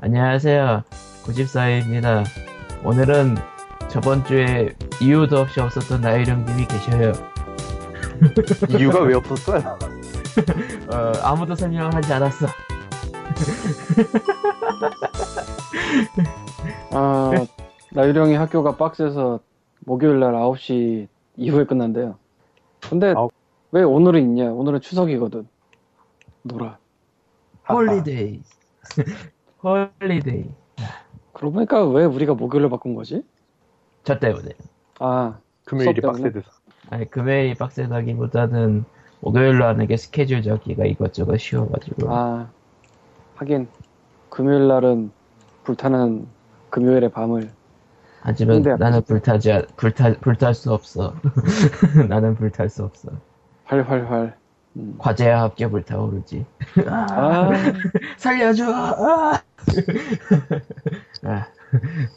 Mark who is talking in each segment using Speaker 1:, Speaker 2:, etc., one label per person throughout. Speaker 1: 안녕하세요. 94회입니다. 오늘은 저번 주에 이유도 없이 없었던 나일령님이 계셔요.
Speaker 2: 이유가 왜 없었어요?
Speaker 1: 어, 아무도 설명하지 않았어.
Speaker 3: 아, 나유령이 학교가 빡세서 목요일 날 9시 이후에 끝난대요. 근데
Speaker 2: 아홉.
Speaker 3: 왜 오늘은 있냐? 오늘은 추석이거든. 놀아.
Speaker 1: 홀리데이. 홀리데이.
Speaker 3: 그러고 보니까 왜 우리가 목요일로 바꾼 거지?
Speaker 1: 저 때문에.
Speaker 3: 아,
Speaker 2: 금요일이
Speaker 3: 수업 때문에?
Speaker 2: 빡세돼서.
Speaker 1: 아니, 금요일이 빡세다기보다는 목요일로 하는 게 스케줄 잡기가 이것저것 쉬워가지고.
Speaker 3: 아, 하긴 금요일 날은 불타는 금요일의 밤을
Speaker 1: 하지만
Speaker 3: 근데-
Speaker 1: 나는 불타지, 않- 불타, 불탈 수 없어. 나는 불탈 수 없어.
Speaker 3: 활활활.
Speaker 1: 과제와 함께 불타오르지.
Speaker 3: 아,
Speaker 1: 살려줘. 아! 아,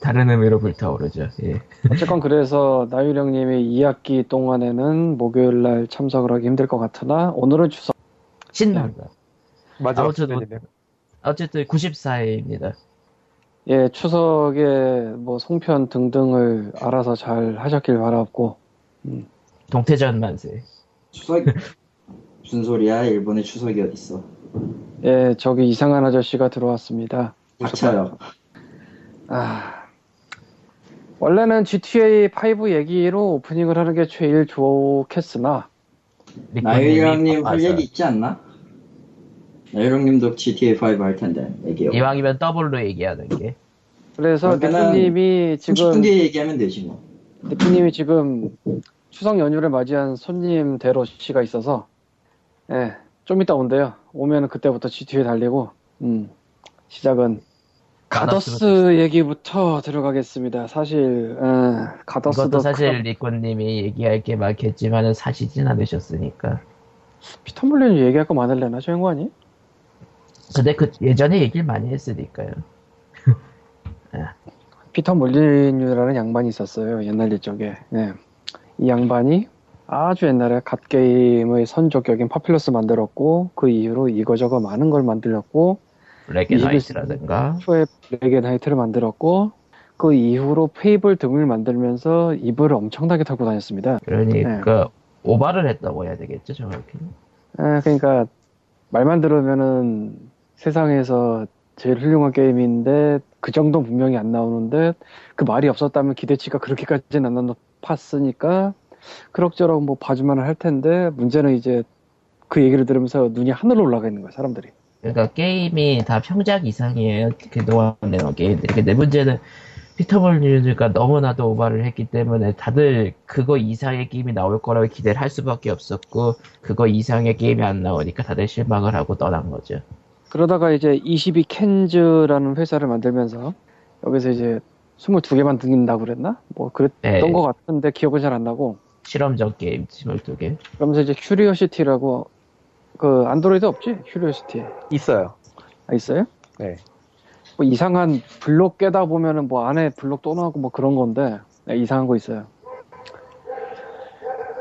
Speaker 1: 다른 의미로 불타오르죠. 예.
Speaker 3: 어쨌건 그래서 나유령님이 2학기 동안에는 목요일 날 참석을 하기 힘들 것 같으나 오늘은 추석.
Speaker 1: 신난다.
Speaker 2: 맞아.
Speaker 1: 아무튼 뭐- 아, 어쨌든 94회입니다.
Speaker 3: 예, 추석에 뭐 송편 등등을 알아서 잘 하셨길 바라고.
Speaker 1: 동태전 만세.
Speaker 4: 추석이 무슨 소리야 일본의 추석이 어딨어
Speaker 3: 예, 저기 이상한 아저씨가 들어왔습니다.
Speaker 4: 닥쳐요
Speaker 3: 아. 원래는 GTA 5 얘기로 오프닝을 하는 게 제일 좋겠으나
Speaker 4: 나유령님 할
Speaker 1: 바빠서.
Speaker 4: 얘기 있지 않나? 나유령님도 GTA5 할 텐데 얘기요
Speaker 1: 이왕이면 더블로 얘기하는 게.
Speaker 3: 그래서
Speaker 4: 그러면은
Speaker 3: 니프님이
Speaker 4: 30분
Speaker 3: 지금
Speaker 4: 뒤에 얘기하면 되지 뭐
Speaker 3: 니프님이 지금 추석 연휴를 맞이한 손님 대로 씨가 있어서 예, 좀 이따 온대요. 오면은 그때부터 GTA 달리고 음, 시작은 가더스 얘기부터 들어가겠습니다. 사실 어, 가더스도
Speaker 1: 이것도 사실
Speaker 3: 그-
Speaker 1: 리코님이 얘기할 게 많겠지만은 사시진 않으셨으니까.
Speaker 3: 피터 물린 얘기할 거 많을래나 저 양반이?
Speaker 1: 근데 그 예전에 얘기를 많이 했으니까요.
Speaker 3: 피터 몰리뉴라는 양반이 있었어요. 옛날 일적에. 예. 이 양반이 아주 옛날에 갓게임의 선조격인 파필러스 만들었고 그 이후로 이거저거 많은 걸 만들었고
Speaker 1: 블랙앤
Speaker 3: 이게
Speaker 1: 화이트라든가.
Speaker 3: 초에 블랙앤하이트를 만들었고 그 이후로 페이블 등을 만들면서 입을 엄청나게 타고 다녔습니다.
Speaker 1: 그러니까 오바를 했다고 해야 되겠죠, 정확히.
Speaker 3: 아, 그러니까 말만 들으면은 세상에서 제일 훌륭한 게임인데 그 정도 는 분명히 안 나오는데 그 말이 없었다면 기대치가 그렇게까지는 안 높았으니까 그럭저럭 뭐 봐주만 할 텐데 문제는 이제 그 얘기를 들으면서 눈이 하늘로 올라가 있는 거야 사람들이
Speaker 1: 그러니까 게임이 다 평작 이상이에요. 그동안 내놓은 게임들. 근데 문제는 피터볼 뉴즈가 너무나도 오바를 했기 때문에 다들 그거 이상의 게임이 나올 거라고 기대를 할 수밖에 없었고 그거 이상의 게임이 안 나오니까 다들 실망을 하고 떠난 거죠.
Speaker 3: 그러다가 이제 22 켄즈라는 회사를 만들면서 여기서 이제 22개만 등긴다고 그랬나? 뭐 그랬던
Speaker 1: 네.
Speaker 3: 것 같은데 기억은 잘 안 나고
Speaker 1: 실험적 게임 22개. 예,
Speaker 3: 그러면서 이제 큐리오시티라고 그 안드로이드 없지? 큐리오시티
Speaker 2: 있어요.
Speaker 3: 아, 있어요?
Speaker 2: 네.
Speaker 3: 뭐 이상한 블록 깨다 보면은 뭐 안에 블록 또 나오고 뭐 그런 건데 네, 이상한 거 있어요.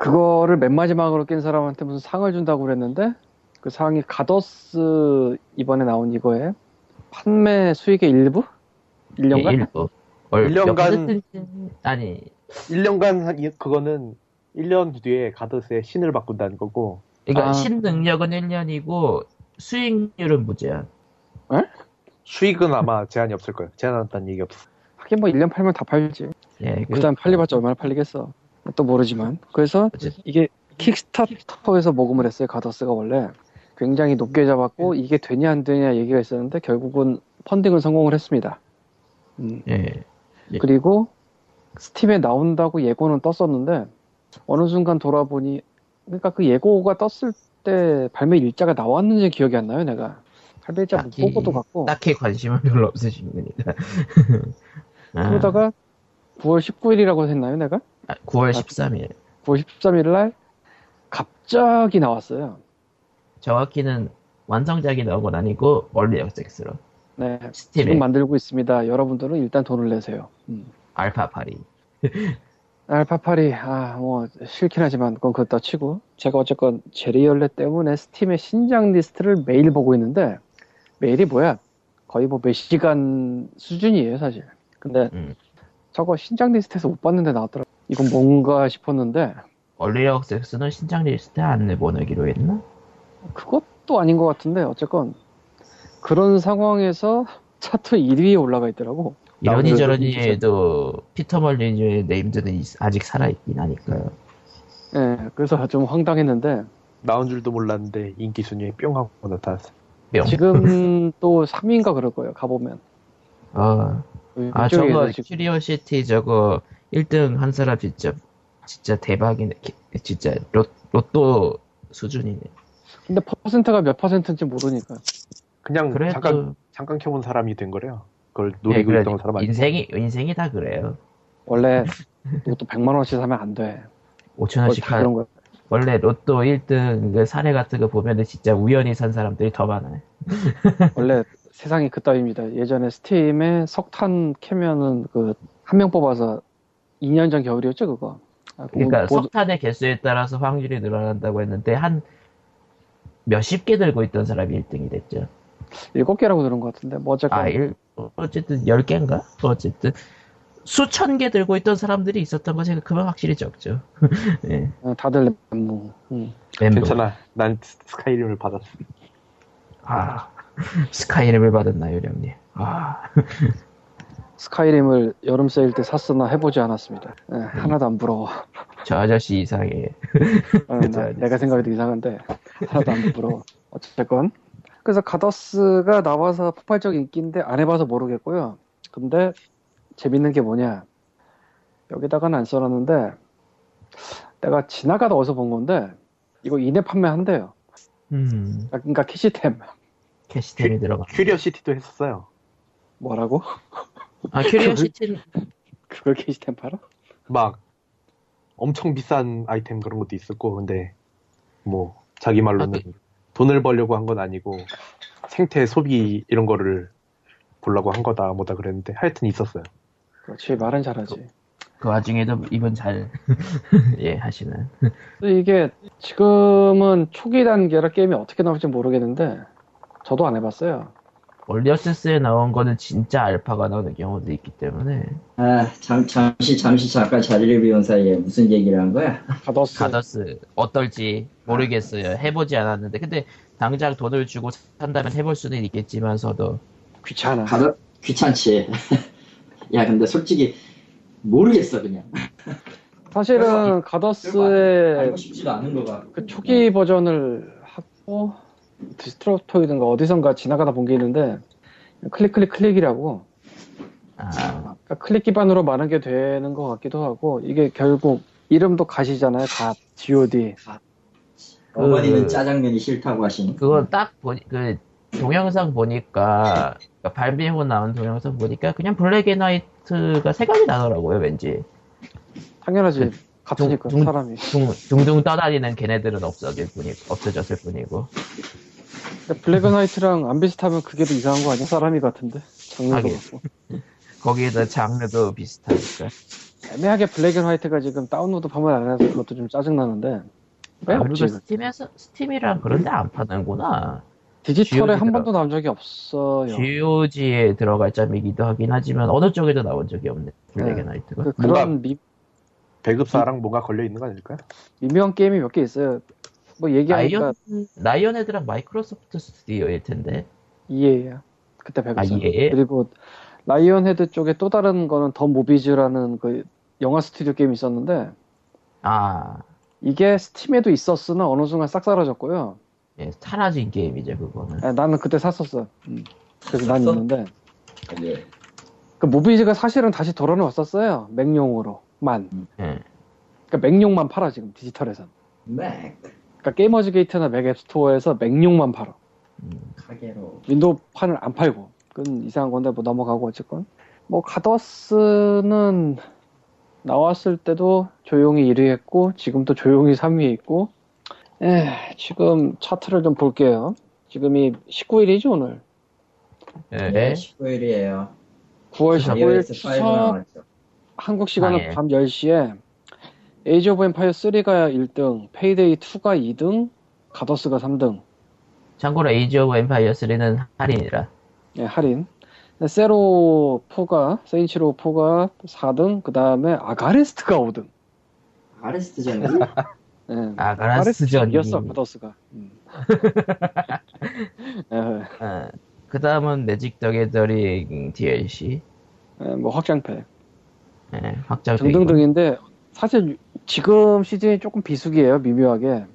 Speaker 3: 그거를 맨 마지막으로 낀 사람한테 무슨 상을 준다고 그랬는데 그 상이 가더스 이번에 나온 이거에 판매 수익의 일부? 1년간?
Speaker 1: 예, 일부. 얼- 몇
Speaker 2: 1년간
Speaker 1: 퍼센트인지- 아니
Speaker 2: 1년간 한 이- 그거는 1년 뒤에 가더스의 신을 바꾼다는 거고
Speaker 1: 그러니까
Speaker 3: 아.
Speaker 1: 신능력은 1년이고 수익률은 무제한.
Speaker 2: 수익은 아마 제한이 없을 거예요. 제한한다는 얘기 없어.
Speaker 3: 하긴 뭐 1년 팔면 다 팔지.
Speaker 1: 예, 그-
Speaker 3: 그다음 팔리봤자 얼마나 팔리겠어. 또 모르지만. 그래서
Speaker 1: 어쨌든
Speaker 3: 이게 킥스타터에서 모금을 했어요. 가더스가 원래 굉장히 높게
Speaker 1: 예.
Speaker 3: 잡았고 이게 되냐 안 되냐 얘기가 있었는데 결국은 펀딩은 성공을 했습니다. 음,
Speaker 1: 예. 예.
Speaker 3: 그리고 스팀에 나온다고 예고는 떴었는데 어느 순간 돌아보니 그러니까 그 예고가 떴을 때 발매 일자가 나왔는지 기억이 안 나요. 내가 발매 일자 못
Speaker 1: 딱히-
Speaker 3: 보고도 갔고
Speaker 1: 딱히 관심은 별로 없으신 분이다. 아.
Speaker 3: 그러다가 9월 19일이라고 했나요? 내가
Speaker 1: 아, 9월
Speaker 3: 아,
Speaker 1: 13일.
Speaker 3: 9월 그 13일 날 갑자기 나왔어요.
Speaker 1: 정확히는 완성작이 나온 건 아니고 원리 역색스러
Speaker 3: 네,
Speaker 1: 스팀에
Speaker 3: 지금 만들고 있습니다. 여러분들은 일단 돈을 내세요. 음.
Speaker 1: 알파 파리.
Speaker 3: 알파파리, 아, 뭐, 싫긴 하지만, 그건 그렇다 치고. 제가 어쨌건 제리얼레 때문에 스팀의 신작 리스트를 매일 보고 있는데, 매일이 뭐야? 거의 뭐 몇 시간 수준이에요, 사실. 근데
Speaker 1: 음.
Speaker 3: 저거 신장 리스트에서 못 봤는데 나왔더라고. 이건 뭔가 싶었는데
Speaker 1: 얼리 억세스는 신장 리스트 안 내보내기로 했나?
Speaker 3: 그것도 아닌 것 같은데 어쨌건 그런 상황에서 차트 1위에 올라가 있더라고.
Speaker 1: 이러니
Speaker 3: 나오는
Speaker 1: 저러니
Speaker 3: 진짜-
Speaker 1: 해도 피터 멀리뉴의 네임드는 있- 아직 살아있긴 하니까요.
Speaker 3: 예, 그래서 좀 황당했는데
Speaker 2: 나온 줄도 몰랐는데 인기 순위에 뿅 하고 나타났어.
Speaker 1: 뿅.
Speaker 3: 지금 또 3위인가 그럴 거예요. 가보면. 그
Speaker 1: 어. 아
Speaker 3: 이쪽에
Speaker 1: 저거
Speaker 3: 지금
Speaker 1: 큐리오시티 저거 1등 한 사람 진짜 진짜 대박이네. 기- 진짜 로, 로또 수준이네.
Speaker 3: 근데 퍼센트가 몇 퍼센트인지 모르니까.
Speaker 2: 그냥
Speaker 1: 그래도
Speaker 2: 잠깐 잠깐 켜본 사람이 된 거래요. 그걸
Speaker 1: 예,
Speaker 2: 노리고
Speaker 1: 그래.
Speaker 2: 있던 사람 아니고.
Speaker 1: 인생이 인생이 다 그래요.
Speaker 3: 원래 이것도 100만 원씩 사면 안 돼.
Speaker 1: 5천
Speaker 3: 뭐
Speaker 1: 원씩
Speaker 3: 다
Speaker 1: 한
Speaker 3: 그런 거야.
Speaker 1: 원래 로또 1등 그 사례 같은 거 보면은 진짜 우연히 산 사람들이 더 많아요.
Speaker 3: 원래 세상이 그따위입니다. 예전에 스팀에 석탄 캐면은 그 한 명 뽑아서 2년 전 겨울이었죠 그거. 아, 그
Speaker 1: 그러니까
Speaker 3: 보-
Speaker 1: 석탄의 개수에 따라서 확률이 늘어난다고 했는데 한 몇십 개 들고 있던 사람이 1등이 됐죠.
Speaker 3: 일곱 개라고 들은 것 같은데 뭐 어쨌건
Speaker 1: 아, 일, 어, 어쨌든 10개인가? 어쨌든 수천 개 들고 있던 사람들이 있었던 거 생각하면 확실히 적죠. 예.
Speaker 3: 어, 다들 뭐 음.
Speaker 1: 멘붕.
Speaker 2: 괜찮아. 난 스- 스카이림을 받았어.
Speaker 1: 아, 스카이랩을 받았나, 요령님. 아,
Speaker 3: 스카이림을 여름 세일 때 샀으나 해보지 않았습니다.
Speaker 1: 음.
Speaker 3: 예, 하나도 안 부러워.
Speaker 1: 저 아저씨 이상해.
Speaker 3: 어,
Speaker 1: 그치,
Speaker 3: 나-
Speaker 1: 네, 알겠어.
Speaker 3: 내가 생각해도 이상한데 하나도 안 부러워. 어쨌건 그래서 가더스가 나와서 폭발적 인기인데 안 해봐서 모르겠고요. 근데 재밌는 게 뭐냐 여기다가는 안 써놨는데 내가 지나가다 어디서 본 건데 이거 이내 판매한대요.
Speaker 1: 음,
Speaker 3: 아, 그러니까 캐시템
Speaker 1: 캐시템이 들어가.
Speaker 2: 큐리어시티도 했었어요.
Speaker 3: 뭐라고?
Speaker 1: 아, 큐리오시티,
Speaker 3: 그걸 캐시템 팔아?
Speaker 2: 막 엄청 비싼 아이템 그런 것도 있었고 근데 뭐 자기 말로는
Speaker 1: 아,
Speaker 2: 돈을 벌려고 한 건 아니고 생태 소비 이런 거를 보려고 한 거다 뭐다 그랬는데 하여튼 있었어요.
Speaker 3: 그렇지 말은 잘하지.
Speaker 1: 그 와중에도 이분 잘, 예, 하시는.
Speaker 3: 근데 이게 지금은 초기 단계라 게임이 어떻게 나올지 모르겠는데 저도 안 해봤어요.
Speaker 1: 올리어세스에 나온 거는 진짜 알파가 나오는 경우도 있기 때문에.
Speaker 4: 아, 잠, 잠시, 잠시 잠깐 자리를 비운 사이에 무슨 얘기를 한 거야?
Speaker 3: 가더스
Speaker 1: 가더스 어떨지 모르겠어요. 해보지 않았는데 근데 당장 돈을 주고 산다면 해볼 수는 있겠지만서도
Speaker 3: 귀찮아.
Speaker 4: 가도 귀찮지. 야, 근데 솔직히 모르겠어, 그냥.
Speaker 3: 사실은 가더스의
Speaker 4: 알고 싶지도 않은 거 같고.
Speaker 3: 그 초기 버전을 하고 디스트로토이든가 어디선가 지나가다 본 게 있는데 클릭 클릭 클릭이라고
Speaker 1: 아,
Speaker 3: 그러니까 클릭 기반으로 많은 게 되는 것 같기도 하고 이게 결국 이름도 가시잖아요 가 G.O.D.
Speaker 4: 어머니는
Speaker 1: 그-
Speaker 4: 짜장면이 싫다고 하시는.
Speaker 1: 그건 딱 보니 그 동영상 보니까 그러니까 발매 후 나온 동영상 보니까 그냥 블랙앤화이트가 생각이 나더라고요 왠지
Speaker 3: 당연하지 같으니까
Speaker 1: 둥-
Speaker 3: 사람이
Speaker 1: 둥, 둥둥 떠다니는 걔네들은 없어질 뿐이 없어졌을 뿐이고
Speaker 3: 근데 블랙앤화이트랑 안 비슷하면 그게 더 이상한 거 아니야 사람이 같은데 장르도
Speaker 1: 하긴.
Speaker 3: 그렇고
Speaker 1: 거기에다 장르도 비슷하니까
Speaker 3: 애매하게 블랙앤화이트가 지금 다운로드 판매 안 해서 그것도 좀 짜증 나는데 왜
Speaker 1: 아무래도 그렇죠.
Speaker 3: 없지
Speaker 1: 스팀에서 스팀이랑 그런데 안 파는구나
Speaker 3: 디지털에
Speaker 1: GOD
Speaker 3: 한
Speaker 1: 가-
Speaker 3: 번도 나온 적이 없어요.
Speaker 1: GOG에 들어갈 점이기도 하긴 하지만 어느 쪽에도 나온 적이 없네 블랙앤화이트가
Speaker 3: 그,
Speaker 2: 뭔가-
Speaker 3: 런 미,
Speaker 2: 배급사랑 뭔가 걸려 있는 거 아닐까요?
Speaker 3: 미묘한 게임이 몇 개 있어요. 뭐 얘기하니까
Speaker 1: 라이언 라이언 헤드랑 마이크로소프트 스튜디오일 텐데
Speaker 3: 이해야. 그때 배웠어.
Speaker 1: 아, EA?
Speaker 3: 그리고 라이언 헤드 쪽에 또 다른 거는 더 모비즈라는 그 영화 스튜디오 게임이 있었는데
Speaker 1: 아
Speaker 3: 이게 스팀에도 있었으나 어느 순간 싹 사라졌고요.
Speaker 1: 예, 사라진 게임이죠 그거는
Speaker 3: 아, 나는 그때 샀었어. 음. 그래서 난
Speaker 4: 샀어?
Speaker 3: 있는데
Speaker 4: 예.
Speaker 3: 그 모비즈가 사실은 다시 돌아왔었어요. 맥용으로만.
Speaker 1: 예.
Speaker 3: 그러니까 맥용만 팔아 지금 디지털에선.
Speaker 4: 맥,
Speaker 3: 그러니까 게이머즈 게이트나 맥 앱스토어에서 맥용만 팔아.
Speaker 4: 카게로.
Speaker 3: 윈도우 판을 안 팔고 그건 이상한 건데 뭐 넘어가고 어쨌건 뭐 가더스는 나왔을 때도 조용히 1위 했고 지금도 조용히 3위에 있고 에 지금 차트를 좀 볼게요 지금이 19일이죠 오늘
Speaker 1: 예.
Speaker 4: 네, 19일이에요.
Speaker 3: 9월 19일 추석
Speaker 4: 나왔죠.
Speaker 3: 한국 시간은
Speaker 1: 아, 예.
Speaker 3: 밤 10시에 에이지 오브 엠파이어 3가 1등 페이데이 2가 2등 가더스가 3등
Speaker 1: 참고로 에이지 오브 엠파이어 3는 할인이라
Speaker 3: 예, 할인. 세로 4가, 세인치로 4가 4등, 그 다음에 아가레스트가 5등.
Speaker 4: 아레스트전이
Speaker 3: 예.
Speaker 1: 아가라스전이
Speaker 3: 이었어, 바더스가. 음. 예,
Speaker 1: 어, 그 다음은 매직 더 게더링 DLC
Speaker 3: 예, 뭐 확장팩.
Speaker 1: 예, 확장
Speaker 3: 등등등인데, 사실 지금 시즌이 조금 비수기예요 미묘하게.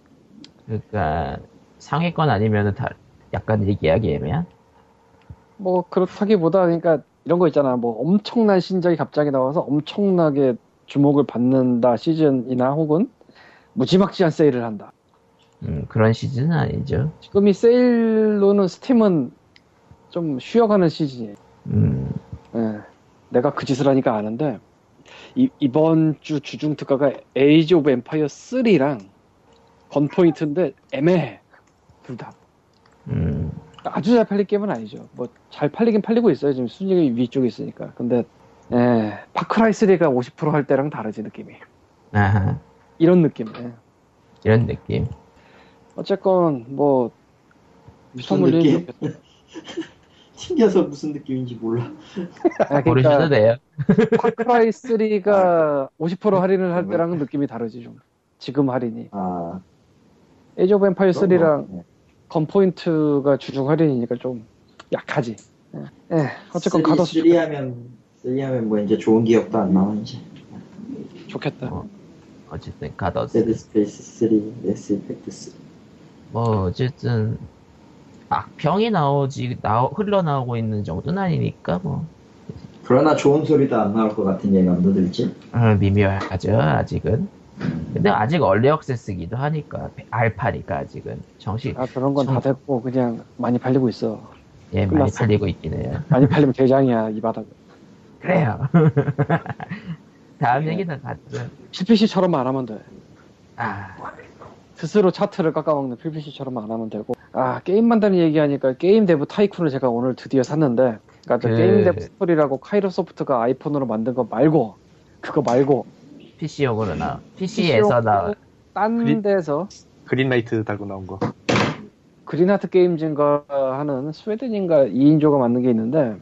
Speaker 1: 그러니까 상위권 아니면은 다 약간 얘기하기 애매한
Speaker 3: 뭐 그렇다기보다 그러니까 이런 거 있잖아. 뭐 엄청난 신작이 갑자기 나와서 엄청나게 주목을 받는다 시즌이나 혹은 무지막지한 세일을 한다.
Speaker 1: 음, 그런 시즌은 아니죠.
Speaker 3: 지금 이 세일로는 스팀은 좀 쉬어가는 시즌이에요.
Speaker 1: 음,
Speaker 3: 예. 내가 그 짓을 하니까 아는데 이, 이번 주 주중 특가가 에이지 오브 엠파이어 3랑 건포인트인데 애매해. 둘 다.
Speaker 1: 음,
Speaker 3: 아주 잘 팔릴 게임은 아니죠. 뭐 잘 팔리긴 팔리고 있어요. 지금 순위 위쪽에 있으니까. 근데 예, 파크라이 3가 50%할 때랑 다르지 느낌이.
Speaker 1: 아하,
Speaker 3: 이런 느낌. 예.
Speaker 1: 이런 느낌.
Speaker 3: 어쨌건 뭐 예,
Speaker 4: 무슨
Speaker 3: 선물
Speaker 4: 느낌?
Speaker 3: 좋겠다.
Speaker 4: 튕겨서 무슨 느낌인지 몰라.
Speaker 3: 아,
Speaker 1: 모르셔도
Speaker 3: 그러니까
Speaker 1: 돼요.
Speaker 3: 파크라이 3가 50% 할인을 할 때랑 은 느낌이 다르지 좀. 지금 할인이.
Speaker 4: 아, 뭐,
Speaker 3: 에이지 오브 엠파이어 3랑
Speaker 4: 그런 거.
Speaker 3: 건포인트가 주중 할인이니까 좀 약하지. 예. 예, 어쨌건
Speaker 4: 쓰리-
Speaker 3: 가더스
Speaker 4: 쓰리 하면 쓰리 하면 뭐 이제 좋은 기억도 안 나와 이제.
Speaker 3: 좋겠다.
Speaker 1: 어. 어쨌든 가더스.
Speaker 3: 네,
Speaker 4: 데드 스페이스 3, 레스 이펙트 3.
Speaker 1: 뭐 어쨌든 악평이 나오지 나 흘러나오고 있는 정도는 아니니까 뭐
Speaker 4: 그러나 좋은 소리도 안 나올 것 같은 예감도 들지.
Speaker 1: 어, 미묘하죠 아직은. 근데 아직 얼리 억세스기도 하니까 알파니까 아직은 정식
Speaker 3: 아 그런 건 다
Speaker 1: 참-
Speaker 3: 됐고 그냥 많이 팔리고 있어.
Speaker 1: 예 많이
Speaker 3: 끝났어.
Speaker 1: 팔리고 있긴 해요.
Speaker 3: 많이 팔리면 대장이야 이 바닥.
Speaker 1: 그래요. 다음
Speaker 3: 네.
Speaker 1: 얘기는 가죠.
Speaker 3: PPC처럼 안 하면 돼.
Speaker 1: 아
Speaker 3: 스스로 차트를 깎아먹는 PPC처럼 만 하면 되고. 아, 게임 만드는 얘기하니까 게임 데브 타이쿤을 제가 오늘 드디어 샀는데. 그러니까 저
Speaker 1: 그-
Speaker 3: 게임 데브 스토리라고 카이로 소프트가 아이폰으로 만든 거 말고, 그거 말고.
Speaker 1: PC용으로 나 PC에서 나
Speaker 3: 딴
Speaker 2: 그리-
Speaker 3: 데서
Speaker 2: 그린라이트 달고 나온 거.
Speaker 3: 그린하트 게임즈인가 하는 스웨덴인가 2인조가 만든 게 있는데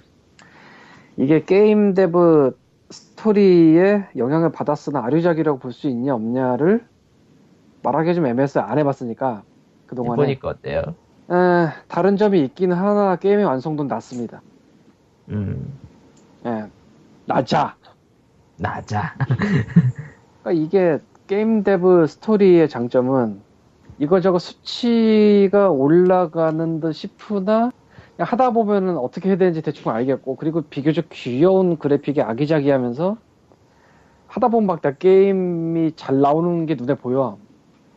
Speaker 3: 이게 게임 데브 스토리에 영향을 받았으나 아류작이라고 볼 수 있냐 없냐를 말하기 좀 애매했어요 안 해봤으니까 그동안에
Speaker 1: 해보니까 어때요?
Speaker 3: 에, 다른 점이 있긴 하나 게임의 완성도는 낮습니다
Speaker 1: 음
Speaker 3: 예, 낮아
Speaker 1: 낮아.
Speaker 3: 그러니까 이게 게임 데브 스토리의 장점은 이거저거 수치가 올라가는 듯 싶으나 그냥 하다 보면은 어떻게 해야 되는지 대충 알겠고 그리고 비교적 귀여운 그래픽이 아기자기하면서 하다 보면 막 다 게임이 잘 나오는 게 눈에 보여.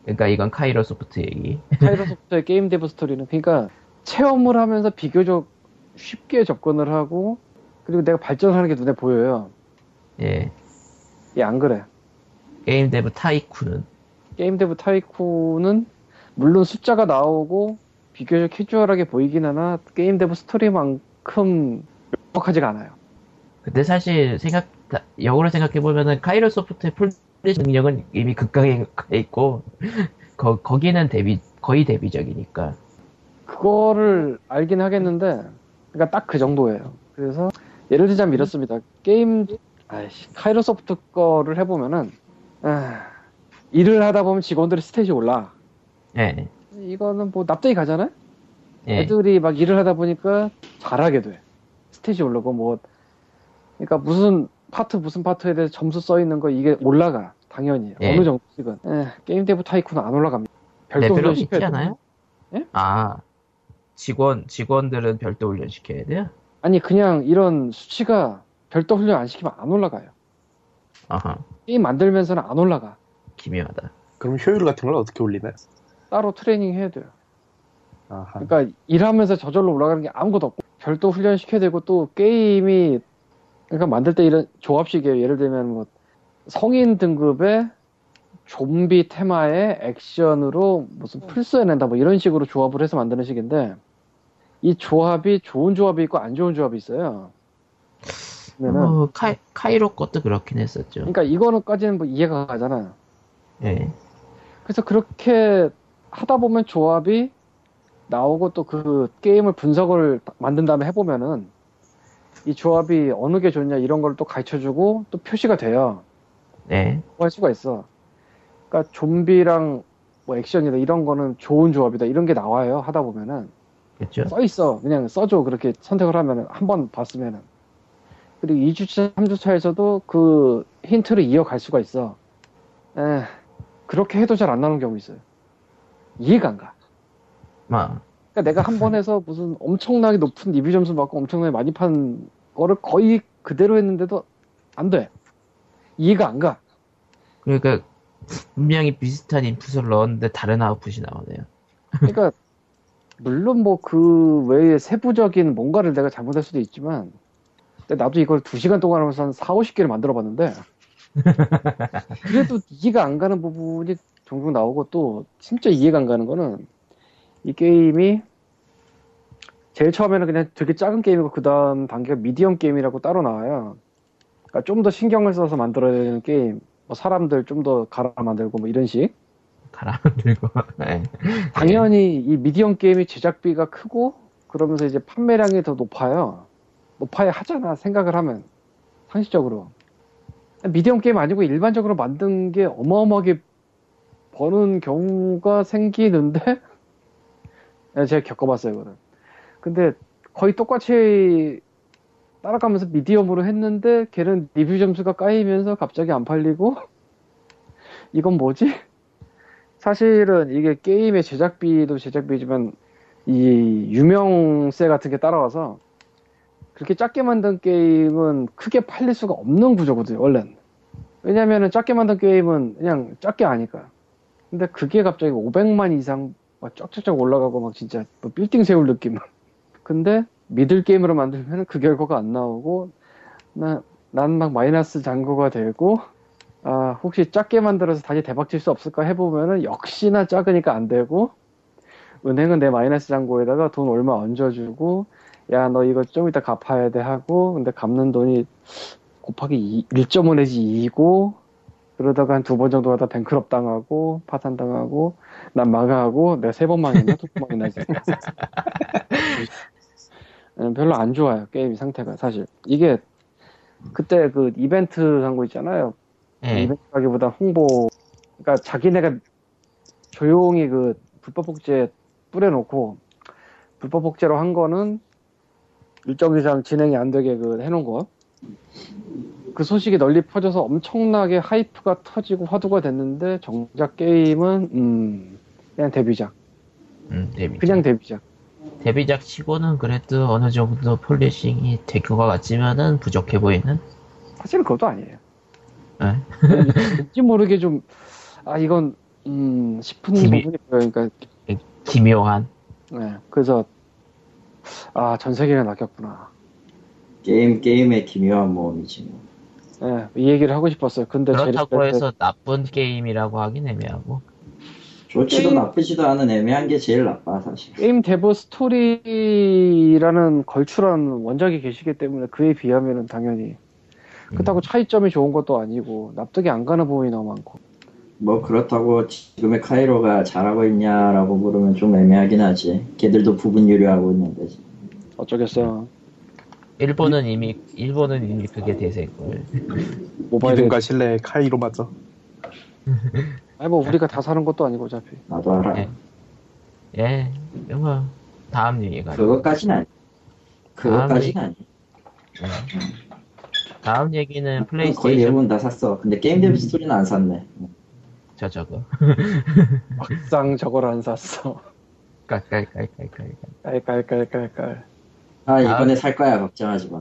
Speaker 1: 그러니까 이건 카이로 소프트 얘기.
Speaker 3: 카이로 소프트의 게임 데브 스토리는 그러니까 체험을 하면서 비교적 쉽게 접근을 하고 그리고 내가 발전하는 게 눈에 보여요.
Speaker 1: 예
Speaker 3: 얘 안 그래.
Speaker 1: 게임 데브 타이쿤은
Speaker 3: 게임 데브 타이쿤은 물론 숫자가 나오고 비교적 캐주얼하게 보이긴 하나 게임 데브 스토리만큼 명확하지가 않아요.
Speaker 1: 근데 사실 생각 역으로 생각해 보면은 카이로 소프트의 풀리스 능력은 이미 극강에 가 있고 거, 거기는 대비 거의 대비적이니까
Speaker 3: 그거를 알긴 하겠는데 그러니까 딱 그 정도예요. 그래서 예를 들자면 이렇습니다. 게임 아이씨, 카이로소프트 거를 해보면은 아, 일을 하다 보면 직원들의 스탯이 올라.
Speaker 1: 예.
Speaker 3: 이거는 뭐 납득이 가잖아요.
Speaker 1: 예.
Speaker 3: 애들이 막 일을 하다 보니까 잘하게 돼. 스탯이 올라고 뭐 그러니까 무슨 파트 무슨 파트에 대해서 점수 써 있는 거 이게 올라가 당연히
Speaker 1: 예.
Speaker 3: 어느 정도씩은 예, 게임 데브 타이쿤은 안 올라갑니다. 별도
Speaker 1: 레벨업이
Speaker 3: 훈련시켜야
Speaker 1: 있지
Speaker 3: 돼요.
Speaker 1: 않아요?
Speaker 3: 예?
Speaker 1: 아 직원 직원들은 별도 훈련 시켜야 돼요?
Speaker 3: 아니 그냥 이런 수치가 별도 훈련 안 시키면 안 올라가요.
Speaker 1: 아하
Speaker 3: 게임 만들면서는 안 올라가.
Speaker 1: 기묘하다.
Speaker 2: 그럼 효율 같은 걸 어떻게 올리나요?
Speaker 3: 따로 트레이닝 해야 돼요.
Speaker 2: 아하.
Speaker 3: 그러니까 일하면서 저절로 올라가는 게 아무것도 없고 별도 훈련 시켜야 되고 또 게임이 그러니까 만들 때 이런 조합식이에요. 예를 들면 뭐 성인 등급의 좀비 테마의 액션으로 무슨 플스 해낸다 뭐 이런 식으로 조합을 해서 만드는 식인데 이 조합이 좋은 조합이 있고 안 좋은 조합이 있어요. 그러면은
Speaker 1: 어, 카이 카이로 것도 그렇긴 했었죠.
Speaker 3: 그러니까 이거는까지는 뭐 이해가 가잖아요.
Speaker 1: 예.
Speaker 3: 그래서 그렇게 하다 보면 조합이 나오고 또 그 게임을 분석을 만든 다음에 해보면은 이 조합이 어느 게 좋냐 이런 걸 또 가르쳐주고 또 표시가 돼요.
Speaker 1: 네.
Speaker 3: 뭐 할 수가 있어. 그러니까 좀비랑 뭐 액션이다 이런 거는 좋은 조합이다 이런 게 나와요 하다 보면은
Speaker 1: 그렇죠.
Speaker 3: 써 있어 그냥 써줘 그렇게 선택을 하면은 한 번 봤으면은 그리고 2주차 3주차에서도 그 힌트를 이어갈 수가 있어 에 그렇게 해도 잘 안 나오는 경우 있어요 이해가 안 가
Speaker 1: 막
Speaker 3: 그러니까 내가 한 번 해서 무슨 엄청나게 높은 리뷰 점수 받고 엄청나게 많이 판 거를 거의 그대로 했는데도 안 돼 이해가 안가
Speaker 1: 그러니까 분명히 비슷한 인풋을 넣었는데 다른 아웃풋이 나오네요.
Speaker 3: 그러니까 물론 뭐 그 외에 세부적인 뭔가를 내가 잘못할 수도 있지만 근데 나도 이걸 2시간 동안 하면서 한 4, 50개를 만들어 봤는데 그래도 이해가 안 가는 부분이 종종 나오고 또 진짜 이해가 안 가는 거는 이 게임이 제일 처음에는 그냥 되게 작은 게임이고 그 다음 단계가 미디엄 게임이라고 따로 나와요 그러니까 좀 더 신경을 써서 만들어야 되는 게임 뭐 사람들 좀 더 갈아 만들고 뭐 이런 식
Speaker 1: 가라 만들고. 네.
Speaker 3: 당연히 이 미디엄 게임이 제작비가 크고 그러면서 이제 판매량이 더 높아요. 높아야 하잖아 생각을 하면 상식적으로 미디엄 게임 아니고 일반적으로 만든 게 어마어마하게 버는 경우가 생기는데 네, 제가 겪어봤어요 그는 근데 거의 똑같이 따라가면서 미디엄으로 했는데 걔는 리뷰 점수가 까이면서 갑자기 안 팔리고 이건 뭐지? 사실은 이게 게임의 제작비도 제작비지만 이 유명세 같은 게 따라와서 그렇게 작게 만든 게임은 크게 팔릴 수가 없는 구조거든요 원래는 왜냐면은 작게 만든 게임은 그냥 작게 아니까 근데 그게 갑자기 500만 이상 막 쩍쩍쩍 올라가고 막 진짜 뭐 빌딩 세울 느낌 근데 미들 게임으로 만들면 그 결과가 안 나오고 난 막 마이너스 잔고가 되고 아, 혹시 작게 만들어서 다시 대박 칠 수 없을까 해보면은 역시나 작으니까 안 되고, 은행은 내 마이너스 잔고에다가 돈 얼마 얹어주고, 야, 너 이거 좀 이따 갚아야 돼 하고, 근데 갚는 돈이 곱하기 1.5 내지 2고, 그러다가 한 두 번 정도 하다 뱅크럽 당하고, 파산 당하고, 난 망하고, 내가 세 번 망했나? 두 번 망했나? 이제. 음, 별로 안 좋아요, 게임 상태가, 사실. 이게, 그때 그 이벤트 한 거 있잖아요.
Speaker 1: 네.
Speaker 3: 음. 이벤트라기보다 홍보. 그러니까 자기네가 조용히 그 불법 복제 뿌려놓고 불법 복제로 한 거는 일정 이상 진행이 안 되게 그 해놓은 거. 그 소식이 널리 퍼져서 엄청나게 하이프가 터지고 화두가 됐는데 정작 게임은 음, 그냥 데뷔작.
Speaker 1: 음, 데뷔.
Speaker 3: 그냥 데뷔작.
Speaker 1: 데뷔작 치고는 그래도 어느 정도 폴리싱이 될 것 같지만은 부족해 보이는?
Speaker 3: 사실은 그것도 아니에요.
Speaker 1: 네.
Speaker 3: 왠지 모르게 좀, 아, 이건, 음, 싶은
Speaker 1: 기미.
Speaker 3: 부분이 보여요. 그러니까
Speaker 1: 기묘한.
Speaker 3: 네, 그래서 아 전 세계가 낚였구나.
Speaker 4: 게임 게임의 기묘한 모험이지 뭐.
Speaker 3: 네, 이 얘기를 하고 싶었어요. 근데
Speaker 1: 그렇다고
Speaker 3: 제리-
Speaker 1: 해서 나쁜 게임이라고 하긴 애매하고.
Speaker 4: 좋지도
Speaker 3: 게임-
Speaker 4: 나쁘지도 않은 애매한 게 제일 나빠 사실.
Speaker 3: 게임 데브 스토리라는 걸출한 원작이 계시기 때문에 그에 비하면은 당연히 그렇다고 차이점이 좋은 것도 아니고 납득이 안 가는 부분이 너무 많고
Speaker 4: 뭐 그렇다고 지금의 카이로가 잘하고 있냐라고 물으면 좀 애매하긴 하지. 걔들도 부분 유료하고 있는데. 지금.
Speaker 3: 어쩌겠어요.
Speaker 1: 일본은 이미, 일본은 이미 그게 대세걸.
Speaker 3: 모바일에
Speaker 2: 믿음과 신뢰의 카이로 맞아.
Speaker 3: 아니 뭐 우리가 다 사는 것도 아니고 어차피
Speaker 4: 나도 알아.
Speaker 1: 네. 예, 영화. 다음 얘기 가죠.
Speaker 4: 그것까진 아니. 그것까진 아니.
Speaker 1: 다음 얘기는
Speaker 4: 거의
Speaker 1: 플레이스테이션 음.
Speaker 4: 대부분 다 샀어. 근데 게임 데뷔 스토리는 안 샀네.
Speaker 1: 저 저거.
Speaker 3: 막상 저걸 안 샀어.
Speaker 1: 깔깔깔깔깔.
Speaker 3: 깔깔깔깔깔.
Speaker 4: 아 이번에 살 거야 걱정하지 마.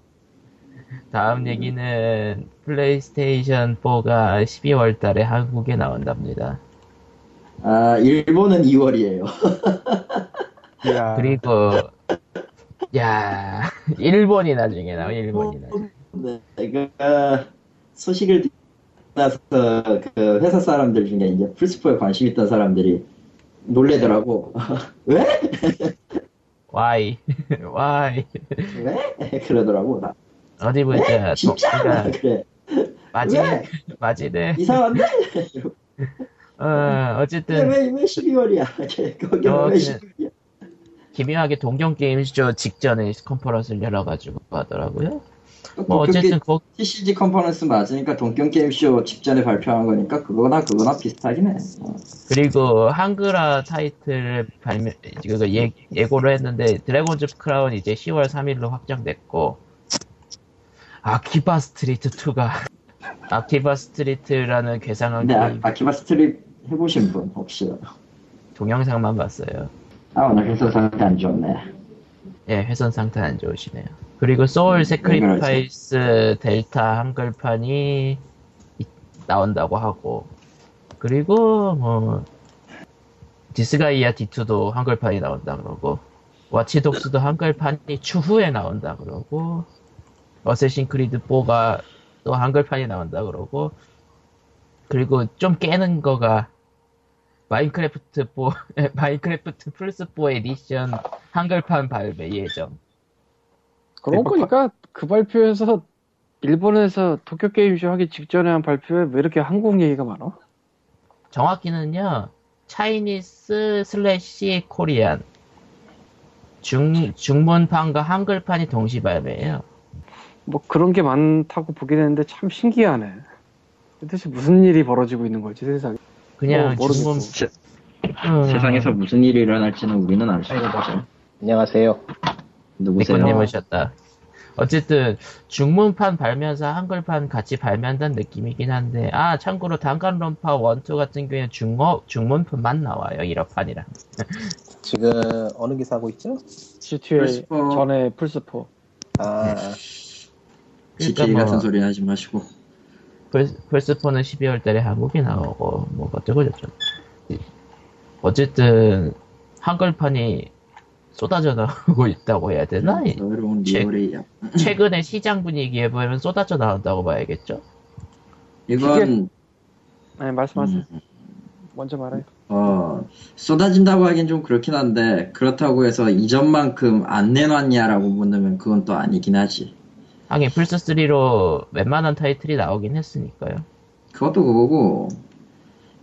Speaker 1: 다음 얘기는 플레이스테이션 4가 12월 달에 한국에 나온답니다.
Speaker 4: 아 일본은 2월이에요.
Speaker 2: 야,
Speaker 1: 그리고 야 일본이 나중에 나와 일본이 나중에
Speaker 4: 네, 내가 소식을 듣고 나서 그 회사 사람들 중에 이제 플스포에 관심 있던 사람들이 놀래더라고. 왜?
Speaker 1: 와이 와이
Speaker 4: 왜? 그러더라고. 나
Speaker 1: 어디 보자 도-
Speaker 4: 진짜
Speaker 1: 그러니까
Speaker 4: 그래.
Speaker 1: 마지네
Speaker 4: 왜?
Speaker 1: 마지네
Speaker 4: 이상한데?
Speaker 1: 어
Speaker 4: 왜,
Speaker 1: 어쨌든
Speaker 4: 음.
Speaker 1: 네.
Speaker 4: 왜, 왜 12월이야? 거기 왜
Speaker 1: 여하튼.
Speaker 4: 12월이야?
Speaker 1: 기묘하게 동경 게임쇼 직전에 컨퍼런스를 열어가지고 하더라고요. 뭐 어쨌든 그
Speaker 4: TCG 컨퍼런스 맞으니까 동경 게임쇼 직전에 발표한 거니까 그거나 그거나 비슷하긴 해. 어.
Speaker 1: 그리고 한글화 타이틀을 발매 그 예, 예고를 했는데 드래곤즈 크라운 이제 10월 3일로 확정됐고 아키바 스트리트 2가 아키바 스트리트라는 괴상한
Speaker 4: 근데 아,
Speaker 1: 게임
Speaker 4: 아키바 스트립 해보신 분 혹시?
Speaker 1: 동영상만 봤어요.
Speaker 4: 아 오늘 회사 상태 안 좋네.
Speaker 1: 예, 회선 상태 안 좋으시네요. 그리고 소울 세크리파이스 델타 한글판이 이- 나온다고 하고 그리고 뭐 디스가이아 D2도 한글판이 나온다 그러고 와치독스도 한글판이 추후에 나온다 그러고 어쌔신 크리드 4가 또 한글판이 나온다 그러고 그리고 좀 깨는 거가 마인크래프트 4 마인크래프트 플스 4 에디션 한글판 발매 예정.
Speaker 3: 그런
Speaker 2: 대박판.
Speaker 3: 거니까 그 발표에서 일본에서 도쿄 게임쇼 하기 직전에 한 발표에 왜 이렇게 한국 얘기가 많아?
Speaker 1: 정확히는요, 차이니스 슬래시 코리안. 중, 중문판과 한글판이 동시 발매예요
Speaker 3: 뭐 그런 게 많다고 보긴 했는데 참 신기하네. 도대체 무슨 일이 벌어지고 있는 거지 세상에?
Speaker 1: 그냥
Speaker 3: 뭐 모르겠어.
Speaker 1: 중문,
Speaker 4: 세,
Speaker 1: 음,
Speaker 4: 세상에서 무슨 일이 일어날지는 우리는 알 수 없죠.
Speaker 5: 안녕하세요.
Speaker 4: 누구세요?
Speaker 1: 네, 니코님이셨다. 어쨌든, 중문판 발매하면서 한글판 같이 발매한다는 느낌이긴 한데, 아, 참고로 단간론파 1, 2 같은 경우에는 중어, 중문판만 나와요, 1어판이랑.
Speaker 5: 지금 어느 기사 하고 있죠?
Speaker 3: GTA
Speaker 4: 플스4.
Speaker 3: 전에 플스4
Speaker 5: 아,
Speaker 4: GTA 같은 소리 하지 마시고.
Speaker 1: 플스4는 12월 달에 한국에 나오고, 뭐, 어쩌고저쩌고. 어쨌든, 한글판이 쏟아져 나오고 있다고 해야 되나?
Speaker 4: 너희로운
Speaker 1: 책.
Speaker 4: 리얼이야.
Speaker 1: 최근에 시장 분위기에 보면 쏟아져 나온다고 봐야겠죠?
Speaker 4: 이건
Speaker 3: 아니 네, 말씀하세요.
Speaker 4: 음,
Speaker 3: 먼저 말해요.
Speaker 4: 어, 쏟아진다고 하긴 좀 그렇긴 한데 그렇다고 해서 이전만큼 안 내놨냐라고 묻으면 그건 또 아니긴 하지.
Speaker 1: 하긴 플스3로 웬만한 타이틀이 나오긴 했으니까요.
Speaker 4: 그것도 그거고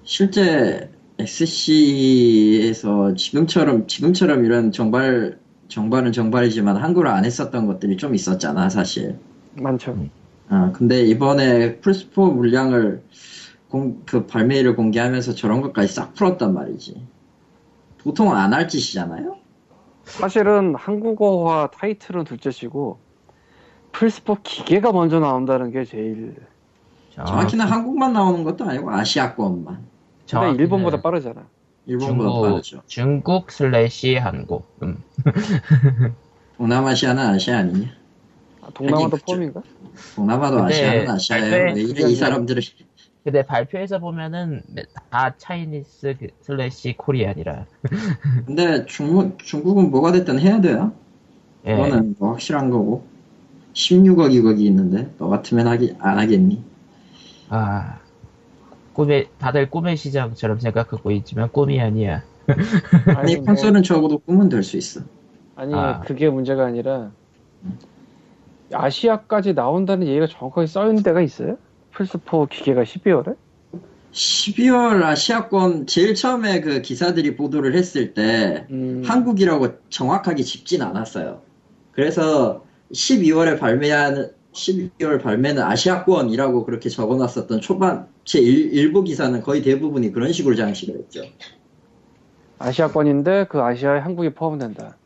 Speaker 4: 실제 XC에서 지금처럼 지금처럼 이런 정발 정발은 정발이지만 한글을 안 했었던 것들이 좀 있었잖아 사실.
Speaker 3: 많죠.
Speaker 4: 아 근데 이번에 플스4 물량을 공- 그 발매일을 공개하면서 저런 것까지 싹 풀었단 말이지. 보통 안 할 짓이잖아요.
Speaker 3: 사실은 한국어화 타이틀은 둘째치고 플스4 기계가 먼저 나온다는 게 제일.
Speaker 1: 정-
Speaker 4: 정확히는 한국만 나오는 것도 아니고 아시아권만.
Speaker 3: 근데
Speaker 1: 정확히는 네.
Speaker 3: 일본보다 빠르잖아.
Speaker 4: 일본보다
Speaker 1: 중국,
Speaker 4: 빠르죠.
Speaker 1: 중국 슬래시 한국. 음.
Speaker 4: 동남아시아는 아시아 아니냐?
Speaker 3: 아, 동남아도
Speaker 4: 아니,
Speaker 3: 포함인가?
Speaker 4: 동남아도
Speaker 1: 근데
Speaker 4: 아시아는 아시아예요. 왜 이래
Speaker 3: 그게-
Speaker 4: 이 사람들을
Speaker 1: 근데 발표에서 보면은 다 차이니스 그 슬래시 코리안이라.
Speaker 4: 근데 중국, 중국은 뭐가 됐든 해야 돼요.
Speaker 1: 예.
Speaker 4: 그거는 뭐 확실한 거고. 16억 2억이 있는데 너 같으면 하기 안 하겠니?
Speaker 1: 아, 꿈의, 다들 꿈의 시장처럼 생각하고 있지만 꿈이 아니야.
Speaker 3: 아니,
Speaker 4: 아니
Speaker 3: 근데-
Speaker 4: 콘솔은 적어도 꿈은 될 수 있어.
Speaker 3: 아니
Speaker 1: 아.
Speaker 3: 그게 문제가 아니라 아시아까지 나온다는 얘기가 정확하게 써있는 데가 있어요? 플스4 기계가 12월에?
Speaker 4: 12월 아시아권 제일 처음에 그 기사들이 보도를 했을 때 한국이라고 정확하게 짚진 않았어요. 그래서 12월에 발매하는 12월 발매는 아시아권이라고 그렇게 적어놨었던 초반 제 일, 일부 기사는 거의 대부분이 그런 식으로 장식을 했죠.
Speaker 3: 아시아권인데 그 아시아에 한국이 포함된다.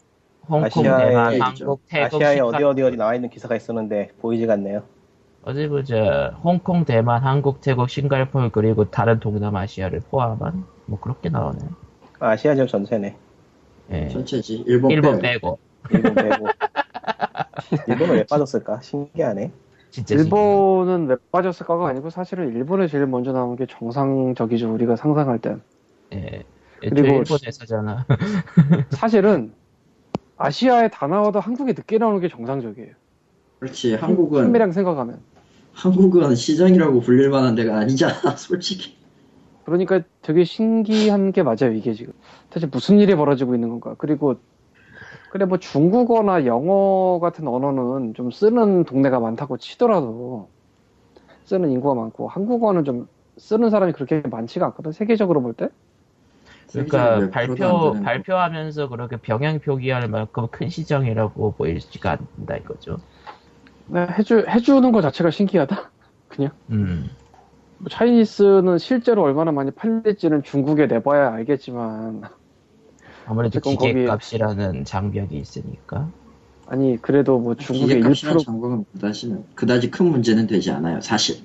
Speaker 1: 홍콩,
Speaker 5: 아시아의
Speaker 1: 대만,
Speaker 4: 얘기죠.
Speaker 1: 한국, 태국,
Speaker 5: 아시아에
Speaker 1: 시카-
Speaker 5: 어디 어디 어디 나와 있는 기사가 있었는데 보이지가 않네요.
Speaker 1: 어디 보자. 홍콩, 대만, 한국, 태국, 싱가포르 그리고 다른 동남아시아를 포함한 뭐 그렇게 나오네.
Speaker 5: 아, 아시아 지역 전세네.
Speaker 1: 예.
Speaker 4: 전체지 일본,
Speaker 1: 일본
Speaker 4: 빼고.
Speaker 1: 빼고.
Speaker 5: 일본 빼고. 일본은 왜 빠졌을까? 신기하네.
Speaker 1: 진짜 신기해.
Speaker 3: 일본은 왜 빠졌을까가 아니고 사실은 일본에 제일 먼저 나온 게 정상적이죠 우리가 상상할 땐.
Speaker 1: 예.
Speaker 3: 그리고
Speaker 1: 그리고 일본 회사잖아.
Speaker 3: 사실은 아시아에 다 나와도 한국이 늦게 나오는 게 정상적이에요.
Speaker 4: 그렇지 한국은
Speaker 3: 흥미랑 생각하면.
Speaker 4: 한국은 시장이라고 불릴 만한 데가 아니잖아 솔직히.
Speaker 3: 그러니까 되게 신기한 게 맞아요 이게 지금. 대체 무슨 일이 벌어지고 있는 건가? 그리고 그래 뭐 중국어나 영어 같은 언어는 좀 쓰는 동네가 많다고 치더라도 쓰는 인구가 많고 한국어는 좀 쓰는 사람이 그렇게 많지가 않거든 세계적으로 볼 때.
Speaker 1: 그러니까
Speaker 4: 몇 프로도 안
Speaker 1: 발표
Speaker 4: 되는
Speaker 1: 발표하면서 그렇게 병행 표기할 만큼 큰 시장이라고 보이지가 않는다 이거죠.
Speaker 3: 네, 해주, 해주는 것 자체가 신기하다. 그냥.
Speaker 1: 음.
Speaker 3: 뭐 차이니스는 실제로 얼마나 많이 팔릴지는 중국에 내봐야 알겠지만,
Speaker 1: 아무래도
Speaker 3: 어쨌건
Speaker 1: 기계
Speaker 3: 거기-
Speaker 1: 값이라는 장벽이 있으니까.
Speaker 3: 아니, 그래도 뭐 중국의
Speaker 4: 기계값이나
Speaker 3: 1%,
Speaker 4: 전공은 그다지는 그다지 큰 문제는 되지 않아요 사실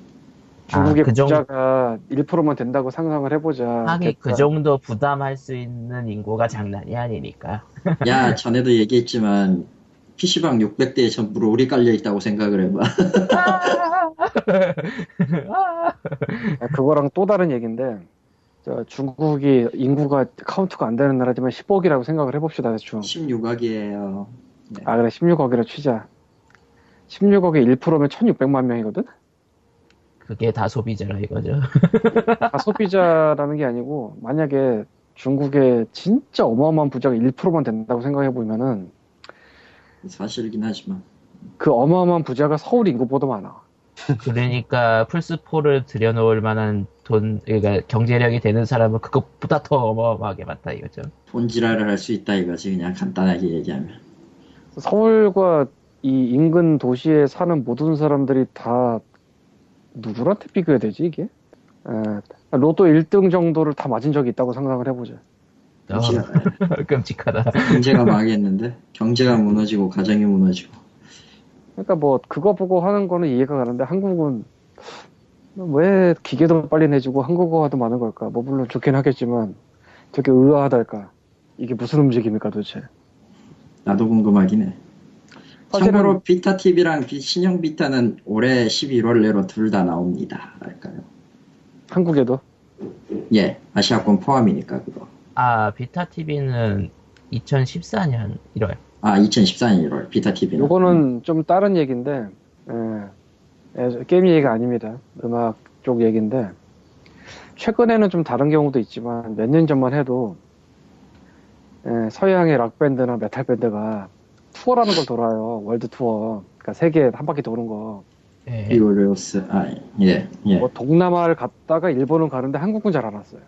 Speaker 3: 중국의
Speaker 1: 아, 그 정도-
Speaker 3: 부자가 1%만 된다고 상상을 해보자.
Speaker 1: 하긴 그
Speaker 3: 그러니까
Speaker 1: 정도 부담할 수 있는 인구가 장난이 아니니까.
Speaker 4: 야 전에도 얘기했지만 PC방 600대에 전부로 우리 깔려있다고 생각을 해봐
Speaker 3: 아, 그거랑 또 다른 얘기인데, 저 중국이 인구가 카운트가 안 되는 나라지만 10억이라고 생각을 해봅시다,
Speaker 1: 어.
Speaker 3: 대충.
Speaker 4: 16억이에요
Speaker 3: 아, 그래, 16억이라 치자. 16억에 1%면 1600만 명이거든?
Speaker 1: 그게 다 소비자라 이거죠.
Speaker 3: 다 소비자라는 게 아니고 만약에 중국의 진짜 어마어마한 부자가 1%만 된다고 생각해 보면은
Speaker 4: 사실이긴 하지만
Speaker 3: 그 어마어마한 부자가 서울 인구보다 많아.
Speaker 1: 그러니까 플스4를 들여놓을 만한 돈, 그러니까 경제력이 되는 사람은 그것보다 더 어마어마하게 많다 이거죠.
Speaker 4: 본질화를 할 수 있다 이거지 그냥 간단하게 얘기하면
Speaker 3: 서울과 이 인근 도시에 사는 모든 사람들이 다 누구한테 비교해야 되지 이게? 에, 로또 1등 정도를 다 맞은 적이 있다고 상상을 해보자.
Speaker 1: 어, 끔찍하다.
Speaker 4: 경제가 망했는데 경제가 무너지고 가정이 무너지고
Speaker 3: 그러니까 뭐 그거 보고 하는 거는 이해가 가는데 한국은 왜 기계도 빨리 내주고 한국어가 많은 걸까? 뭐 물론 좋긴 하겠지만 되게 의아하달까? 이게 무슨 움직임일까 도대체?
Speaker 4: 나도 궁금하긴 해
Speaker 3: 사실은-
Speaker 4: 참고로 비타 TV랑 신형 비타는 올해 11월 내로 둘 다 나옵니다 할까요
Speaker 3: 한국에도
Speaker 4: 예 아시아권 포함이니까 그거
Speaker 1: 아, 비타 TV는 2014년 1월.
Speaker 4: 아 2014년 1월 비타 TV는
Speaker 1: 음.
Speaker 3: 요거는 좀 다른 얘기인데 예. 예, 저- 게임 얘기가 아닙니다. 음악 쪽 얘기인데 최근에는 좀 다른 경우도 있지만 몇 년 전만 해도 예, 서양의 락 밴드나 메탈 밴드가 투어라는 걸 돌아요. 월드 투어. 그러니까 세계 한 바퀴 도는 거.
Speaker 1: 예.
Speaker 4: 리오레오스 아예예
Speaker 3: 뭐 동남아를 갔다가 일본은 가는데 한국은 잘 안 왔어요.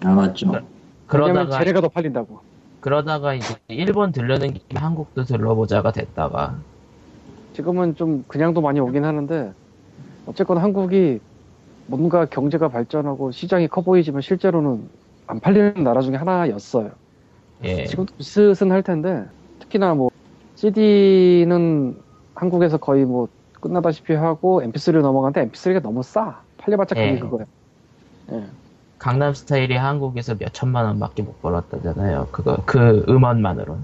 Speaker 4: 나왔죠
Speaker 3: 왜냐면
Speaker 1: 그러다가,
Speaker 3: 재래가 더 팔린다고.
Speaker 1: 그러다가 이제 일본 들르는 김에 한국도 들러보자가 됐다가.
Speaker 3: 지금은 좀 그냥도 많이 오긴 하는데 어쨌건 한국이 뭔가 경제가 발전하고 시장이 커 보이지만 실제로는 안 팔리는 나라 중에 하나였어요.
Speaker 1: 예.
Speaker 3: 지금도 비슷은 할 텐데 특히나 뭐 CD는 한국에서 거의 뭐 끝나다시피 하고 MP3로 넘어가는데 MP3가 너무 싸. 팔려봤자 그게 네.
Speaker 1: 예.
Speaker 3: 그거야.
Speaker 1: 강남 스타일이 한국에서 몇 천만 원밖에 못 벌었다잖아요. 그거 그 음원만으로.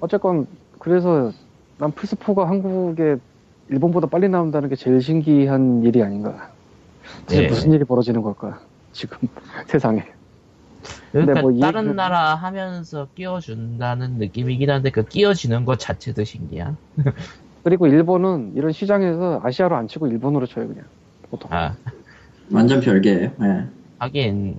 Speaker 3: 어쨌건 그래서 난 플스4가 한국에 일본보다 빨리 나온다는 게 제일 신기한 일이 아닌가. 대체
Speaker 4: 네.
Speaker 1: 예.
Speaker 3: 무슨 일이 벌어지는 걸까? 지금 세상에. 근데
Speaker 1: 그러니까
Speaker 3: 뭐 이-
Speaker 1: 다른
Speaker 3: 그-
Speaker 1: 나라 하면서 끼워준다는 느낌이긴 한데 그 끼워지는 것 자체도 신기한.
Speaker 3: 그리고 일본은 이런 시장에서 아시아로 안 치고 일본으로 쳐요 그냥. 보통.
Speaker 1: 아
Speaker 4: 완전 별개예요 예.
Speaker 1: 하긴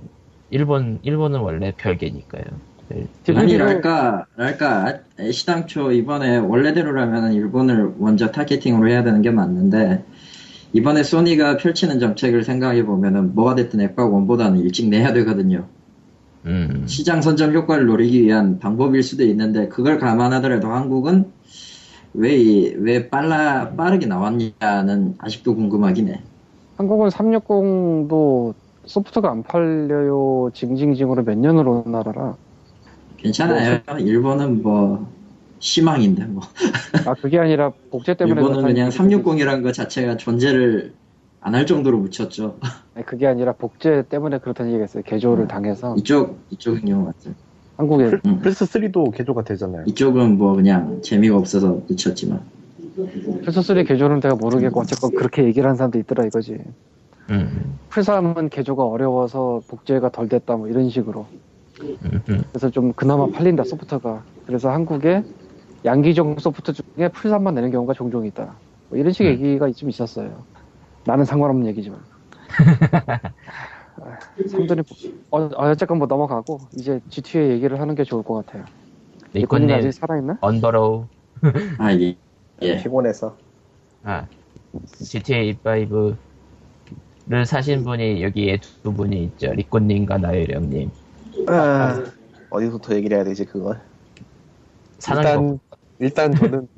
Speaker 1: 일본 일본은 원래 별개니까요. 네.
Speaker 3: 지금
Speaker 4: 아니
Speaker 3: 실제로
Speaker 4: 랄까 랄까 아, 시당초 이번에 원래대로라면 일본을 먼저 타겟팅으로 해야 되는 게 맞는데 이번에 소니가 펼치는 정책을 생각해 보면은 뭐가 됐든 앱박 원보다는 일찍 내야 되거든요.
Speaker 1: 음.
Speaker 4: 시장 선점 효과를 노리기 위한 방법일 수도 있는데 그걸 감안하더라도 한국은 왜왜 왜 빨라 빠르게 나왔냐는 아직도 궁금하긴 해.
Speaker 3: 한국은 360도 소프트가 안 팔려요 징징징으로 몇 년으로 온 나라라.
Speaker 4: 괜찮아요. 일본은 뭐 희망인데 뭐.
Speaker 3: 아 그게 아니라 복제 때문에.
Speaker 4: 일본은
Speaker 3: 그렇다는
Speaker 4: 그냥
Speaker 3: 얘기지.
Speaker 4: 360이란 것 자체가 존재를 안 할 정도로 묻혔죠.
Speaker 3: 아니, 그게 아니라 복제 때문에 그렇다는 얘기가 있어요.
Speaker 4: 음.
Speaker 3: 개조를 당해서
Speaker 4: 이쪽 이쪽인 경우 같죠.
Speaker 3: 한국에
Speaker 2: 플스 3도 개조가 되잖아요.
Speaker 4: 이쪽은 뭐 그냥 재미가 없어서 묻혔지만
Speaker 3: 플스3 개조는 내가 모르겠고 어쨌건 그렇게 얘기를 한 사람도 있더라 이거지
Speaker 1: 음.
Speaker 3: 풀삼은 개조가 어려워서 복제가 덜 됐다 뭐 이런 식으로
Speaker 1: 음, 음.
Speaker 3: 그래서 좀 그나마 팔린다 소프트가 그래서 한국에 양기종 소프트 중에 풀삼만 내는 경우가 종종 있다 뭐 이런 식의 얘기가 좀 있었어요 나는 상관없는 얘기지만 아, 삼돈이 어, 어, 어쨌건 뭐 넘어가고 이제 GTA 얘기를 하는 게 좋을 것 같아요
Speaker 1: 네,
Speaker 3: 이건이
Speaker 1: 니코님
Speaker 3: 아직 살아있나?
Speaker 1: 언더로우.
Speaker 4: 아 예. 예.
Speaker 5: 피곤해서
Speaker 1: 아 GTA
Speaker 3: 음.
Speaker 1: 5를 사신 분이 여기에 두 분이 있죠. 리코님과 나유령님.
Speaker 5: 아, 어디서부터 얘기를 해야 되지 그걸?
Speaker 1: 산업이
Speaker 2: 일단 일단 저는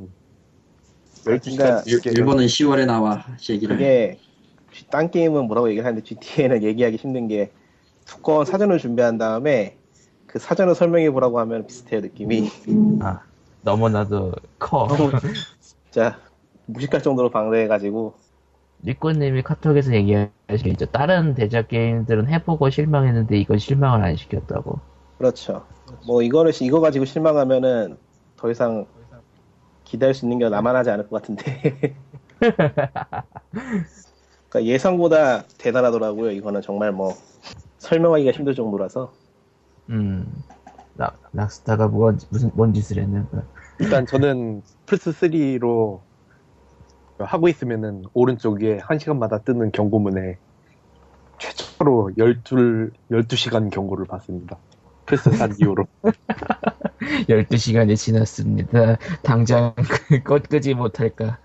Speaker 2: 12시간
Speaker 4: 일- 일본은 10월에 나와 얘기를.
Speaker 5: 그게 딴 게임은 뭐라고 얘기를 하는데 GTA는 얘기하기 힘든 게 두꺼운 사전을 준비한 다음에 그 사전을 설명해 보라고 하면 비슷해요 느낌이
Speaker 1: 아, 너무나도 커.
Speaker 3: 어,
Speaker 5: 진짜 무식할 정도로 방대해가지고
Speaker 1: 리꾸님이 카톡에서 얘기하시겠죠. 다른 대작 게임들은 해보고 실망했는데 이건 실망을 안 시켰다고.
Speaker 5: 그렇죠 뭐 이거를 이거 가지고 실망하면은 더 이상 기대할 수 있는 게 남아나지 않을 것 같은데 그러니까 예상보다 대단하더라고요 이거는 정말 뭐 설명하기가 힘들 정도라서
Speaker 1: 음, 락, 락스타가 무슨, 무슨, 뭔 짓을 했는가.
Speaker 2: 일단 저는 플스 3로 하고 있으면은 오른쪽 위에 1 시간마다 뜨는 경고문에 최초로 12 12시간 경고를 받습니다. 플스 3 이후로
Speaker 1: 12시간이 지났습니다. 당장 꺼 끄지 못할까.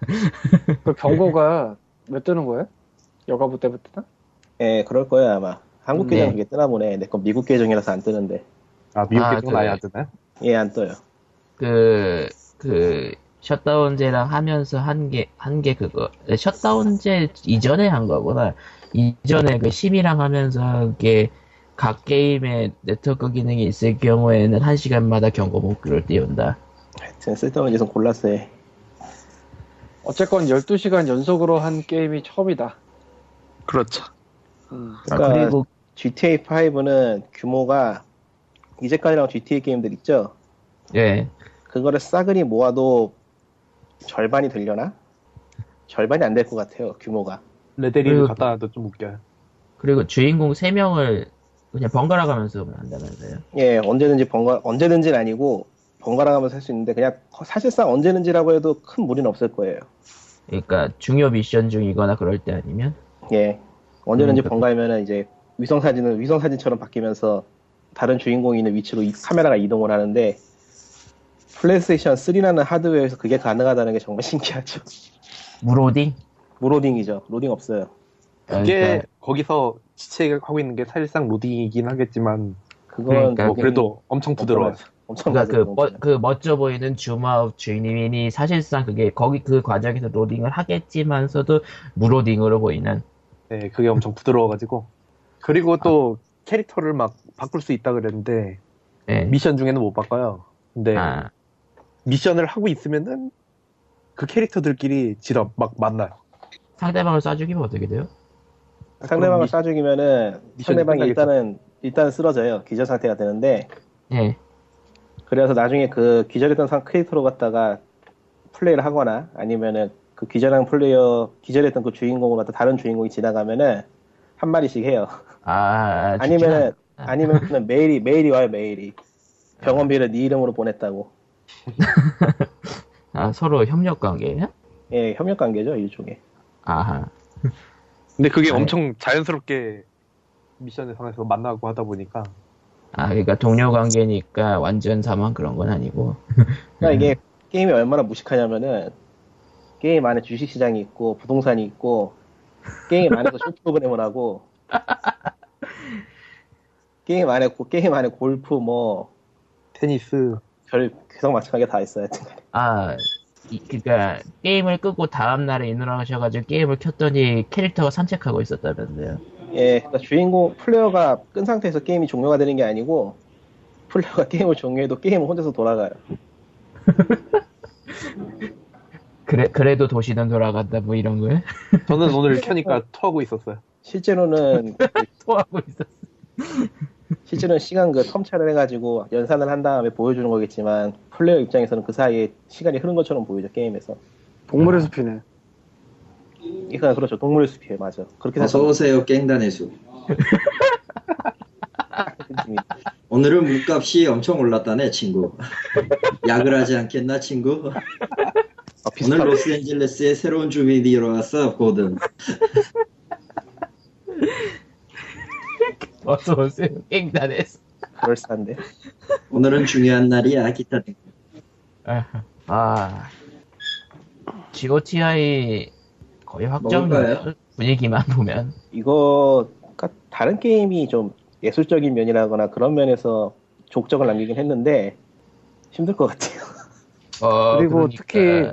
Speaker 3: 그 경고가 몇 뜨는 거예요? 여가부 때부터? 나
Speaker 5: 예, 그럴 거예요, 아마. 한국
Speaker 1: 네.
Speaker 5: 계정 그게 뜨나 보네. 내 건 미국 계정이라서 안 뜨는데.
Speaker 2: 아 미국
Speaker 1: 아,
Speaker 2: 계정
Speaker 1: 그래.
Speaker 2: 아예 안 뜨나요?
Speaker 5: 예, 안 떠요.
Speaker 1: 그, 그, 셧다운제랑 하면서 한 게, 한 게 그거. 셧다운제 이전에 한 거구나. 이전에 그 심의랑 하면서 그게 각 게임에 네트워크 기능이 있을 경우에는 한시간마다 경고 목표를 띄운다.
Speaker 5: 하여튼 쓸데없는 예. 짓은 골라서 해.
Speaker 3: 어쨌건 12시간 연속으로 한 게임이 처음이다.
Speaker 2: 그렇죠.
Speaker 3: 음.
Speaker 1: 아,
Speaker 5: 그러니까
Speaker 1: 그리고
Speaker 5: GTA5는 규모가 이제까지랑 GTA 게임들 있죠?
Speaker 1: 예.
Speaker 5: 그거를 싸그리 모아도 절반이 되려나? 절반이 안 될 것 같아요, 규모가.
Speaker 2: 레데리를
Speaker 1: 그리고-
Speaker 2: 갖다 놔도 좀 웃겨요.
Speaker 1: 그리고 주인공 3명을 그냥 번갈아 가면서 한다면서요.
Speaker 5: 예, 언제든지 번갈, 언제든지는 아니고, 번갈아 가면서 할 수 있는데, 그냥 사실상 언제든지라고 해도 큰 무리는 없을 거예요.
Speaker 1: 그러니까 중요 미션 중이거나 그럴 때 아니면
Speaker 5: 예. 언제든지
Speaker 1: 음, 그렇죠.
Speaker 5: 번갈면은 이제 위성 사진은 위성 사진처럼 바뀌면서 다른 주인공이 있는 위치로 이- 카메라가 이동을 하는데 플레이스테이션 3라는 하드웨어에서 그게 가능하다는 게 정말 신기하죠.
Speaker 1: 무로딩
Speaker 5: 무로딩이죠. 로딩 없어요.
Speaker 2: 그게
Speaker 1: 그러니까
Speaker 2: 거기서 지체하고 있는 게 사실상 로딩이긴 하겠지만
Speaker 5: 그건
Speaker 1: 그러니까
Speaker 2: 뭐
Speaker 5: 그-
Speaker 2: 그래도 엄청 어, 부드러워요.
Speaker 5: 엄청
Speaker 1: 그러니까 그,
Speaker 5: 부드러워요.
Speaker 1: 멋- 그 멋져 보이는 줌아웃 주인님이 사실상 그게 거기 그 과정에서 로딩을 하겠지만서도 무로딩으로 보이는
Speaker 2: 네, 그게 엄청 부드러워가지고 그리고 또 캐릭터를 막 바꿀 수 있다 그랬는데
Speaker 1: 예.
Speaker 2: 미션 네. 중에는 못 바꿔요. 근데
Speaker 1: 아,
Speaker 2: 미션을 하고 있으면은 그 캐릭터들끼리 지럽 막 만나요.
Speaker 1: 상대방을 쏴주기면 어떻게 돼요?
Speaker 5: 상대방을
Speaker 2: 아, 그럼
Speaker 5: 쏴 죽이면은
Speaker 2: 미션이
Speaker 5: 상대방이
Speaker 2: 끝나겠죠.
Speaker 5: 일단은 일단 쓰러져요. 기절 상태가 되는데
Speaker 1: 예.
Speaker 5: 그래서 나중에 그 기절했던 상 크리에이터로 갔다가 플레이를 하거나 아니면은 그 기절한 플레이어 기절했던 그 주인공으로 갔다 다른 주인공이 지나가면은 한 마리씩 해요.
Speaker 1: 아, 죽진
Speaker 5: 아니면은
Speaker 1: 않- 아.
Speaker 5: 아니면은 메일이 메일이 와요 메일이 병원비를 네 이름으로 보냈다고.
Speaker 1: 아, 서로 협력 관계예요?
Speaker 5: 예 협력 관계죠 일종의.
Speaker 1: 아하.
Speaker 2: 근데 그게
Speaker 1: 아니.
Speaker 2: 엄청 자연스럽게 미션을 상해서 만나고 하다 보니까
Speaker 1: 아, 그러니까 동료 관계니까 완전 사망 그런 건 아니고.
Speaker 5: 그러니까 이게 게임이 얼마나 무식하냐면은 게임 안에 주식 시장이 있고 부동산이 있고 게임 안에서 쇼 프로그램을 하고 게임 안에 고- 게임 안에 골프 뭐
Speaker 2: 테니스
Speaker 5: 별 계속 마찬가지 다 있어요. 하여튼.
Speaker 1: 아, 이- 그러니까 게임을 끄고 다음 날에 인원하셔가지고 게임을 켰더니 캐릭터가 산책하고 있었다면서요.
Speaker 5: 예, 그러니까 주인공 플레이어가 끈 상태에서 게임이 종료가 되는 게 아니고 플레이어가 게임을 종료해도 게임은 혼자서 돌아가요.
Speaker 1: 그래 그래도 도시는 돌아간다 뭐 이런 걸
Speaker 2: 저는 오늘 켜니까 토하고 있었어요.
Speaker 5: 실제로는
Speaker 1: 토하고 있었어.
Speaker 5: 실제로는 시간 그 텀차를 해가지고 연산을 한 다음에 보여주는 거겠지만 플레이어 입장에서는 그 사이에 시간이 흐른 것처럼 보이죠 게임에서.
Speaker 3: 동물의 숲이네.
Speaker 5: 그러니까 그렇죠 동물의 숲이에요 맞아. 그렇게
Speaker 4: 어서
Speaker 5: 해서
Speaker 4: 오세요 깽단의 수.
Speaker 5: 느낌이-
Speaker 4: 오늘은 물값이 엄청 올랐다네 친구. 약을 하지 않겠나 친구?
Speaker 5: 아,
Speaker 4: 오늘
Speaker 5: 비슷하다.
Speaker 4: 로스앤젤레스의 새로운 주민이 일어났어 고든.
Speaker 1: 어서 오세요. 깽단에서.
Speaker 5: 그럴싸한데.
Speaker 4: 오늘은 중요한 날이야 기타. 등등.
Speaker 1: 아, GOTI 거의 확정
Speaker 4: 먹을까요?
Speaker 1: 분위기만 보면
Speaker 5: 이거 그러니까 다른 게임이 좀 예술적인 면이라거나 그런 면에서 족적을 남기긴 했는데 힘들 것 같아요.
Speaker 1: 어,
Speaker 3: 그리고 특히-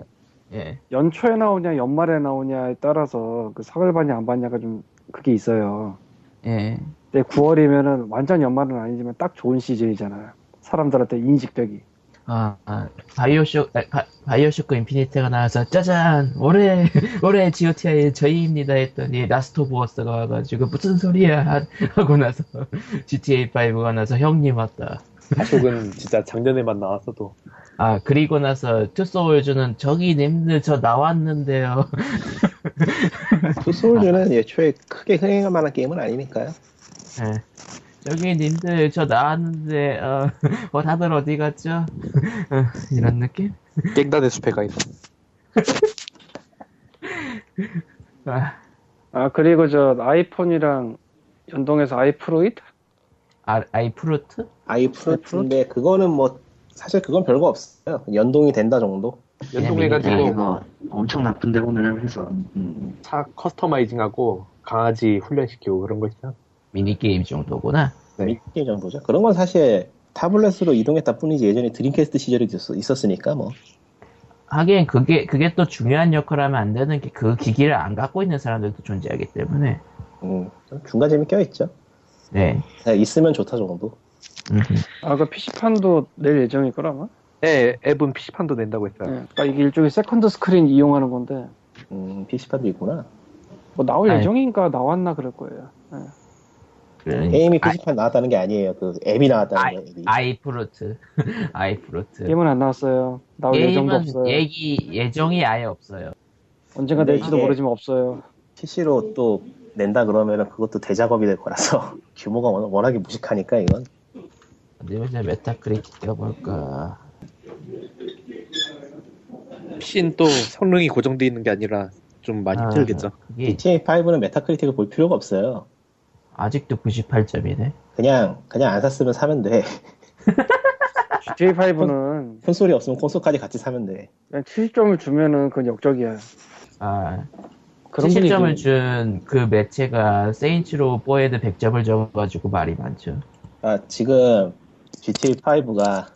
Speaker 1: 예.
Speaker 3: 연초에 나오냐 연말에 나오냐에 따라서 그 상을 받냐 안 받냐가 좀 그게 있어요.
Speaker 1: 예.
Speaker 3: 근데 9월이면은 완전 연말은 아니지만 딱 좋은 시즌이잖아요. 사람들한테 인식되기.
Speaker 1: 아, 아, 바이오쇼, 아, 바, 바이오쇼크 인피니트가 나와서 짜잔 올해 올해 GOTI 저희입니다 했더니 라스트 오브 어스가 와가지고 무슨 소리야 하- 하고 나서 GTA 5가 나서 형님 왔다.
Speaker 2: 쪽은 진짜 작년에만 나왔어도
Speaker 1: 아 그리고 나서 투소울즈는 저기 님들 저 나왔는데요.
Speaker 5: 그 소울즈는 예초에 크게 흥행할 만한 게임은 아니니까요.
Speaker 1: 예. 저기 님들 저 나왔는데 어, 어, 다들 어디 갔죠? 어, 이런 느낌?
Speaker 2: 깽단의 숲에가 있어.
Speaker 1: 아,
Speaker 3: 아 그리고 저 아이폰이랑 연동해서 아이프로이드?
Speaker 1: 아 아이프루트?
Speaker 5: 아이 프로인데 그거는 뭐 사실 그건 별거 없어요. 연동이 된다 정도.
Speaker 4: 야,
Speaker 2: 연동해가지고
Speaker 4: 이거 어, 엄청 나쁜데 오늘 해서. 음.
Speaker 2: 차 커스터마이징하고 강아지 훈련시키고 그런 거 있잖아.
Speaker 1: 미니 게임 정도구나.
Speaker 5: 네. 게임 정도죠. 그런 건 사실 타블렛으로 이동했다 뿐이지 예전에 드림캐스트 시절이 있었- 있었으니까 뭐.
Speaker 1: 하긴 그게 그게 또 중요한 역할을 하면 안 되는 게 그 기기를 안 갖고 있는 사람들도 존재하기 때문에
Speaker 5: 음, 중간 재미 껴있죠.
Speaker 1: 네
Speaker 5: 그냥 있으면 좋다 정도.
Speaker 1: 음.
Speaker 3: 아그 PC판도 낼 예정일 거라 아마?
Speaker 2: 예, 앱은 PC판도 낸다고 했어요.
Speaker 3: 네. 그러니까 이게 일종의 세컨드 스크린 이용하는 건데
Speaker 5: 음, PC판도 있구나.
Speaker 3: 뭐 나올
Speaker 1: 아이.
Speaker 3: 예정인가 나왔나 그럴 거예요.
Speaker 1: 그러니
Speaker 5: 게임이 PC판 나왔다는 게 음. 아니에요. 그 앱이 나왔다는 거예요. 앱이.
Speaker 1: 아이프루트 아이프루트
Speaker 3: 게임은 안 나왔어요. 나올 예정도 없어요.
Speaker 1: 네. 게임은 얘기 예정이 아예 없어요
Speaker 3: 언젠가
Speaker 1: 네.
Speaker 5: 근데
Speaker 3: 낼지도
Speaker 5: 이게-
Speaker 3: 모르지만 없어요.
Speaker 5: PC로 또 낸다 그러면 그것도 대작업이 될 거라서 규모가 워낙- 워낙에 무식하니까 이건.
Speaker 1: 어디 보자 메타크리틱 껴볼까
Speaker 2: 네. PC는 또 성능이 고정돼 있는 게 아니라 좀 많이
Speaker 1: 아.
Speaker 2: 틀겠죠.
Speaker 1: 그게
Speaker 5: GTA5는 메타크리틱을 볼 필요가 없어요.
Speaker 1: 아직도 98점이네
Speaker 5: 그냥, 그냥 안 샀으면 사면 돼.
Speaker 3: GTA5는
Speaker 5: 콘솔이 없으면 콘솔까지 같이 사면 돼.
Speaker 3: 그냥 70점을 주면은 그건 역적이야.
Speaker 1: 아
Speaker 3: 그런
Speaker 1: 70점을
Speaker 3: 분위기.
Speaker 1: 준 그 매체가 세인츠로 포에드 100점을 적어가지고 말이 많죠
Speaker 5: 아, 지금 GTA5가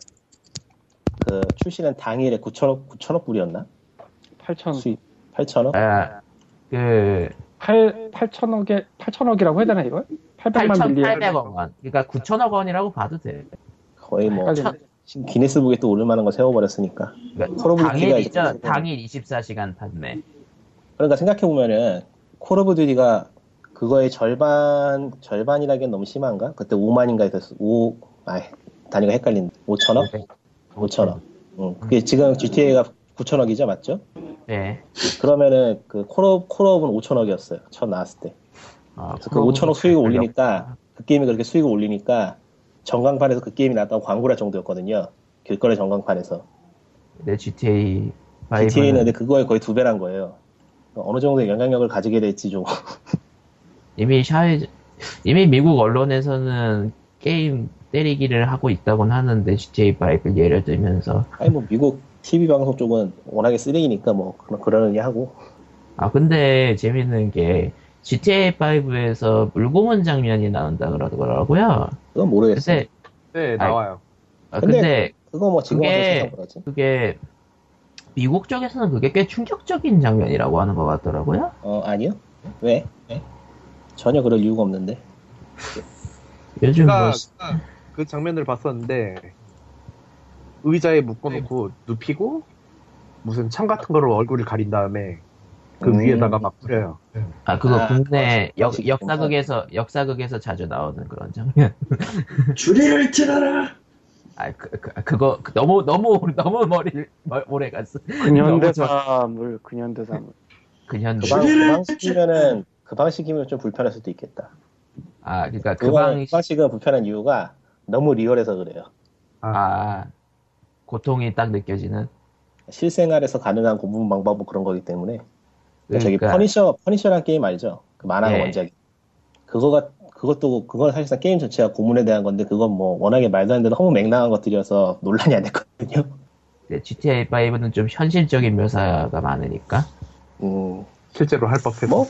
Speaker 5: 그 출시는 당일에 9천억, 9천억 불이었나?
Speaker 3: 8천
Speaker 5: 수입 8천억?
Speaker 1: 아그
Speaker 3: 8 8천억에 8천억이라고 해야 되나 이걸? 800만 밀리언.
Speaker 1: 8,800억 원 그러니까 9천억 원이라고 봐도 돼
Speaker 5: 거의 뭐
Speaker 3: 헷갈리네.
Speaker 5: 기네스북에 또 오를 만한 거 세워버렸으니까.
Speaker 1: 그러니까
Speaker 5: 콜 오브
Speaker 1: 당일,
Speaker 5: 듀티가
Speaker 1: 이죠
Speaker 5: 있었어요.
Speaker 1: 당일 24시간 판매
Speaker 5: 그러니까 생각해보면은 콜 오브 듀티가 그거의 절반, 절반이라기엔 너무 심한가? 그때 5만인가 됐어. 5, 아이, 단위가 헷갈린다. 5천억?
Speaker 1: 네,
Speaker 5: 5천억. 응. 그게 지금 GTA가 9천억이죠, 맞죠?
Speaker 1: 네.
Speaker 5: 그러면은 그 콜업 콜업은 5천억이었어요. 처음 나왔을 때.
Speaker 1: 아,
Speaker 5: 그래서 그 5천억 수익을 올리니까 그 게임이 그렇게 수익을 올리니까 전광판에서 그 게임이 나왔다고 광고를 할 정도였거든요. 길거리 전광판에서.
Speaker 1: 내 GTA 5는
Speaker 5: GTA는 네. 근데 그거에 거의 두 배란 거예요. 어느 정도 의 영향력을 가지게 될지 좀.
Speaker 1: 이미 샤이 이미 미국 언론에서는 게임 때리기를 하고 있다곤 하는데 GTA 5를 예를 들면서
Speaker 5: 아니 뭐 미국 TV 방송 쪽은 워낙에 쓰레기니까 뭐 그런 그러느니 하고.
Speaker 1: 아 근데 재밌는 게 GTA 5에서 물고문 장면이 나온다 그러더라고요.
Speaker 5: 그건 모르겠어요.
Speaker 1: 근데
Speaker 2: 네,
Speaker 1: 나와요. 아,
Speaker 5: 네. 근데-
Speaker 1: 근데
Speaker 5: 그거 뭐 지금 와서
Speaker 1: 그게-
Speaker 5: 세상 그러지.
Speaker 1: 그게 미국 쪽에서는 그게 꽤 충격적인 장면이라고 하는 것 같더라고요.
Speaker 5: 어 아니요? 왜? 왜? 전혀 그럴 이유가 없는데.
Speaker 1: 요즘 뭐
Speaker 2: 제가 그 장면을 봤었는데 의자에 묶어놓고 눕히고 무슨 창 같은 거로 얼굴을 가린 다음에 네. 그
Speaker 5: 음.
Speaker 2: 위에다가 막 뿌려요.
Speaker 1: 아 그거
Speaker 5: 아,
Speaker 1: 국내 역,
Speaker 5: 그렇지.
Speaker 1: 역사극에서 역사극에서 자주 나오는 그런 장면.
Speaker 4: 줄이를 틀어라.
Speaker 1: 아 그, 그, 거 너무 너무 오래- 너무 머리 머- 오래 갔어. 너무 저-
Speaker 3: 근현대사물 근현대사물.
Speaker 1: 그냥
Speaker 5: 그, 방,
Speaker 4: 줄이를
Speaker 5: 식이면은그 방식이면 좀 불편할 수도 있겠다.
Speaker 1: 아 그러니까
Speaker 5: 그 방,
Speaker 1: 그방
Speaker 5: 방식은 불편한 이유가 너무 리얼해서 그래요.
Speaker 1: 아 고통이 딱 느껴지는.
Speaker 5: 아, 실생활에서 가능한 공부 방법 뭐 그런 거기 때문에
Speaker 1: 그러니까
Speaker 5: 저기 퍼니셔 퍼니셔란 게임 알죠? 그 만화가
Speaker 1: 예.
Speaker 5: 원작. 그거가 그것도 그건 사실상 게임 전체가 고문에 대한 건데 그건 뭐 워낙에 말도 안 되는 허무 맹랑한 것들이어서 논란이 안 됐거든요.
Speaker 1: GTA 5는 좀 현실적인 묘사가 많으니까.
Speaker 5: 음,
Speaker 2: 실제로 할 법해서. 네.
Speaker 1: 음.
Speaker 5: 뭐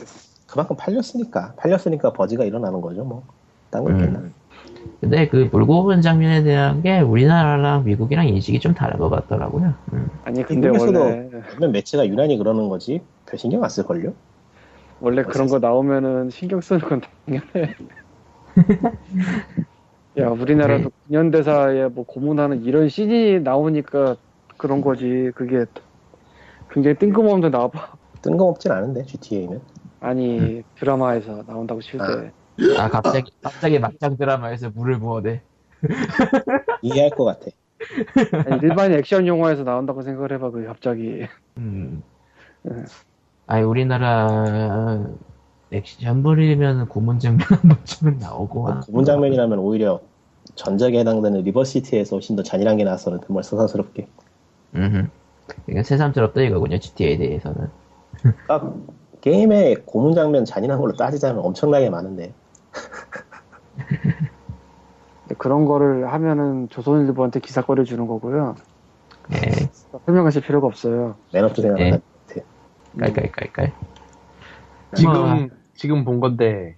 Speaker 5: 그만큼 팔렸으니까 팔렸으니까 버지가 일어나는 거죠 뭐. 딴거 있나?
Speaker 1: 근데 그 물고 오는 장면에 대한 게 우리나라랑 미국이랑 인식이 좀 다른 것 같더라고요. 음.
Speaker 5: 그
Speaker 3: 아니 근데
Speaker 5: 미국에서도
Speaker 3: 원래
Speaker 5: 그러면 매체가 유난히 그러는 거지 별 신경 안 쓸걸요?
Speaker 3: 원래 그런 거 나오면은 신경 쓰는 건 당연해. 야 우리나라도 근현대사에 뭐 고문하는 이런 씬이 나오니까 그런 거지 그게 굉장히 뜬금없는 데 나와봐.
Speaker 5: 뜬금없진 않은데 GTA는
Speaker 3: 아니 드라마에서 나온다고 칠 때
Speaker 1: 아 갑자기 갑자기 막장 드라마에서 물을 부어대.
Speaker 5: 이해할 것 같아.
Speaker 3: 아니, 일반 액션 영화에서 나온다고 생각을 해봐 그 갑자기
Speaker 1: 음.
Speaker 3: 네.
Speaker 1: 아니 우리나라 액션물이면 고문 장면 한 번쯤은 나오고
Speaker 5: 뭐 고문 장면이라면 오히려 전작에 해당되는 리버시티에서 훨씬 더 잔인한 게 나왔었는데 정말 서사스럽게
Speaker 1: 음. 이건 새삼스럽다 이거군요 GTA에 대해서는.
Speaker 5: 아, 게임에 고문 장면 잔인한 걸로 따지자면 엄청나게 많은데
Speaker 3: 근데 네, 그런 거를 하면은 조선일보한테 기사거리를 주는 거고요
Speaker 1: 예.
Speaker 3: 설명하실 필요가 없어요
Speaker 5: 맨업도 생각한다.
Speaker 1: 깔깔깔깔.
Speaker 5: 음.
Speaker 2: 지금
Speaker 1: 뭐.
Speaker 2: 지금 본 건데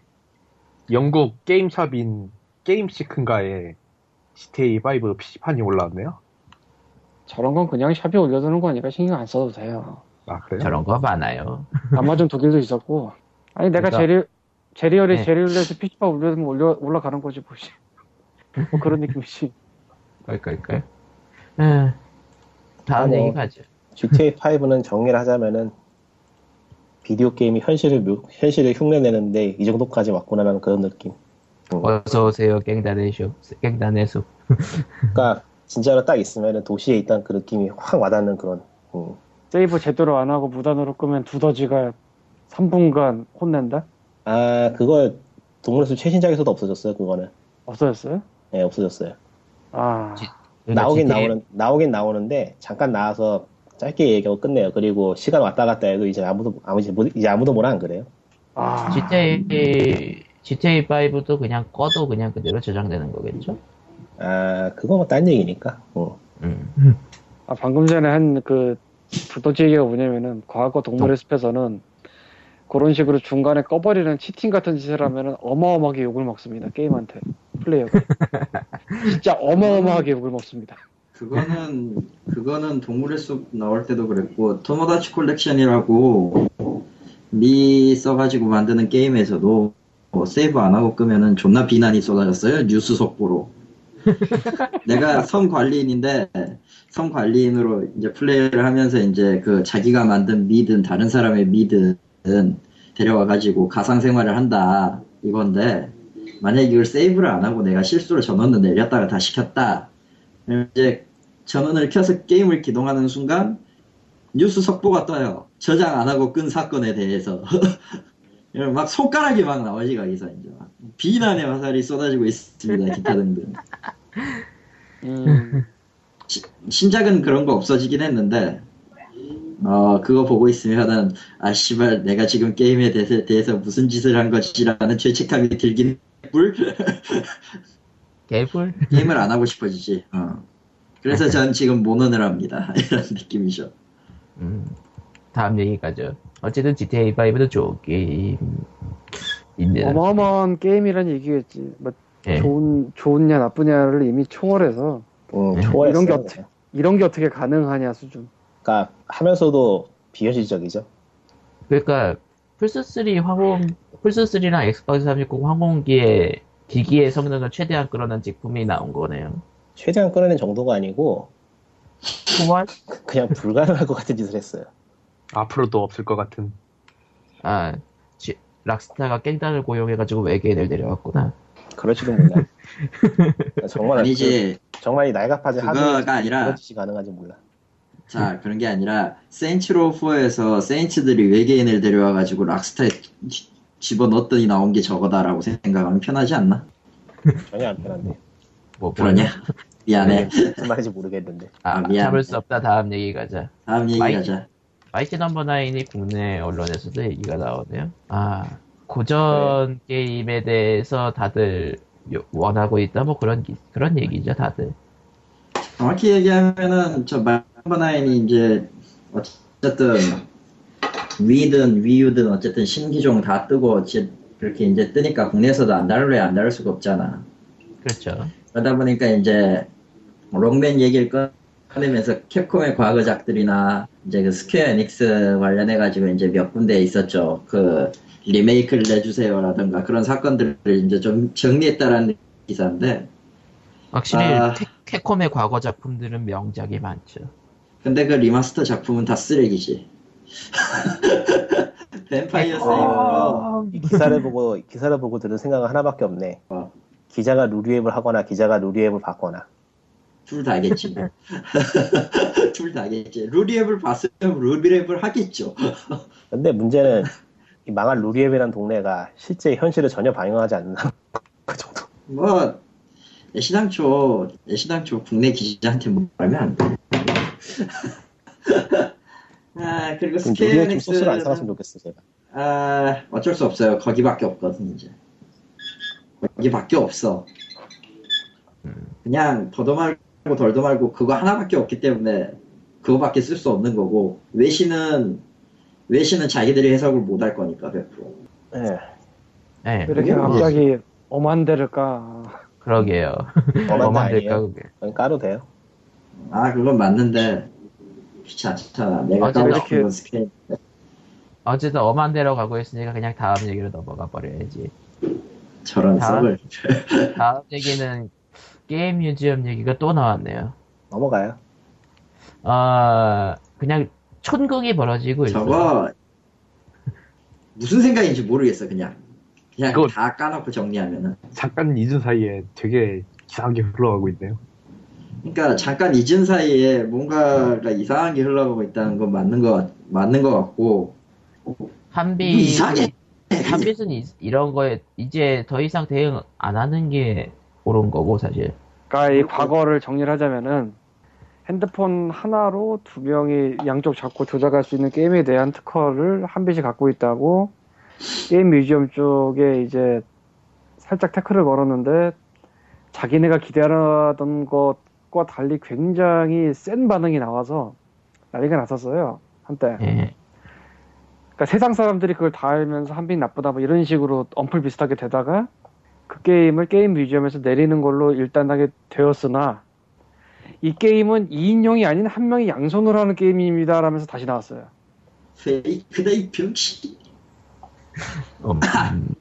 Speaker 2: 영국 게임샵인 게임시큰가에 GTA 5 PC판이 올라왔네요.
Speaker 3: 저런 건 그냥 샵에 올려두는 거니까 신경 안 써도 돼요
Speaker 2: 아 그래요?
Speaker 1: 저런 거 많아요.
Speaker 3: 아마존 독일도 있었고 아니 내가
Speaker 1: 그러니까-
Speaker 3: 제리 제리얼이
Speaker 1: 네.
Speaker 3: 제리얼에서 피치파 올려두면 올려 올라가는 거지 보시 뭐 그런 느낌이지
Speaker 1: 깔깔깔. 예. 다음
Speaker 5: 뭐.
Speaker 1: 얘기 가죠.
Speaker 5: GTA 5는 정리를 하자면은 비디오 게임이 현실을 묘- 현실을 흉내내는데 이 정도까지 왔구나라는 그런 느낌. 뭐.
Speaker 1: 어서 오세요 깽단의 쇼, 깽단의 숲.
Speaker 5: 그러니까 진짜로 딱 있으면은 도시에 있던 그 느낌이 확 와닿는 그런. 음.
Speaker 3: 세이브 제대로 안 하고 무단으로 끄면 두더지가 3분간 혼낸다
Speaker 5: 아 그거 동물의 숲 최신작에서도 없어졌어요. 그거는
Speaker 3: 없어졌어요
Speaker 5: 예 없어졌어요.
Speaker 3: 아
Speaker 1: 지- 그러니까 GTA
Speaker 5: 나오긴 나오는 나오긴 나오는데 잠깐 나와서 짧게 얘기하고 끝내요. 그리고 시간 왔다 갔다 해도 이제 아무도 아무 이제, 뭐- 이제 아무도 뭐라 안 그래요.
Speaker 3: 아,
Speaker 1: GTA GTA 5도 그냥 꺼도 그냥 그대로 저장되는 거겠죠?
Speaker 5: 아 그거 뭐 딴 얘기니까. 음.
Speaker 1: 음.
Speaker 3: 아, 방금 전에 한 그 불도지 얘기가 뭐냐면은 과거 동물의 숲에서는 그런 식으로 중간에 꺼버리는 치팅 같은 짓을 하면은 어마어마하게 욕을 먹습니다 게임한테 플레이어가 진짜 어마어마하게 욕을 먹습니다
Speaker 4: 그거는 그거는 동물의 숲 나올 때도 그랬고 토모다치 콜렉션이라고 미 써가지고 만드는 게임에서도 뭐 세이브 안 하고 끄면은 존나 비난이 쏟아졌어요 뉴스 속보로. 내가 섬 관리인인데 섬 관리인으로 이제 플레이를 하면서 이제 그 자기가 만든 미든 다른 사람의 미든 데려와가지고 가상 생활을 한다 이건데 만약 이걸 세이브를 안 하고 내가 실수로 전원을 내렸다가 다 시켰다 이제 전원을 켜서 게임을 기동하는 순간 뉴스 속보가 떠요. 저장 안 하고 끈 사건에 대해서. 이런 막 손가락이 막 나오지 거기서 이제 막 비난의 화살이 쏟아지고 있습니다. 기타 등등.
Speaker 3: 음,
Speaker 4: 시- 신작은 그런 거 없어지긴 했는데 어 그거 보고 있으면은 아 씨발 내가 지금 게임에 대해서, 대해서 무슨 짓을 한 것이라는 죄책감이 들긴 뿔
Speaker 1: 개불?
Speaker 4: 게임을 안 하고 싶어지지. 어. 그래서 전 지금 모논을 합니다. 이런 느낌이죠.
Speaker 1: 음. 다음 얘기 가죠. 어쨌든 GTA 5도 좋은 게임입니다.
Speaker 3: 음, 어마어마한 게임이라는 얘기겠지 뭐
Speaker 1: 예.
Speaker 3: 좋은 좋으냐 나쁘냐를 이미 초월해서
Speaker 5: 음,
Speaker 1: 네.
Speaker 5: 초월했어요.
Speaker 3: 이런 게 어떻게- 이런 게 어떻게 가능하냐 수준
Speaker 5: 그러니까 하면서도 비현실적이죠.
Speaker 1: 그러니까 플스3 항공 플스3랑 엑스박스 360 항공기의 기기의 성능을 최대한 끌어낸 제품이 나온 거네요.
Speaker 5: 최대한 끌어낸 정도가 아니고
Speaker 1: 정말?
Speaker 5: 그냥 불가능할 것 같은 짓을 했어요.
Speaker 2: 앞으로도 없을 것 같은.
Speaker 1: 아, 지- 락스타가 깽단을 고용해가지고 외계인을 내려왔구나.
Speaker 5: 그럴지도 몰라. 그러니까 정말
Speaker 4: 아니지
Speaker 5: 그- 정말 이 날가파제
Speaker 4: 그거가 아니라
Speaker 5: 그런 짓이 가능한지 몰라.
Speaker 4: 자 그런 게 아니라 세인츠로 4에서 세인츠들이 외계인을 데려와 가지고 락스타에 지- 집어넣었더니 나온 게 저거다라고 생각하면 편하지 않나?
Speaker 5: 전혀 안 편한데.
Speaker 1: 뭐, 뭐
Speaker 4: 그러냐?
Speaker 1: 네.
Speaker 4: 미안해.
Speaker 5: 무슨 말인지 모르겠는데.
Speaker 1: 아,
Speaker 4: 아, 미안.
Speaker 1: 잡을 수 없다. 다음 얘기 가자.
Speaker 4: 다음 얘기
Speaker 1: 마이-
Speaker 4: 하자.
Speaker 1: 마이티 넘버 나인이 국내 언론에서도 얘기가 나오네요. 아,
Speaker 5: 네.
Speaker 1: 고전 게임에 대해서 다들 요- 원하고 있다. 뭐 그런 기- 그런 얘기죠, 다들.
Speaker 4: 정확히 얘기하면은 저 마이너바나인이 이제 어쨌든 위든 위유든 어쨌든 신기종 다 뜨고 어째- 그렇게 이제 뜨니까 국내에서도 안 다룰래 안 다룰 수가 없잖아.
Speaker 1: 그렇죠.
Speaker 4: 그러다 보니까 이제 롱맨 얘기를 꺼내면서 캡콤의 과거작들이나 이제 그 스퀘어 에닉스 관련해가지고 이제 몇 군데 있었죠. 그 리메이크를 내주세요라든가 그런 사건들을 이제 좀 정리했다라는 기사인데
Speaker 1: 확실히
Speaker 4: 아.
Speaker 1: 캐- 캡콤의 과거 작품들은 명작이 많죠.
Speaker 4: 근데 그 리마스터 작품은 다 쓰레기지. 뱀파이어 세이브로
Speaker 5: 이 기사를 보고 기사를 보고 들은 생각은 하나밖에 없네.
Speaker 4: 어.
Speaker 5: 기자가 루리앱을 하거나 기자가 루리앱을 받거나.
Speaker 4: 둘 다겠지. 둘 다겠지. 루리앱을 봤으면 루리앱을 하겠죠.
Speaker 5: 근데 문제는 이 망한 루리앱이라는 동네가 실제 현실을 전혀 반영하지 않는다. 그 정도.
Speaker 4: 뭐 애시당초 애시당초 국내 기자한테 뭐 말면 안 돼. 아 그리고
Speaker 5: 좀 루리앱 좀
Speaker 4: 스케일닉스
Speaker 5: 소스를 안 뭐. 사갔으면 좋겠어 제가.
Speaker 4: 아 어쩔 수 없어요. 거기밖에 없거든 이제. 거기밖에 없어. 그냥 더도 말고 덜도 말고 그거 하나밖에 없기 때문에 그거밖에 쓸 수 없는 거고 외신은 외신은 자기들이 해석을 못 할 거니까 100%.
Speaker 5: 예.
Speaker 1: 예,
Speaker 3: 이렇게
Speaker 4: 그게
Speaker 3: 갑자기 엄한 데를 까
Speaker 1: 그러게요.
Speaker 5: 엄한 거
Speaker 1: 뭐만 될까
Speaker 5: 아니에요.
Speaker 1: 그게.
Speaker 5: 그건 까도 돼요.
Speaker 4: 아 그건 맞는데 귀찮다. 내가
Speaker 1: 아,
Speaker 4: 까고
Speaker 1: 근데
Speaker 4: 싶은 건 스케일.
Speaker 1: 어쨌든 엄한 데로 가고 있으니까 그냥 다음 얘기로 넘어가 버려야지.
Speaker 4: 저런
Speaker 1: 다음.
Speaker 4: 썩을
Speaker 1: 다음 얘기는 게임 뮤지엄 얘기가 또 나왔네요.
Speaker 5: 넘어가요.
Speaker 1: 아 그냥 촌극이 벌어지고 있어요.
Speaker 4: 저거 무슨 생각인지 모르겠어 그냥 그냥
Speaker 2: 그거-
Speaker 4: 다 까놓고 정리하면은
Speaker 2: 잠깐 잊은 사이에 되게 이상하게 흘러가고 있네요.
Speaker 4: 그러니까 잠깐 잊은 사이에 뭔가가 이상한 게 흘러가고 있다는 건 맞는 거 맞는 거 같고 뭐
Speaker 1: 한비
Speaker 4: 이상해
Speaker 1: 한빛은 이, 이런 거에 이제 더 이상 대응 안 하는 게 옳은 거고 사실.
Speaker 3: 그러니까 이 과거를 정리를 하자면은 핸드폰 하나로 두 명이 양쪽 잡고 조작할 수 있는 게임에 대한 특허를 한 빛이 갖고 있다고 게임 뮤지엄 쪽에 이제 살짝 태클을 걸었는데 자기네가 기대하던 것과 달리 굉장히 센 반응이 나와서 난리가 났었어요 한때.
Speaker 1: 예.
Speaker 3: 그러니까 세상 사람들이 그걸 다 알면서 한빈 나쁘다 뭐 이런 식으로 언플 비슷하게 되다가 그 게임을 게임 뮤지엄에서 내리는 걸로 일단하게 되었으나 이 게임은 2인용이 아닌 한 명이 양손으로 하는 게임입니다 라면서 다시 나왔어요.
Speaker 4: 페이크다 이 병신
Speaker 1: 음, 음.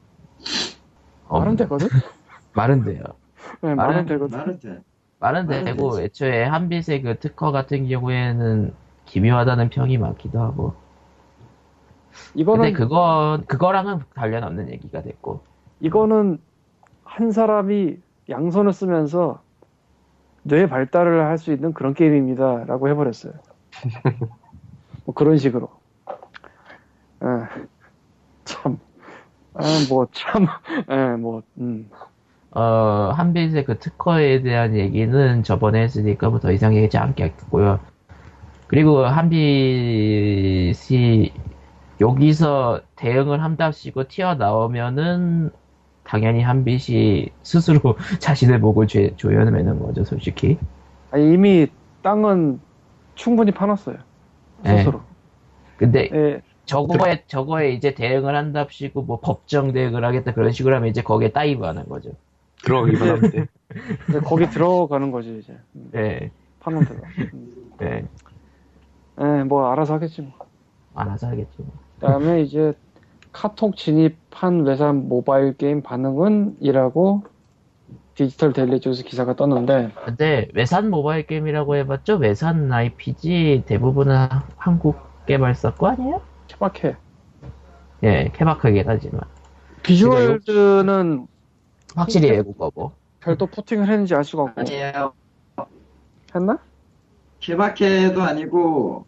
Speaker 1: 어,
Speaker 3: 말은 되거든?
Speaker 1: 마른데요.
Speaker 3: 네,
Speaker 1: 말은
Speaker 3: 말은 되거든.
Speaker 4: 말은 돼
Speaker 1: 마른데고
Speaker 4: 마른데지.
Speaker 1: 애초에 한빛의 그 특허 같은 경우에는 기묘하다는 평이 많기도 하고. 근데
Speaker 3: 이거는,
Speaker 1: 그건 그거랑은 관련 없는 얘기가 됐고.
Speaker 3: 이거는 한 사람이 양손을 쓰면서 뇌 발달을 할 수 있는 그런 게임입니다 라고 해버렸어요. 뭐 그런 식으로. 예. 참. 아, 뭐, 참. 예, 뭐, 음.
Speaker 1: 어, 한빛의 그 특허에 대한 얘기는 저번에 했으니까 뭐 더 이상 얘기하지 않겠고요. 그리고 한빛이 여기서 대응을 한답시고 튀어나오면은 당연히 한빛이 스스로 자신의 목을 죄- 조여매는 거죠, 솔직히.
Speaker 3: 아니, 이미 땅은 충분히 파놨어요.
Speaker 1: 예.
Speaker 3: 스스로.
Speaker 1: 근데
Speaker 3: 예.
Speaker 1: 저거에, 저거에 이제 대응을 한답시고 뭐 법정 대응을 하겠다 그런 식으로 하면 이제 거기에 따이브 하는 거죠.
Speaker 2: 들어가기만 하면 돼.
Speaker 3: 근데 예, 거기 들어가는 거지, 이제. 음,
Speaker 1: 예,
Speaker 3: 파놓은 데가. 음.
Speaker 1: 예.
Speaker 3: 예, 뭐, 알아서 하겠지, 뭐.
Speaker 1: 알아서 하겠죠. 뭐.
Speaker 3: 그다음에 이제 카톡 진입한 외산 모바일 게임 반응은 이라고 디지털 데일리 쪽에서 기사가 떴는데
Speaker 1: 근데 외산 모바일 게임이라고 해봤죠? 외산 IPG 대부분은 한국 개발사 거 아니에요?
Speaker 3: 케바케
Speaker 1: 예, 케바크긴 하지만
Speaker 3: 비주얼들은
Speaker 1: 확실히 뭐. 외국 거고.
Speaker 3: 별도 포팅을 했는지 알 수가 없고
Speaker 4: 아니에요
Speaker 3: 했나?
Speaker 4: 케바케도 아니고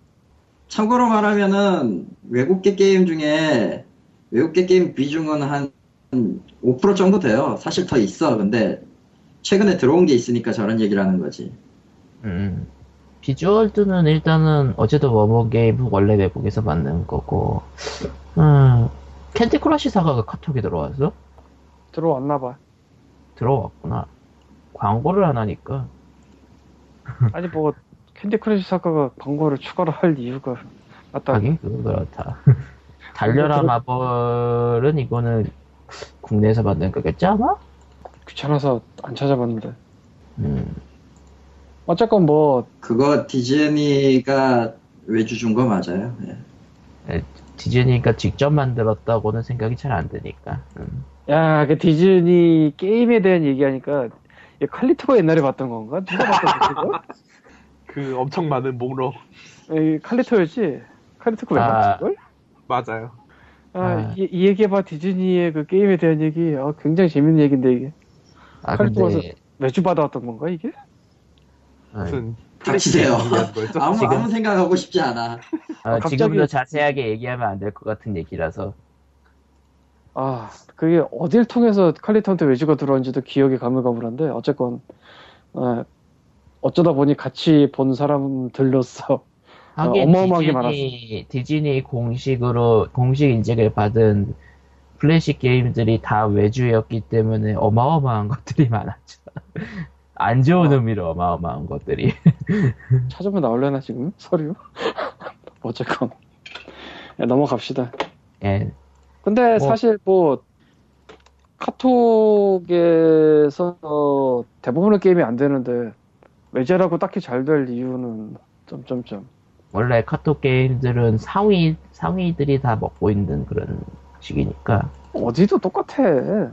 Speaker 4: 참고로 말하면은 외국계 게임 중에 외국계 게임 비중은 한 5% 정도 돼요. 사실 더 있어. 근데 최근에 들어온 게 있으니까 저런 얘기를 하는 거지.
Speaker 1: 음. 비주얼드는 일단은 어제도 워머 게임은 원래 외국에서 만든 거고. 음. 캔디 크러쉬 사가가 카톡에 들어와서
Speaker 3: 들어왔나 봐.
Speaker 1: 들어왔구나. 광고를 안 하니까.
Speaker 3: 아니 뭐 캔디 크러쉬 사과가 광고를 추가로 할 이유가 맞다.
Speaker 1: 하긴 그건 그렇다. 달려라 마벌은 이거는 국내에서 만든 거겠지 아마?
Speaker 3: 귀찮아서 안 찾아봤는데.
Speaker 1: 음.
Speaker 3: 어쨌건 뭐,
Speaker 4: 그거 디즈니가 외주 준 거 맞아요. 예.
Speaker 1: 디즈니가 직접 만들었다고는 생각이 잘 안 드니까. 음.
Speaker 3: 야, 그 디즈니 게임에 대한 얘기하니까, 이 칼리토가 옛날에 봤던 건가? 누가 봤던 건가?
Speaker 2: 그 엄청 많은 목록
Speaker 3: 이 칼리토였지? 칼리토가 왜
Speaker 1: 아.
Speaker 3: 봤지, 걸
Speaker 2: 맞아요.
Speaker 3: 아,
Speaker 1: 아.
Speaker 3: 이, 이 얘기해봐, 디즈니의 그 게임에 대한 얘기. 아, 굉장히 재밌는 얘기인데, 이게.
Speaker 1: 아
Speaker 3: 칼 뽑아서-
Speaker 1: 근데
Speaker 3: 매주 받아왔던 건가, 이게?
Speaker 1: 아,
Speaker 2: 무슨
Speaker 4: 닥치세요.
Speaker 2: 플래시 거였죠?
Speaker 4: 아무
Speaker 1: 지금.
Speaker 4: 아무 생각하고 싶지 않아.
Speaker 1: 아,
Speaker 3: 아, 갑자기-
Speaker 1: 지금도 자세하게 얘기하면 안 될 것 같은 얘기라서
Speaker 3: 아, 그게 어딜 통해서 칼리토한테 외주가 들어온지도 기억이 가물가물한데, 어쨌건, 아, 어쩌다 보니 같이 본 사람들로서,
Speaker 1: 하긴
Speaker 3: 어마어마하게
Speaker 1: 디즈니, 디즈니 공식으로 공식 인증을 받은 플래시 게임들이 다 외주였기 때문에 어마어마한 것들이 많았죠. 안
Speaker 3: 어.
Speaker 1: 좋은 의미로 어마어마한 것들이.
Speaker 3: 찾으면 나올려나, 지금? 서류? 어쨌건. 야, 넘어갑시다.
Speaker 1: 예.
Speaker 3: 근데
Speaker 1: 뭐.
Speaker 3: 사실 뭐 카톡에서 대부분의 게임이 안 되는데 외제라고 딱히 잘 될 이유는 점점점
Speaker 1: 원래 카톡 게임들은 상위 상위들이 다 먹고 있는 그런 식이니까
Speaker 3: 어디도 똑같아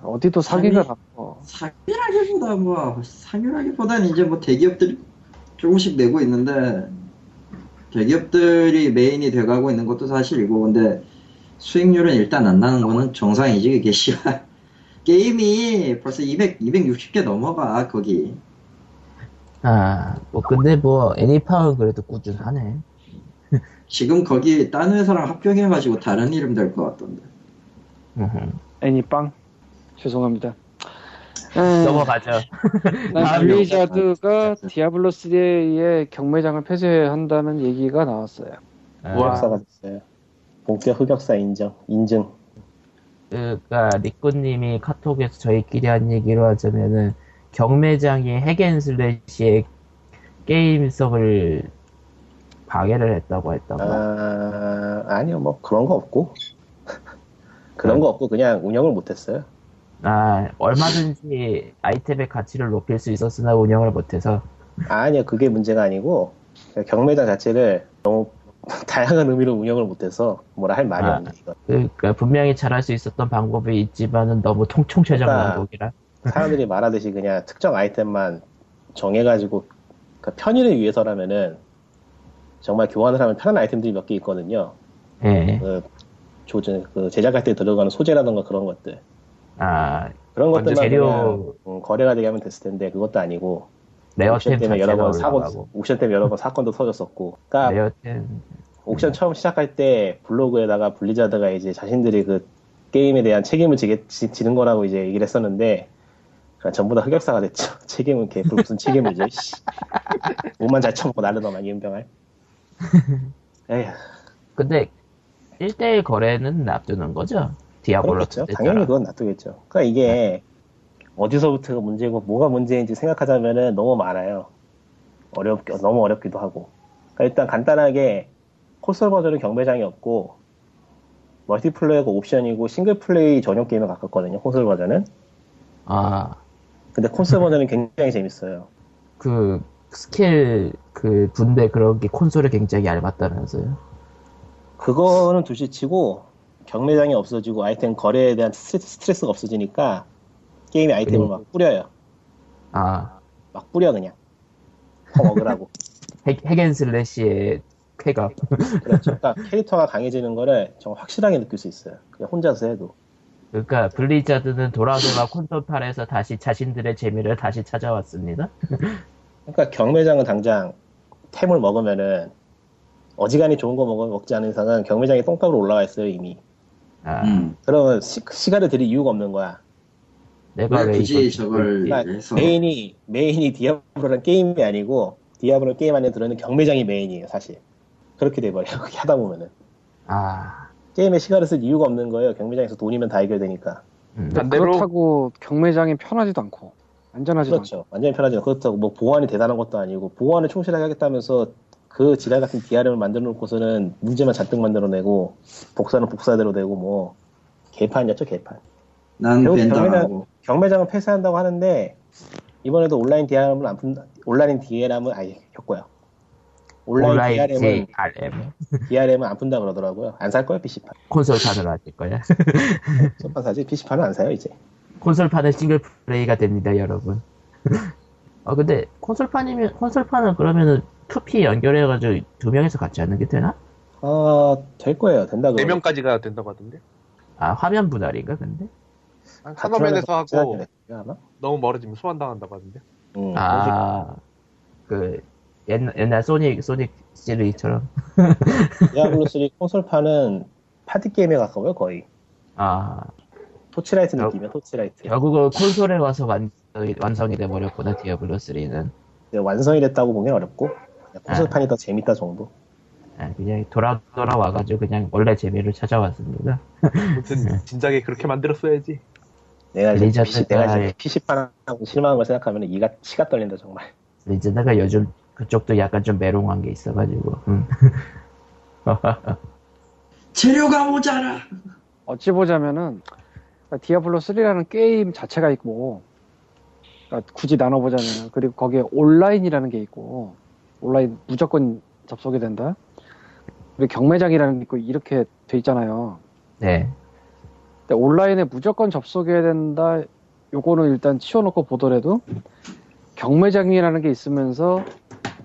Speaker 3: 어디도 사기가
Speaker 4: 아니.
Speaker 3: 나고
Speaker 4: 상유라기보다 뭐 상유라기보다는 이제 뭐 대기업들이 조금씩 내고 있는데 대기업들이 메인이 돼가고 있는 것도 사실이고 근데 수익률은 일단 안 나는 거는 정상이지 이게 씨발 게임이 벌써 200 260개 넘어가 거기
Speaker 1: 아뭐 근데 뭐 애니팡은 그래도 꾸준하네.
Speaker 4: 지금 거기 다른 회사랑 합병해가지고 다른 이름 될 것 같던데
Speaker 1: 음흠.
Speaker 3: 애니빵 죄송합니다 에,
Speaker 1: 넘어가죠.
Speaker 3: 난
Speaker 1: 다음
Speaker 3: 블리자드가 디아블로 3의 경매장을 폐쇄한다는 얘기가 나왔어요
Speaker 1: 아,
Speaker 2: 와.
Speaker 5: 흑역사가 됐어요. 본격 흑역사 인정, 인증.
Speaker 1: 그니까 그러니까 리꾸님이 카톡에서 저희끼리 한 얘기로 하자면은 경매장이 핵앤슬래시의 게임성을 방해를 했다고 했다고.
Speaker 5: 아, 아니요, 뭐 그런 거 없고. 그런 거 없고 그냥 운영을 못했어요.
Speaker 1: 아 얼마든지 아이템의 가치를 높일 수 있었으나 운영을 못해서.
Speaker 5: 아니요, 그게 문제가 아니고 경매장 자체를 너무 다양한 의미로 운영을 못해서 뭐라 할 말이
Speaker 1: 아.
Speaker 5: 없네 이거.
Speaker 1: 그러니까 분명히 잘할 수 있었던 방법이 있지만은 너무 통총체적
Speaker 5: 그러니까.
Speaker 1: 난국이라.
Speaker 5: 사람들이 말하듯이 그냥 특정 아이템만 정해가지고 그러니까 편의를 위해서라면은 정말 교환을 하면 편한 아이템들이 몇 개 있거든요.
Speaker 1: 예.
Speaker 5: 그 조준 그 제작할 때 들어가는 소재라던가 그런 것들
Speaker 1: 아
Speaker 5: 그런
Speaker 1: 먼저
Speaker 5: 것들만
Speaker 1: 재료-
Speaker 5: 그냥, 음, 거래가 되게 하면 됐을 텐데 그것도 아니고
Speaker 1: 레어템
Speaker 5: 옥션 때문에 여러
Speaker 1: 자체가
Speaker 5: 번 사고
Speaker 1: 올라가고.
Speaker 5: 옥션 때문에 여러 번 사건도 터졌었고 그러니까
Speaker 1: 레어템.
Speaker 5: 옥션 처음 시작할 때 블로그에다가 블리자드가 이제 자신들이 그 게임에 대한 책임을 지게, 지, 지는 거라고 이제 얘기를 했었는데 그냥 전부 다 흑역사가 됐죠. 책임은 개뿔 무슨 책임을 져. 씨. 몸만 잘 쳐먹고 날르더만 이은병알. 에휴
Speaker 1: 근데 1대1 거래는 놔두는 거죠. 네, 디아블로
Speaker 5: 그렇겠죠.
Speaker 1: 때
Speaker 5: 당연히
Speaker 1: 따라.
Speaker 5: 그건 놔두겠죠. 그러니까 이게 어디서부터가 문제고 뭐가 문제인지 생각하자면은 너무 많아요. 어렵 너무 어렵기도 하고. 그러니까 일단 간단하게 콘솔 버전은 경매장이 없고 멀티플레이어가 옵션이고 싱글플레이 전용 게임에 가깝거든요. 콘솔 버전은.
Speaker 1: 아,
Speaker 5: 근데 콘솔 버전은 굉장히 재밌어요.
Speaker 1: 그 스킬 그 군대 그런 게 콘솔에 굉장히 얇았다면서요.
Speaker 5: 그거는 둘째치고 경매장이 없어지고 아이템 거래에 대한 스트레스, 스트레스가 없어지니까 게임에 아이템을 막 뿌려요.
Speaker 1: 아,
Speaker 5: 막 뿌려 그냥. 펑 먹으라고.
Speaker 1: 핵, 핵앤슬래시의 쾌감.
Speaker 5: 그렇죠. 그러니까 캐릭터가 강해지는 거를 정말 확실하게 느낄 수 있어요. 그냥 혼자서 해도.
Speaker 1: 그러니까 블리자드는 돌아 돌아 콘솔판에서 다시 자신들의 재미를 다시 찾아왔습니다.
Speaker 5: 그러니까 경매장은 당장 템을 먹으면은 어지간히 좋은 거 먹, 먹지 않은 이상은 경매장에 똥값으로 올라가 있어요, 이미.
Speaker 1: 아,
Speaker 4: 음.
Speaker 5: 그러면 시, 시간을 들일 이유가 없는 거야.
Speaker 1: 내가
Speaker 4: 왜
Speaker 1: 왜
Speaker 4: 굳이
Speaker 1: 이걸-
Speaker 4: 저걸
Speaker 5: 그러니까
Speaker 4: 해서
Speaker 5: 메인이, 메인이 디아블로라는 게임이 아니고, 디아블로 게임 안에 들어있는 경매장이 메인이에요, 사실. 그렇게 돼버려요, 그렇게 하다 보면은.
Speaker 1: 아,
Speaker 5: 게임에 시간을 쓸 이유가 없는 거예요. 경매장에서 돈이면 다 해결되니까.
Speaker 1: 음.
Speaker 2: 반대로
Speaker 3: 그렇다고 경매장이 편하지도 않고 안전하지도 않고
Speaker 5: 그렇죠. 완전히 편하죠. 그렇다고 뭐 보안이 대단한 것도 아니고 보안을 충실하게 하겠다면서 그 지랄 같은 DRM을 만들어 놓고서는 문제만 잔뜩 만들어내고 복사는 복사대로 되고 뭐 개판이었죠 개판.
Speaker 4: 난
Speaker 5: 결국
Speaker 4: 벤다
Speaker 5: 경매는-
Speaker 4: 하고
Speaker 5: 경매장은 폐쇄한다고 하는데 이번에도 온라인 DRM은 안 푼다. 온라인 DRM은 아예 켰고요. 온라인,
Speaker 1: 온라인
Speaker 5: DRM은
Speaker 1: DRM
Speaker 5: DRM은 안 푼다 그러더라고요. 안 살 거예요 PC판.
Speaker 1: 콘솔 판을 하실 거야.
Speaker 5: 소판 사지 PC판은 안 사요 이제.
Speaker 1: 콘솔판은 싱글 플레이가 됩니다, 여러분. 아 근데 콘솔판이면 콘솔판은 그러면은 2P 연결해가지고 두 명이서 같이 하는 게 되나?
Speaker 5: 어, 아될 거예요. 된다
Speaker 2: 네
Speaker 5: 그러면.
Speaker 2: 명까지가 된다고 하던데.
Speaker 1: 아 화면 분할인가 근데?
Speaker 4: 아,
Speaker 2: 한 산업면에서 하고
Speaker 5: 아마.
Speaker 2: 너무 멀어지면 소환당한다고 하던데.
Speaker 5: 음,
Speaker 1: 아그 옛날, 옛날 소닉 소닉 시리즈처럼
Speaker 5: 디아블로 3 콘솔판은 파티 게임에 가까워요 거의.
Speaker 1: 아
Speaker 5: 토치라이트
Speaker 1: 여-
Speaker 5: 느낌이야 토치라이트.
Speaker 1: 결국은 콘솔에 와서 완, 완성이 돼버렸구나 디아블로 3는
Speaker 5: 근데 완성이 됐다고 보기 어렵고 그냥 콘솔판이 더 재밌다 정도.
Speaker 1: 그냥 돌아 돌아와가지고 그냥 원래 재미를 찾아왔습니다.
Speaker 2: 무튼 진작에 그렇게 만들었어야지.
Speaker 5: 내가 이제
Speaker 1: 블리자드
Speaker 5: PC, 내가
Speaker 1: 따위.
Speaker 5: 이제 PC판하고 실망한 걸 생각하면 이가 치가 떨린다 정말.
Speaker 1: 린즈다가 요즘 그쪽도 약간 좀 메롱한 게 있어가지고 음.
Speaker 4: 재료가 모자라.
Speaker 3: 어찌 보자면은 그러니까 디아블로 3라는 게임 자체가 있고 그러니까 굳이 나눠보자면 그리고 거기에 온라인이라는 게 있고 온라인 무조건 접속이 된다 그리고 경매장이라는 게 있고 이렇게 돼 있잖아요
Speaker 1: 네.
Speaker 3: 근데 온라인에 무조건 접속해야 된다 요거는 일단 치워놓고 보더라도 경매장이라는 게 있으면서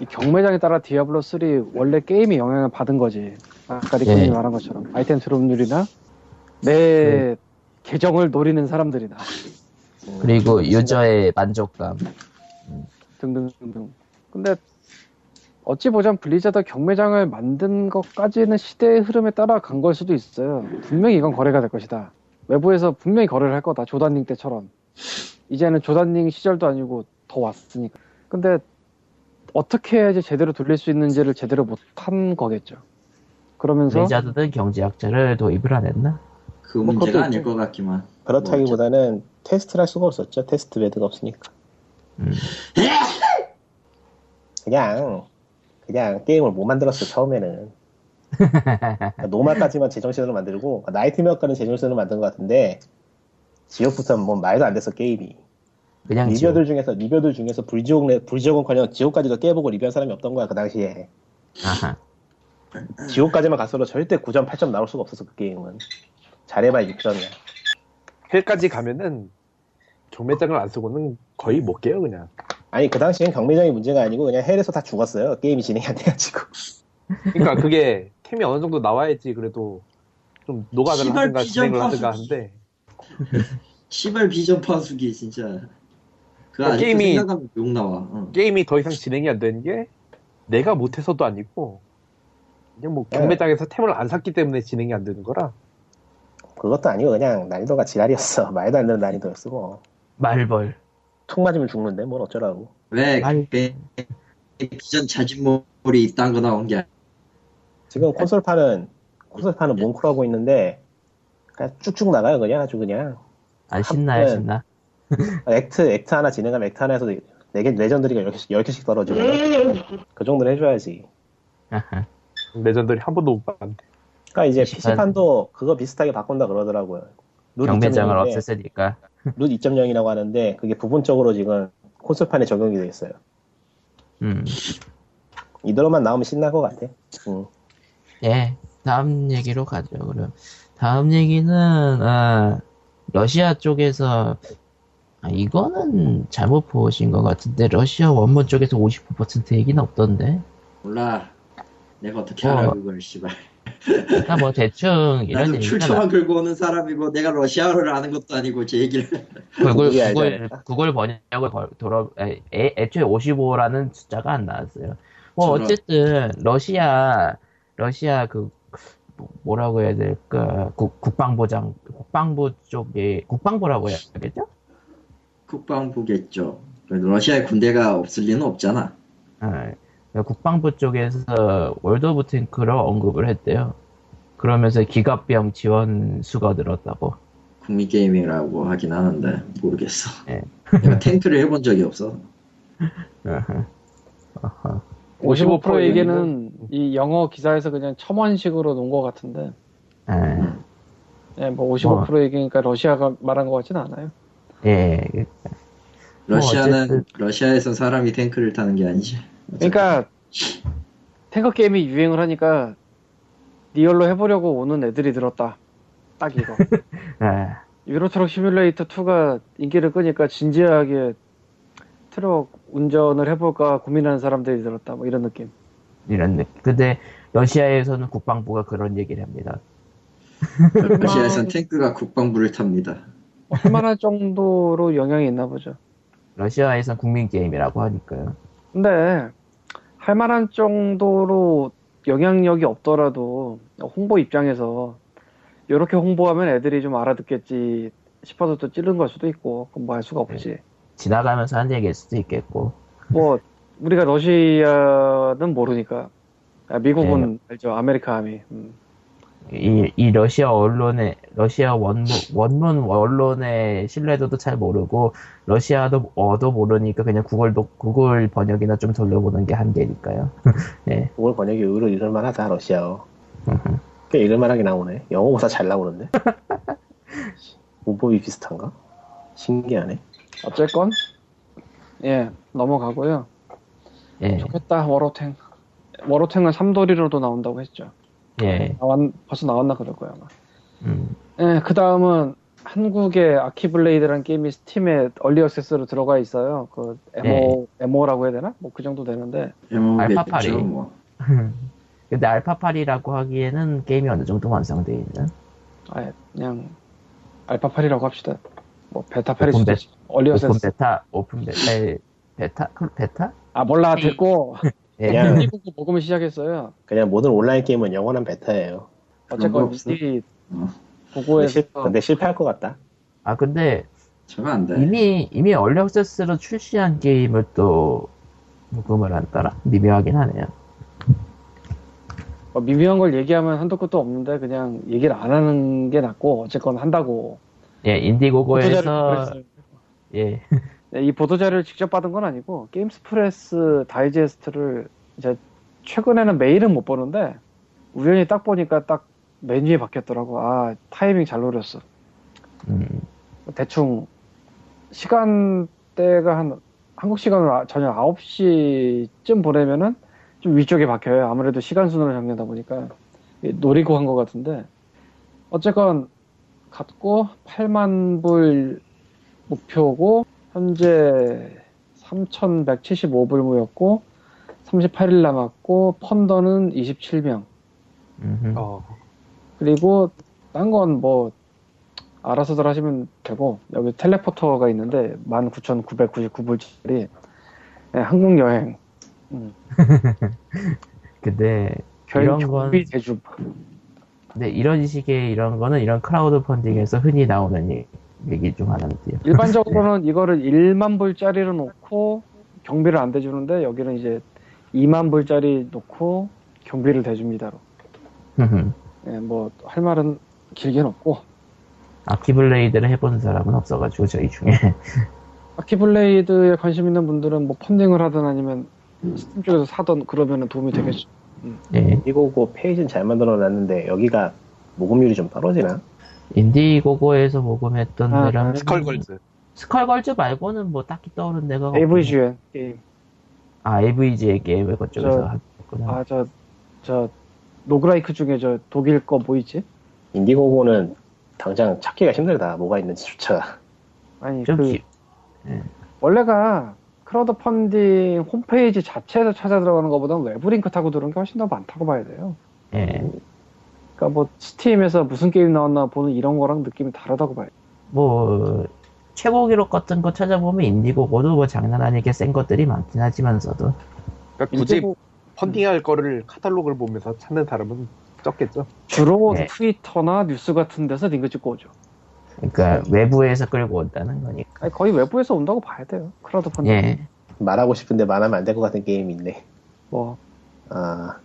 Speaker 3: 이 경매장에 따라 디아블로 3 원래 게임이 영향을 받은 거지 아까 리코님
Speaker 1: 예.
Speaker 3: 말한 것처럼 아이템 드롭률이나 내 계정을 노리는 사람들이나
Speaker 5: 음,
Speaker 1: 그리고 유저의 만족감.
Speaker 3: 등등등등 근데 어찌 보자면 블리자드 경매장을 만든 것까지는 시대의 흐름에 따라 간 걸 수도 있어요 분명히 이건 거래가 될 것이다 외부에서 분명히 거래를 할 거다 조단닝 때처럼 이제는 조단닝 시절도 아니고 더 왔으니까 근데 어떻게 해야지 제대로 돌릴 수 있는지를 제대로 못한 거겠죠 그러면서
Speaker 1: 블리자드는 경제학자를 도입을 안 했나?
Speaker 4: 그
Speaker 3: 뭐
Speaker 4: 문제가
Speaker 3: 그것도
Speaker 4: 아닐
Speaker 3: 있죠.
Speaker 4: 것 같기만.
Speaker 1: 뭐
Speaker 5: 그렇다기보다는 테스트를 할 수가 없었죠. 테스트 베드가 없으니까.
Speaker 1: 음.
Speaker 5: 그냥 그냥 게임을 못 만들었어 처음에는. 그러니까 노마까지만 제정신으로 만들고 나이트메어까지는 제정신으로 만든 것 같은데 지옥부터는 뭐 말도 안 돼서 게임이
Speaker 1: 그냥 지옥.
Speaker 5: 리뷰들 중에서 리뷰들 중에서 불지옥 레- 불지옥은커녕 지옥까지도 깨보고 리뷰한 사람이 없던 거야 그 당시에
Speaker 1: 아하.
Speaker 5: 지옥까지만 갔어도 절대 9점 8점 나올 수가 없었어 그 게임은 잘해봐야 6점이야
Speaker 2: 헬까지 가면은 조매장을 안 쓰고는 거의 못 깨요 그냥.
Speaker 5: 아니 그 당시엔 경매장이 문제가 아니고 그냥 헬에서 다 죽었어요 게임이 진행이 안 돼가지고
Speaker 2: 그러니까 그게 템이 어느 정도 나와야지 그래도 좀 노가다를
Speaker 4: 시발
Speaker 2: 하든가 진행을
Speaker 4: 비정파수.
Speaker 2: 하든가 하는데
Speaker 4: 시발 비전 파수기 진짜. 그
Speaker 2: 그
Speaker 4: 아직도
Speaker 2: 게임이-
Speaker 4: 생각하면 욕 나와. 어. 응.
Speaker 2: 게임이 더 이상 진행이 안 되는 게 내가 못해서도 아니고 그냥 뭐
Speaker 4: 네.
Speaker 2: 경매장에서 템을 안 샀기 때문에 진행이 안 되는 거라
Speaker 5: 그것도 아니고 그냥 난이도가 지랄이었어 말도 안 되는 난이도였어 뭐.
Speaker 1: 말벌.
Speaker 5: 툭 맞으면 죽는데 뭘 어쩌라고
Speaker 4: 왜
Speaker 1: 아니.
Speaker 4: 그 비전 자진몰이 이딴 거 나온 게
Speaker 1: 네.
Speaker 5: 지금 콘솔판은 콘솔판은 몽크하고 있는데 그냥 쭉쭉 나가요 그냥 아주 그냥
Speaker 1: 안 신나요,
Speaker 5: 네.
Speaker 1: 신나?
Speaker 5: 액트 액트 하나 진행하면 액트 하나에서 네개 레전드리가 10개씩, 10개씩 떨어지고 그 정도는 해줘야지
Speaker 1: 아하.
Speaker 2: 레전더리 한 번도 못 봤는데
Speaker 5: 그러니까 이제
Speaker 1: PC판.
Speaker 5: PC판도 그거 비슷하게 바꾼다 그러더라고요 룻
Speaker 1: 경매장을
Speaker 5: 2.0 인데,
Speaker 1: 없앴으니까.
Speaker 5: 룻 2.0이라고 하는데 그게 부분적으로 지금 콘솔판에 적용이 돼 있어요
Speaker 1: 음.
Speaker 5: 이대로만 나오면 신날 것 같아 음.
Speaker 1: 예. 다음 얘기로 가죠, 그럼. 다음 얘기는, 아, 러시아 쪽에서, 아, 이거는 잘못 보신 것 같은데, 러시아 원본 쪽에서 59% 얘기는 없던데.
Speaker 4: 몰라. 내가 어떻게
Speaker 1: 어.
Speaker 4: 알아 그걸 씨발.
Speaker 1: 그러니까 뭐 대충 이런
Speaker 4: 나도
Speaker 1: 얘기가
Speaker 4: 출처만 긁고 오는 사람이고 내가 러시아어를 아는 것도 아니고 제 얘기를
Speaker 1: 구글,
Speaker 5: 이게 알지
Speaker 1: 구글,
Speaker 5: 않을까?
Speaker 1: 구글 번역을 걸- 돌아, 에, 애- 애초에 55라는 숫자가 안 나왔어요. 뭐,
Speaker 4: 저런.
Speaker 1: 어쨌든, 러시아, 러시아 그, 뭐- 뭐라고 해야 될까, 국, 국방부장, 국방부 쪽에, 국방부라고 해야겠죠?
Speaker 4: 국방부겠죠. 러시아에 군대가 없을 리는 없잖아.
Speaker 1: 아, 국방부 쪽에서 월드 오브 탱크를 언급을 했대요. 그러면서 기갑병 지원 수가 늘었다고.
Speaker 4: 국민 게임이라고 하긴 하는데 모르겠어.
Speaker 1: 예. 뭐
Speaker 4: 내가 탱크를 해본 적이 없어.
Speaker 1: 아하. 아하.
Speaker 3: 55%
Speaker 2: 55%
Speaker 3: 얘기는 이 영어 기사에서 그냥 첨언식으로 놓은 것 같은데
Speaker 1: 아,
Speaker 3: 네, 뭐 55% 얘기니까 러시아가 말한 것 같진 않아요.
Speaker 1: 예.
Speaker 4: 러시아는
Speaker 1: 어쨌든.
Speaker 4: 러시아에서 사람이 탱크를 타는 게 아니지.
Speaker 3: 그러니까 탱커 게임이 유행을 하니까 리얼로 해보려고 오는 애들이 들었다. 딱 이거.
Speaker 1: 아,
Speaker 3: 유로트럭 시뮬레이터 2가 인기를 끄니까 진지하게 트럭 운전을 해볼까 고민하는 사람들이 들었다. 뭐 이런 느낌.
Speaker 1: 이런 느낌. 근데 러시아에서는 국방부가 그런 얘기를 합니다.
Speaker 4: 러시아에선 탱크가 국방부를 탑니다.
Speaker 3: 뭐 할만할 정도로 영향이 있나 보죠.
Speaker 1: 러시아에선 국민 게임이라고 하니까요.
Speaker 3: 근데 할만한 정도로 영향력이 없더라도 홍보 입장에서 이렇게 홍보하면 애들이 좀 알아듣겠지 싶어서 또 찌른 걸 수도 있고 그건 뭐 할 수가 없지.
Speaker 1: 지나가면서 한 얘기일 수도 있겠고.
Speaker 3: 뭐 우리가 러시아는 모르니까 아,
Speaker 1: 네.
Speaker 3: 미국은 알죠 아메리카함이 음.
Speaker 1: 이, 이 러시아 언론의, 러시아 원문, 원문 언론의 신뢰도도 잘 모르고, 러시아도 어도 모르니까 그냥 구글, 독- 구글 번역이나 좀 돌려보는 게 한계니까요. 예.
Speaker 5: 구글 번역이 의외로 읽을만 하다, 러시아어. 꽤 읽을만하게 나오네. 영어 보다 잘 나오는데. 문법이 비슷한가? 신기하네.
Speaker 3: 어쨌건 예 넘어가고요.
Speaker 1: 예.
Speaker 3: 좋겠다 워로탱. 워로탱은 삼돌이로도 나온다고 했죠.
Speaker 1: 예.
Speaker 3: 나왔, 벌써 나왔나 그럴 거야 아마.
Speaker 1: 음.
Speaker 3: 네, 그 다음은 한국의 아키블레이드라는 게임이 스팀에 얼리 액세스로 들어가 있어요. 그 MO,
Speaker 1: 네.
Speaker 3: MO라고 해야 되나? 뭐 그 정도 되는데
Speaker 1: 알파파리.
Speaker 4: 죠 뭐.
Speaker 1: 근데 알파파리라고 하기에는 게임이 어느 정도 완성되어 있는?
Speaker 3: 아예 그냥 알파팔이라고 합시다. 뭐 베타팔일
Speaker 1: 오픈
Speaker 3: 수도
Speaker 1: 베-
Speaker 3: 있지. 얼리
Speaker 1: 오픈
Speaker 3: 액세스.
Speaker 1: 베타, 오픈 베타, 에, 베타, 그 베타?
Speaker 3: 아 몰라 됐고
Speaker 1: 예.
Speaker 5: 그냥,
Speaker 3: 미국 먹으면 시작했어요.
Speaker 5: 그냥 모든 온라인 게임은 영원한 베타예요.
Speaker 4: 그런
Speaker 3: 어쨌건
Speaker 4: 거 없어?
Speaker 3: 이
Speaker 4: 어.
Speaker 5: 근데,
Speaker 3: 보고에서
Speaker 5: 실- 근데 실패할 것 같다.
Speaker 1: 아, 근데
Speaker 4: 저거 안 돼.
Speaker 3: 네.
Speaker 1: 이미, 이미 얼리 액세스로 출시한 게임을 또 녹음을 안 따라 미묘하긴 하네요.
Speaker 3: 뭐 미묘한 걸 얘기하면 한도 끝도 없는데 그냥 얘기를 안 하는 게 낫고 어쨌건 한다고.
Speaker 1: 예,
Speaker 3: 보도자료를
Speaker 1: 인디고고에서
Speaker 3: 그랬어요.
Speaker 1: 예,
Speaker 3: 네, 이 보도 자료를 직접 받은 건 아니고 게임스프레스 다이제스트를 이제 최근에는 매일은 못 보는데 우연히 딱 보니까 딱 메뉴에 바뀌었더라고. 아 타이밍 잘 노렸어.
Speaker 1: 음,
Speaker 3: 뭐 대충 시간대가 한 한국 시간으로 아- 저녁 9시쯤 보내면은 좀 위쪽에 박혀요. 아무래도 시간 순으로 잡는다 보니까 이게 노리고 한 것 같은데 어쨌건 갖고 8만 불 목표고 현재 3,175불 모였고 38일 남았고 펀더는 27명
Speaker 1: 음흠.
Speaker 2: 어,
Speaker 3: 그리고 딴 건 뭐 알아서들 하시면 되고 여기 텔레포터가 있는데 19,999불짜리 예, 한국 여행
Speaker 1: 근데
Speaker 3: 결
Speaker 1: 이런 건-
Speaker 3: 경비 제주
Speaker 1: 근데 이런 식의 이런 거는 이런 크라우드 펀딩에서 흔히 나오는 얘기, 얘기 중 하나인데요.
Speaker 3: 일반적으로는 이거를 1만 불짜리로 놓고 경비를 안 대주는데 여기는 이제 2만 불짜리 놓고 경비를 대줍니다로 예, 뭐할 말은 길게는 없고
Speaker 1: 아키블레이드를 해본 사람은 없어가지고 저희 중에
Speaker 3: 아키블레이드에 관심 있는 분들은 뭐 펀딩을 하든 아니면
Speaker 1: 음.
Speaker 3: 스팀 쪽에서 사든 그러면 도움이 되겠죠 음.
Speaker 1: 예,
Speaker 5: 인디고고 페이지는 잘 만들어놨는데 여기가 모금률이 좀 떨어지나?
Speaker 1: 인디고고에서 녹음했던
Speaker 3: 아,
Speaker 1: 데랑
Speaker 2: 스컬걸즈.
Speaker 1: 스컬걸즈 말고는 뭐 딱히 떠오른 데가 없고.
Speaker 3: AVGN
Speaker 1: 예.
Speaker 3: 게임
Speaker 1: 아 AVG의 게임을
Speaker 3: 저-
Speaker 1: 그쪽에서 했구나.
Speaker 3: 아, 저, 저, 노그라이크 중에 저 독일 거 뭐 있지?
Speaker 5: 인디고고는 당장 찾기가 힘들다. 뭐가 있는지조차.
Speaker 3: 아니,
Speaker 1: 좀
Speaker 3: 그,
Speaker 1: 기-
Speaker 3: 원래가 크라우드 펀딩 홈페이지 자체에서 찾아 들어가는 것보다는 외부 링크 타고 들어오는 게 훨씬 더 많다고 봐야 돼요.
Speaker 1: 예,
Speaker 3: 그러니까 뭐 스팀에서 무슨 게임 나왔나 보는 이런 거랑 느낌이 다르다고 봐요.
Speaker 1: 뭐 최고 기록 같은 거 찾아보면 인디고고도 뭐 장난 아니게 센 것들이 많긴 하지만서도
Speaker 2: 그러니까 굳이
Speaker 3: 인디고-
Speaker 2: 펀딩할 거를 카탈로그를 보면서 찾는 사람은 적겠죠.
Speaker 3: 주로
Speaker 1: 네.
Speaker 3: 트위터나 뉴스 같은 데서 링크 찍고 오죠.
Speaker 1: 그러니까
Speaker 3: 네.
Speaker 1: 외부에서 끌고 온다는 거니까.
Speaker 3: 아니, 거의 외부에서 온다고 봐야 돼요. 크라우드 펀딩.
Speaker 1: 예.
Speaker 5: 말하고 싶은데 말하면 안 될 것 같은 게임이 있네.
Speaker 3: 뭐,
Speaker 5: 아,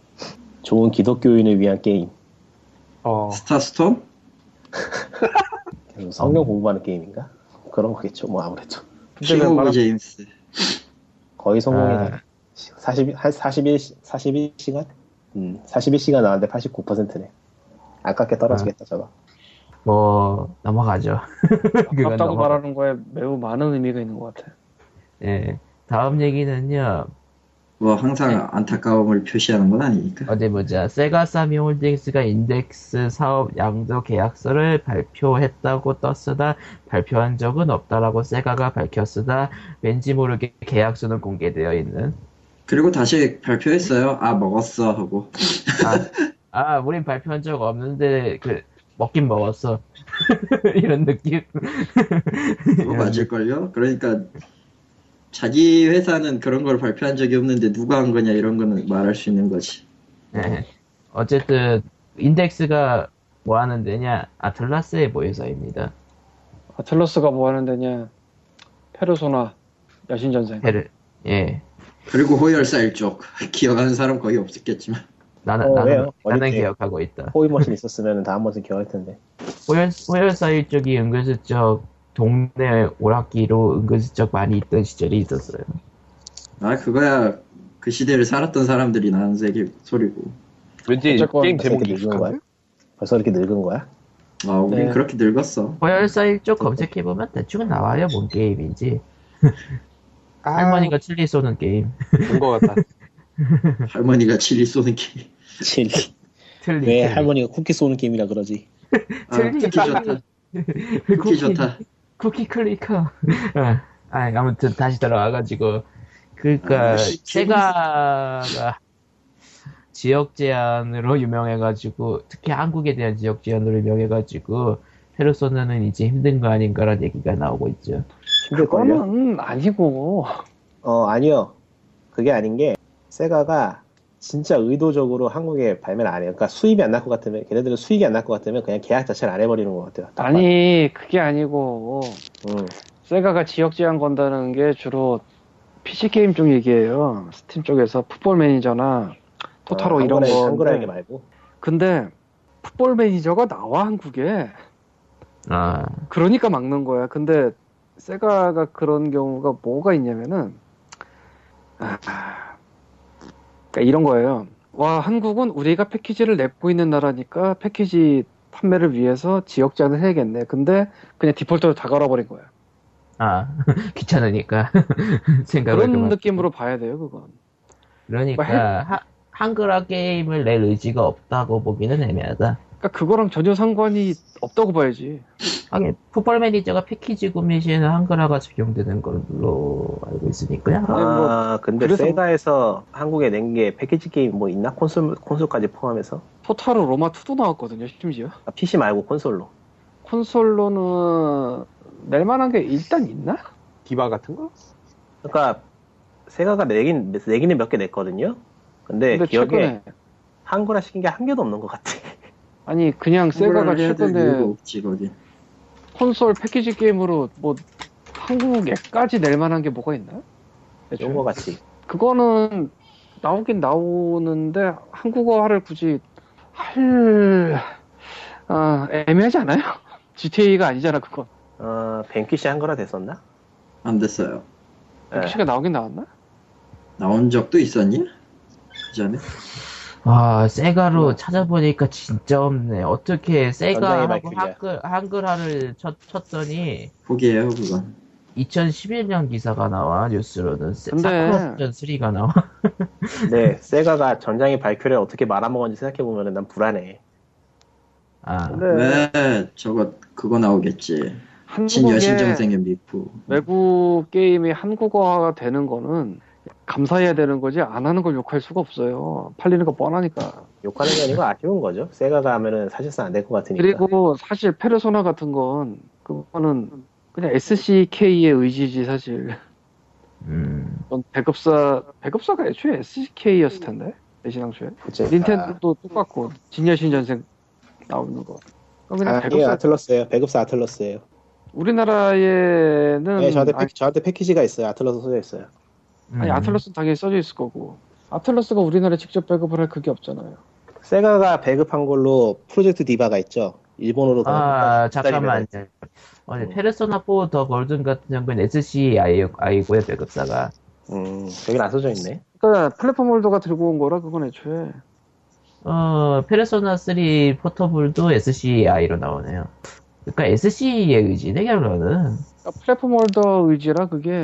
Speaker 5: 좋은 기독교인을 위한 게임.
Speaker 2: 어,
Speaker 4: 스타스톰?
Speaker 5: 무슨 음, 성경 공부하는 게임인가? 그런 거겠죠. 뭐 아무래도.
Speaker 3: 근데 왜
Speaker 4: 시고고 뭐
Speaker 3: 말하-
Speaker 4: 제임스.
Speaker 5: 거의 성공이다.
Speaker 1: 아.
Speaker 5: 40, 한 41, 41시간? 음, 41시간 나왔는데 89%네. 아깝게 떨어지겠다, 저거.
Speaker 1: 뭐 넘어가죠. 그건
Speaker 3: 아깝다고
Speaker 1: 넘어가-
Speaker 3: 말하는 거에 매우 많은 의미가 있는 것 같아요.
Speaker 1: 예. 다음 얘기는요.
Speaker 4: 뭐
Speaker 3: 네.
Speaker 4: 항상 안타까움을 표시하는 건 아니니까.
Speaker 1: 어디 보자. 세가 사미 홀딩스가 인덱스 사업 양도 계약서를 발표했다고 떴으나 발표한 적은 없다라고 세가가 밝혔으나 왠지 모르게 계약서는 공개되어 있는.
Speaker 4: 그리고 다시 발표했어요. 아 먹었어 하고.
Speaker 1: 아, 아 우린 발표한 적 없는데 그 먹긴 먹었어. 이런 느낌.
Speaker 3: 네.
Speaker 4: 그거 맞을걸요? 그러니까 자기 회사는 그런 걸 발표한 적이 없는데 누가 한 거냐 이런 거는 말할 수 있는 거지.
Speaker 1: 네. 어쨌든 인덱스가 뭐 하는 데냐? 아틀라스의 모회사입니다.
Speaker 3: 아틀러스가 뭐 하는 데냐? 페르소나, 여신전생.
Speaker 1: 페르. 예.
Speaker 4: 그리고 호열사 일족 기억하는 사람 거의 없었겠지만
Speaker 1: 나는
Speaker 5: 어,
Speaker 1: 나는,
Speaker 5: 왜요?
Speaker 1: 나는
Speaker 5: 어딨지?
Speaker 1: 기억하고 있다.
Speaker 5: 호위머신 있었으면 다 한 번씩 기억할 텐데.
Speaker 1: 호열 호열사 일족이 은근슬쩍 동네 오락기로 은근슬쩍 많이 있던 시절이 있었어요.
Speaker 4: 아 그거야 그 시대를 살았던 사람들이 나는 세계 소리고.
Speaker 2: 왠지
Speaker 3: 어쨌건
Speaker 2: 게임
Speaker 5: 벌써 이렇게
Speaker 2: 제목이
Speaker 5: 늙은 거야?
Speaker 2: 익숙한데?
Speaker 5: 벌써 이렇게 늙은 거야?
Speaker 4: 아 우린
Speaker 3: 네.
Speaker 4: 그렇게 늙었어.
Speaker 1: 호열사 일족 검색해 보면 대충 나와요. 뭔 게임인지. 할머니가 칠리 쏘는 게임.
Speaker 2: 본것 같다.
Speaker 4: 할머니가 칠리 쏘는 게.
Speaker 5: 칠.
Speaker 1: 틀리.
Speaker 4: 네,
Speaker 5: 왜
Speaker 1: 틀리.
Speaker 5: 할머니가 쿠키 쏘는 게임이라 그러지?
Speaker 4: 아,
Speaker 1: 칠리
Speaker 4: 쿠키 좋다. 쿠키 좋다.
Speaker 1: 쿠키 클리커. 어, 아이, 아무튼 다시 돌아와가지고 그니까
Speaker 4: 아, 역시
Speaker 1: 세가가 지역 제한으로 유명해가지고 특히 한국에 대한 지역 제한으로 유명해가지고 페르소나는 이제 힘든 거 아닌가라는 얘기가 나오고 있죠.
Speaker 5: 힘들걸요?
Speaker 3: 그거는 음, 아니고,
Speaker 5: 어, 아니요. 그게 아닌 게, 세가가 진짜 의도적으로 한국에 발매를 안 해요. 그러니까 수입이 안 날 것 같으면, 걔네들은 수익이 안 날 것 같으면 그냥 계약 자체를 안 해버리는 것 같아요.
Speaker 3: 아니, 그게 아니고,
Speaker 5: 음.
Speaker 3: 세가가 지역 제한 건다는 게 주로 PC 게임 쪽 얘기예요. 스팀 쪽에서 풋볼 매니저나 토타로 이런
Speaker 5: 아, 한글에-
Speaker 3: 거.
Speaker 5: 한글에 하게 말고.
Speaker 3: 근데 풋볼 매니저가 나와 한국에.
Speaker 1: 아,
Speaker 3: 그러니까 막는 거야. 근데 세가가 그런 경우가 뭐가 있냐면은 아, 그러니까 이런 거예요. 와 한국은 우리가 패키지를 내고 있는 나라니까 패키지 판매를 위해서 지역 제한을 해야겠네. 근데 그냥 디폴트로 다 걸어버린 거야.
Speaker 1: 아 귀찮으니까 생각을
Speaker 3: 그런
Speaker 1: 그만.
Speaker 3: 느낌으로 봐야 돼요 그건.
Speaker 1: 그러니까 하- 한글화 게임을 낼 의지가 없다고 보기는 애매하다.
Speaker 3: 그러니까 그거랑 전혀 상관이 없다고 봐야지.
Speaker 1: 하긴 풋볼 매니저가 패키지 구매 시에는 한글화가 적용되는 걸로 알고 있으니까요.
Speaker 5: 아,
Speaker 3: 아니,
Speaker 5: 근데
Speaker 3: 그래서-
Speaker 5: 세가에서 한국에 낸 게 패키지 게임 뭐 있나? 콘솔, 콘솔까지 포함해서?
Speaker 3: 토탈로 로마 2도 나왔거든요 심지어.
Speaker 5: 아, PC 말고 콘솔로.
Speaker 3: 콘솔로는 낼 만한 게 일단 있나?
Speaker 2: 디바 같은 거?
Speaker 5: 그러니까, 세가가 내긴, 내기는 몇 개 냈거든요?
Speaker 3: 근데
Speaker 5: 근데, 네, 기억에
Speaker 3: 최근에
Speaker 5: 한글화 시킨 게 한 개도 없는 것 같아.
Speaker 3: 아니 그냥 세가가
Speaker 4: 한글화를 해야 될 이유가
Speaker 3: 최근에
Speaker 4: 없지 거기.
Speaker 3: 콘솔 패키지 게임으로 뭐 한국에까지 낼 만한 게 뭐가 있나요? 애초에?
Speaker 5: 좋은 것 같지.
Speaker 3: 그거는 나오긴 나오는데 한국어화를 굳이 할 아, 애매하지 않아요? GTA가 아니잖아 그건
Speaker 5: 어, 벤키시 한글화 됐었나?
Speaker 4: 안 됐어요.
Speaker 5: 예.
Speaker 3: 패키지가 나오긴 나왔나?
Speaker 4: 나온 적도 있었니? 그 전에?
Speaker 1: 아
Speaker 3: 음.
Speaker 1: 세가로 찾아보니까 진짜 없네. 어떻게
Speaker 5: 전장의
Speaker 1: 세가하고
Speaker 5: 발길이야.
Speaker 1: 한글 한글화를 쳤, 쳤더니
Speaker 4: 포기해요 그건.
Speaker 1: 2011년 기사가 나와 뉴스로는 세-
Speaker 3: 근데-
Speaker 1: 사쿠라전 3가 나와.
Speaker 5: 근데 세가가 전장의 발표를 어떻게 말아먹었는지 생각해보면 난 불안해.
Speaker 1: 아
Speaker 3: 근데
Speaker 4: 왜 저거 그거 나오겠지. 진
Speaker 3: 한국에
Speaker 4: 여신정생의 미프.
Speaker 3: 외국 게임이 한국어화가 되는 거는 감사해야 되는 거지 안 하는 걸 욕할 수가 없어요 팔리는 거 뻔하니까
Speaker 5: 욕하는 게 아니고 아쉬운 거죠. 세가가 하면은 사실상 안 될 것 같으니까.
Speaker 3: 그리고 사실 페르소나 같은 건 그거는 그냥 SCK의 의지지 사실.
Speaker 1: 음,
Speaker 3: 전 배급사 배급사가 애초에 SCK였을 텐데 애시당초에
Speaker 5: 그치? 아.
Speaker 3: 닌텐도도 똑같고 진여신 전생 나오는 거. 그럼
Speaker 5: 아,
Speaker 3: 그냥
Speaker 5: 아,
Speaker 3: 배급사.
Speaker 5: 예, 아틀러스예요. 배급사 아틀러스예요.
Speaker 3: 우리나라에는
Speaker 5: 네, 저한테,
Speaker 3: 아니,
Speaker 5: 패, 저한테 패키지가 있어요. 아틀러스 소재 있어요.
Speaker 1: 음.
Speaker 3: 아니, 아틀러스는 당연히 써져 있을 거고 아틀러스가 우리나라에 직접 배급을 할 그게 없잖아요.
Speaker 5: 세가가 배급한 걸로 프로젝트 디바가 있죠. 일본으로 그러니까
Speaker 1: 아 잠깐만.
Speaker 5: 요
Speaker 1: 어제
Speaker 5: 음.
Speaker 1: 페르소나 4 더 골든 같은 경우는 SCI고의 배급사가
Speaker 5: 음, 여기 안 써져 있네.
Speaker 3: 그러니까 플랫폼 홀더가 들고 온 거라 그건 애초에
Speaker 1: 어, 페르소나 3 포터블도 SCI로 나오네요. 그러니까 SC의 의지네 결론은.
Speaker 3: 그러니까 플랫폼 홀더 의지라 그게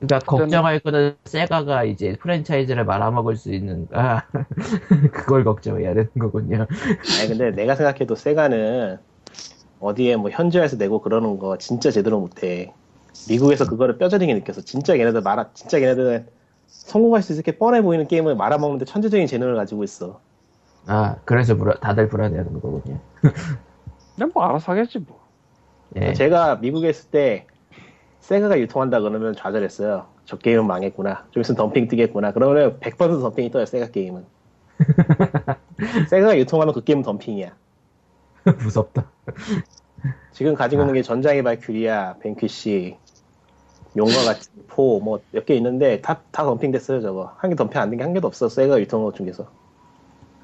Speaker 1: 그러니까 걱정할 거는 세가가 이제 프랜차이즈를 말아먹을 수 있는가 그걸 걱정해야 되는 거군요.
Speaker 5: 아니 근데 내가 생각해도 세가는 어디에 뭐 현지화해서 내고 그러는 거 진짜 제대로 못해. 미국에서 그거를 뼈저리게 느껴서 진짜 얘네들 말아 진짜 얘네들은 성공할 수 있을 게 뻔해 보이는 게임을 말아먹는데 천재적인 재능을 가지고 있어.
Speaker 1: 아 그래서 불안- 다들 불안해하는 거군요.
Speaker 3: 그냥 뭐 알아서 하겠지 뭐.
Speaker 1: 예.
Speaker 5: 제가 미국에 있을 때 세가가 유통한다 그러면 좌절했어요. 저 게임은 망했구나. 좀 있으면 덤핑 뜨겠구나. 그러면 100% 덤핑이 떠요. 세가 게임은. 세가가 유통하면 그 게임은 덤핑이야.
Speaker 1: 무섭다.
Speaker 5: 지금 가지고 있는 게 전장의 발큐리아, 뱅큐시, 용과 같은 포, 뭐 몇 개 있는데 다, 다 덤핑됐어요, 저거. 한 개 덤핑 안 된 게 한 개도 없어, 세가 유통업 중에서.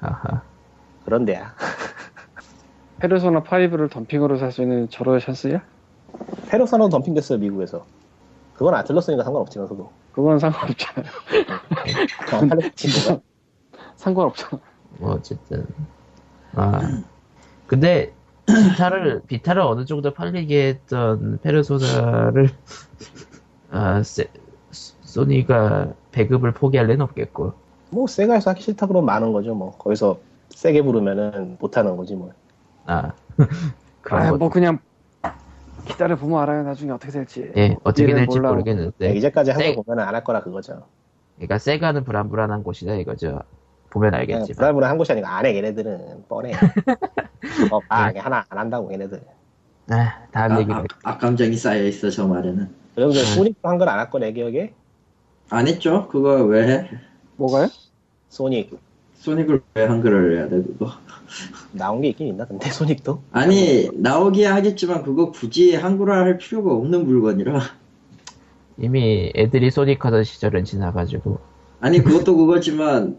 Speaker 1: 아하.
Speaker 5: 그런데야.
Speaker 3: 페르소나 5를 덤핑으로 살 수 있는 저런 찬스야?
Speaker 5: 페로사는 덤핑됐어요, 미국에서. 그건 아틀러스니까 상관없지만, 저도.
Speaker 3: 그건 상관없잖아.
Speaker 5: 안 팔렸지, 뭐가.
Speaker 3: 상관없잖아.
Speaker 1: 뭐 어쨌든. 아. 근데 비타를 비타를 어느 정도 팔리게 했던 페르소나를 아 세- 소- 소니가 배급을 포기할 리는 없겠고.
Speaker 5: 뭐, 세가에서 하기 싫다 그러면 많은 거죠, 뭐. 거기서 세게 부르면은 못하는 거지, 뭐.
Speaker 1: 아. 그런
Speaker 3: 아,
Speaker 1: 것도-
Speaker 3: 뭐 그냥 기다려 보면 알아요. 나중에 어떻게 될지.
Speaker 1: 예, 어떻게
Speaker 3: 미래를
Speaker 1: 될지
Speaker 3: 몰라요. 네,
Speaker 1: 모르겠는데.
Speaker 5: 이제까지 한
Speaker 1: 세-
Speaker 5: 거 보면은 안 할 거라 그거죠.
Speaker 1: 그러니까 세가는 불안불안한 곳이다 이거죠.
Speaker 3: 네,
Speaker 1: 보면
Speaker 5: 그냥
Speaker 1: 알겠지만.
Speaker 5: 불안불안 한 곳이 아니고 안 해, 얘네들은. 뻔해. 어, 아,
Speaker 1: 네.
Speaker 5: 그냥 하나 안 한다고, 얘네들.
Speaker 1: 아, 다음
Speaker 4: 아,
Speaker 1: 얘기로.
Speaker 4: 악- 악감정이 쌓여있어 저 말에는
Speaker 5: 그래서
Speaker 1: 네.
Speaker 5: 소닉도 한 건 안 할거 내 기억에?
Speaker 4: 안 했죠? 그거 왜 해?
Speaker 3: 뭐가요?
Speaker 5: 소닉.
Speaker 4: 소닉을 왜 한글을 해야 돼 그거?
Speaker 5: 나온 게 있긴 있나? 근데 소닉도?
Speaker 4: 아니 나오기야 하겠지만 그거 굳이 한글화 할 필요가 없는 물건이라
Speaker 1: 이미 애들이 소닉하던 시절은 지나가지고.
Speaker 4: 아니 그것도 그거지만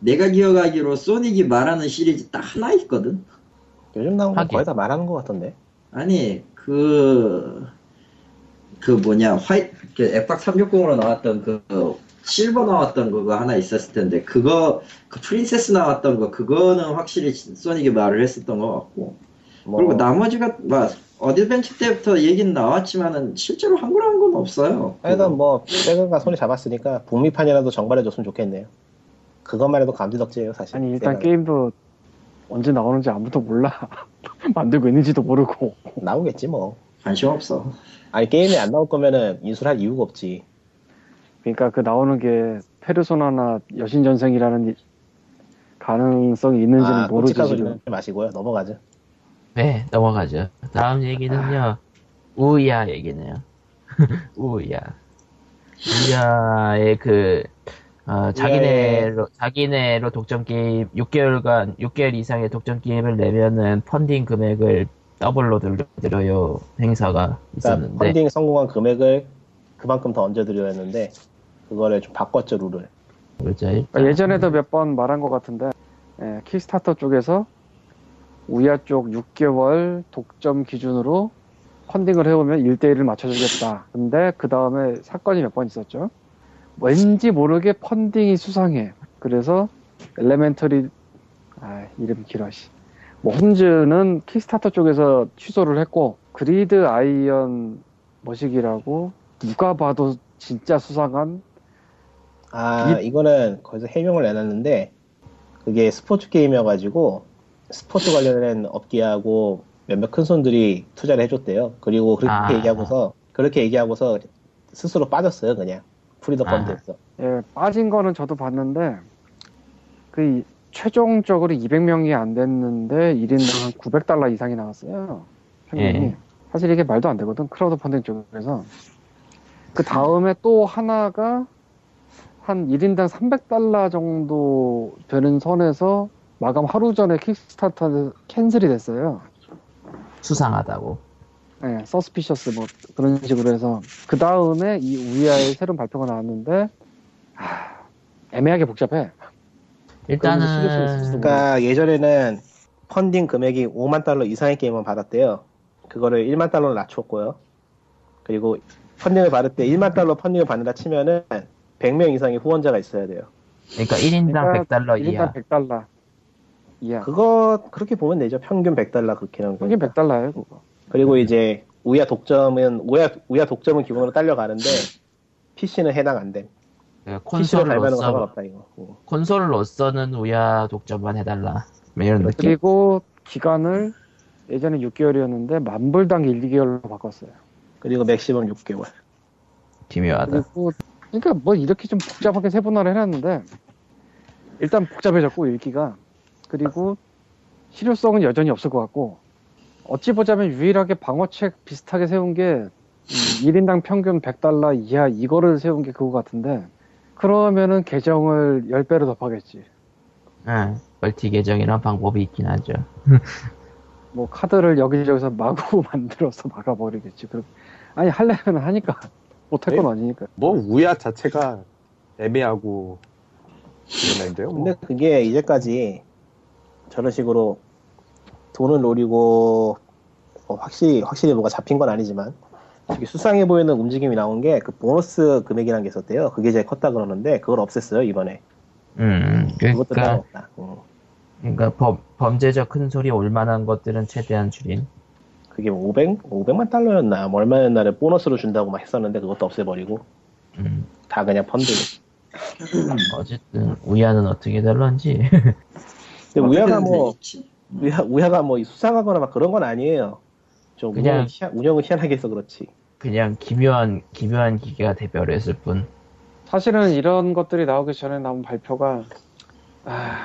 Speaker 4: 내가 기억하기로 소닉이 말하는 시리즈 딱 하나 있거든?
Speaker 5: 요즘 나온 거
Speaker 1: 하긴.
Speaker 5: 거의 다 말하는 것 같던데.
Speaker 4: 아니 그... 그 뭐냐 화이 그 엑박 360으로 나왔던 그 실버 나왔던 그거 하나 있었을 텐데 그거 그 프린세스 나왔던 거 그거는 확실히 소닉이 말을 했었던 것 같고
Speaker 5: 뭐,
Speaker 4: 그리고 나머지가 막 어드벤처 때부터 얘기는 나왔지만은 실제로 한글 한건 없어요.
Speaker 5: 하여간 뭐 세가가 손에 잡았으니까 북미판이라도 정발해줬으면 좋겠네요. 그것만 해도 감지덕지예요 사실.
Speaker 3: 아니 일단
Speaker 5: 세가는.
Speaker 3: 게임도 언제 나오는지 아무도 몰라. 만들고 있는지도 모르고.
Speaker 5: 나오겠지 뭐.
Speaker 4: 관심 없어.
Speaker 5: 아니 게임이 안 나올 거면은 인수할 를 이유가 없지.
Speaker 3: 그러니까 그 나오는 게 페르소나나 여신전생이라는 이- 가능성이 있는지는
Speaker 5: 아
Speaker 3: 모르죠
Speaker 5: 끔찍한
Speaker 3: 지금.
Speaker 5: 소리는 마시고요. 넘어가죠.
Speaker 1: 네, 넘어가죠. 다음 얘기는요. 우야 얘기네요. 우야. 우야의 그, 어,
Speaker 3: 예.
Speaker 1: 자기네로, 자기네로 독점 게임, 6개월간, 6개월 이상의 독점 게임을 내면은 펀딩 금액을 더블로 늘려드려요. 행사가
Speaker 5: 그러니까
Speaker 1: 있었는데.
Speaker 5: 펀딩 성공한 금액을 그만큼 더 얹어드려야 했는데 그거를 좀 바꿨죠 룰을.
Speaker 1: 그렇죠.
Speaker 3: 그러니까 예전에도 몇 번 말한 것 같은데 예, 킥스타터 쪽에서 우야 쪽 6개월 독점 기준으로 펀딩을 해오면 1대1을 맞춰주겠다. 근데 그 다음에 사건이 몇 번 있었죠. 왠지 모르게 펀딩이 수상해. 그래서 엘레멘터리 아 이름 길어 씨. 뭐 홈즈는 킥스타터 쪽에서 취소를 했고 그리드 아이언 머시기라고 누가 봐도 진짜 수상한
Speaker 5: 아 이거는 거기서 해명을 내놨는데 그게 스포츠 게임이어가지고 스포츠 관련된 업계하고 몇몇 큰 손들이 투자를 해줬대요. 그리고 그렇게
Speaker 1: 아.
Speaker 5: 얘기하고서 그렇게 얘기하고서 스스로 빠졌어요 그냥 프리더
Speaker 1: 아.
Speaker 5: 펀드에서.
Speaker 3: 예, 빠진 거는 저도 봤는데, 그, 이- 최종적으로 200명이 안 됐는데, 1인당 한 900달러 이상이 나왔어요. 평균이.
Speaker 1: 예.
Speaker 3: 사실 이게 말도 안 되거든. 크라우드 펀딩 쪽에서. 그 다음에 또 하나가, 한 1인당 300달러 정도 되는 선에서 마감 하루 전에 킥스타터 캔슬이 됐어요.
Speaker 1: 수상하다고.
Speaker 3: 예, 서스피셔스 뭐 그런 식으로 해서 그 다음에 이 우야의 새로운 발표가 나왔는데 아, 애매하게 복잡해.
Speaker 1: 일단은,
Speaker 3: 그러면 실을 수 있을 텐데.
Speaker 5: 그러니까 예전에는 펀딩 금액이 5만 달러 이상의 게임만 받았대요. 그거를 1만 달러로 낮췄고요. 그리고 펀딩을 받을 때 1만 달러 펀딩을 받는다 치면은 100명 이상의 후원자가 있어야 돼요.
Speaker 1: 그러니까 1인당
Speaker 3: 그러니까
Speaker 1: 100달러 이하.
Speaker 3: 1인당 100달러. 이야.
Speaker 5: 그거 그렇게 보면 되죠. 평균 100달러 그렇게 나오는
Speaker 3: 그게
Speaker 5: 거니까.
Speaker 3: 100달러예요, 그거.
Speaker 5: 그리고 이제 우야 독점은 우야 우야 독점은 기본으로 딸려가는데 PC는 해당 안 돼.
Speaker 1: 그러니까
Speaker 5: PC로 발매하는 거
Speaker 1: 콘솔로서
Speaker 5: 상관없다 이거. 어.
Speaker 1: 콘솔로서는 우야 독점만 해달라 뭐 이런 느낌.
Speaker 3: 그리고 기간을 예전에 6개월이었는데 만불당 1, 2개월로 바꿨어요.
Speaker 5: 그리고 맥시멈 6개월.
Speaker 1: 기묘하다.
Speaker 3: 그리고 그러니까 뭐 이렇게 좀 복잡하게 세분화를 해놨는데 일단 복잡해졌고 읽기가 그리고 실효성은 여전히 없을 것 같고 어찌 보자면 유일하게 방어책 비슷하게 세운 게 1인당 평균 100달러 이하 이거를 세운 게 그거 같은데 그러면은 계정을 10배로 더 파겠지
Speaker 1: 예, 멀티 계정이란 방법이 있긴 하죠.
Speaker 3: 뭐 카드를 여기저기서 마구 만들어서 막아버리겠지 그럼 아니 하려면 하니까 못할
Speaker 5: 네.
Speaker 3: 건 아니니까
Speaker 2: 뭐 우야 자체가 애매하고 그런데요. 뭐.
Speaker 5: 근데 그게 이제까지 저런 식으로 돈을 노리고 어, 확실히 확실히 뭐가 잡힌 건 아니지만 되게 수상해 보이는 움직임이 나온 게 그 보너스 금액이라는 게 있었대요. 그게 제일 컸다 그러는데 그걸 없앴어요 이번에.
Speaker 1: 음,
Speaker 5: 그것도 따로
Speaker 1: 그러니까
Speaker 5: 없다. 어.
Speaker 1: 그러니까 범, 범죄적 큰 소리 올 만한 것들은 최대한 줄인.
Speaker 5: 그게 500 500만 달러였나 뭐 얼마 옛날에 보너스로 준다고 막 했었는데 그것도 없애버리고
Speaker 1: 음,
Speaker 5: 다 그냥 펀드.
Speaker 1: 어쨌든 우야는 어떻게 달런지 아,
Speaker 5: 근데 우야가
Speaker 4: 어떻게든
Speaker 5: 뭐
Speaker 4: 되겠지.
Speaker 5: 우야, 우야가 뭐 수상하거나 막 그런 건 아니에요. 좀
Speaker 1: 그냥-
Speaker 5: 운영을, 희한, 운영을 희한하게 해서 그렇지.
Speaker 1: 그냥 기묘한 기묘한 기계가 대별을 했을 뿐.
Speaker 3: 사실은 이런 것들이 나오기 전에 나온 발표가 아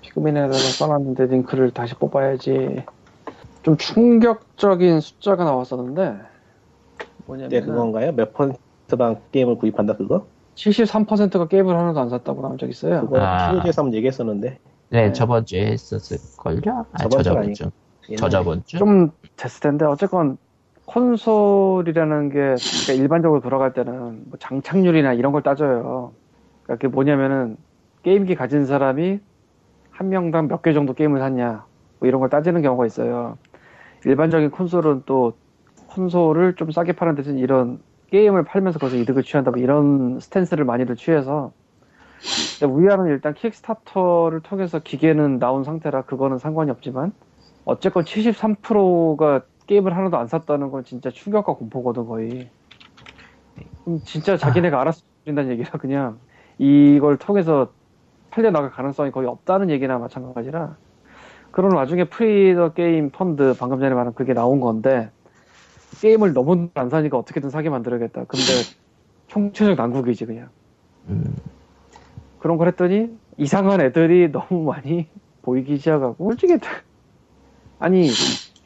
Speaker 3: 피그민에다가 써놨는데 링크를 다시 뽑아야지 좀 충격적인 숫자가 나왔었는데
Speaker 5: 근데
Speaker 3: 뭐냐면
Speaker 5: 네, 그건가요? 몇 퍼센트당 게임을 구입한다 그거?
Speaker 3: 73%가 게임을 하나도 안 샀다고 나온 적 있어요
Speaker 5: 그거
Speaker 1: 아.
Speaker 5: 키우지에서 한번 얘기했었는데
Speaker 1: 네,
Speaker 3: 네.
Speaker 1: 저번 주에 했었을 걸요? 아,
Speaker 5: 저번 주
Speaker 1: 저저번
Speaker 5: 아니-
Speaker 1: 주.
Speaker 5: 옛날에
Speaker 1: 저저번 주.
Speaker 3: 좀 됐을 텐데 어쨌건 콘솔이라는 게 그러니까 일반적으로 돌아갈 때는 뭐 장착률이나 이런 걸 따져요 그러니까 그게 뭐냐면은 게임기 가진 사람이 한 명당 몇 개 정도 게임을 샀냐 뭐 이런 걸 따지는 경우가 있어요. 일반적인 콘솔은 또 콘솔을 좀 싸게 파는 대신 이런 게임을 팔면서 거기서 이득을 취한다 뭐 이런 스탠스를 많이들 취해서 근데 우리아는 일단 킥스타터를 통해서 기계는 나온 상태라 그거는 상관이 없지만 어쨌건 73%가 게임을 하나도 안 샀다는 건 진짜 충격과 공포거든 거의 그럼 진짜 자기네가 알아서 줄인다는 얘기라 그냥 이걸 통해서 팔려나갈 가능성이 거의 없다는 얘기나 마찬가지라 그런 와중에 프리더 게임 펀드 방금 전에 말한 그게 나온 건데 게임을 너무 안 사니까 어떻게든 사게 만들어야겠다 근데 총체적 난국이지 그냥
Speaker 1: 음,
Speaker 3: 그런 걸 했더니 이상한 애들이 너무 많이 보이기 시작하고 솔직히 아니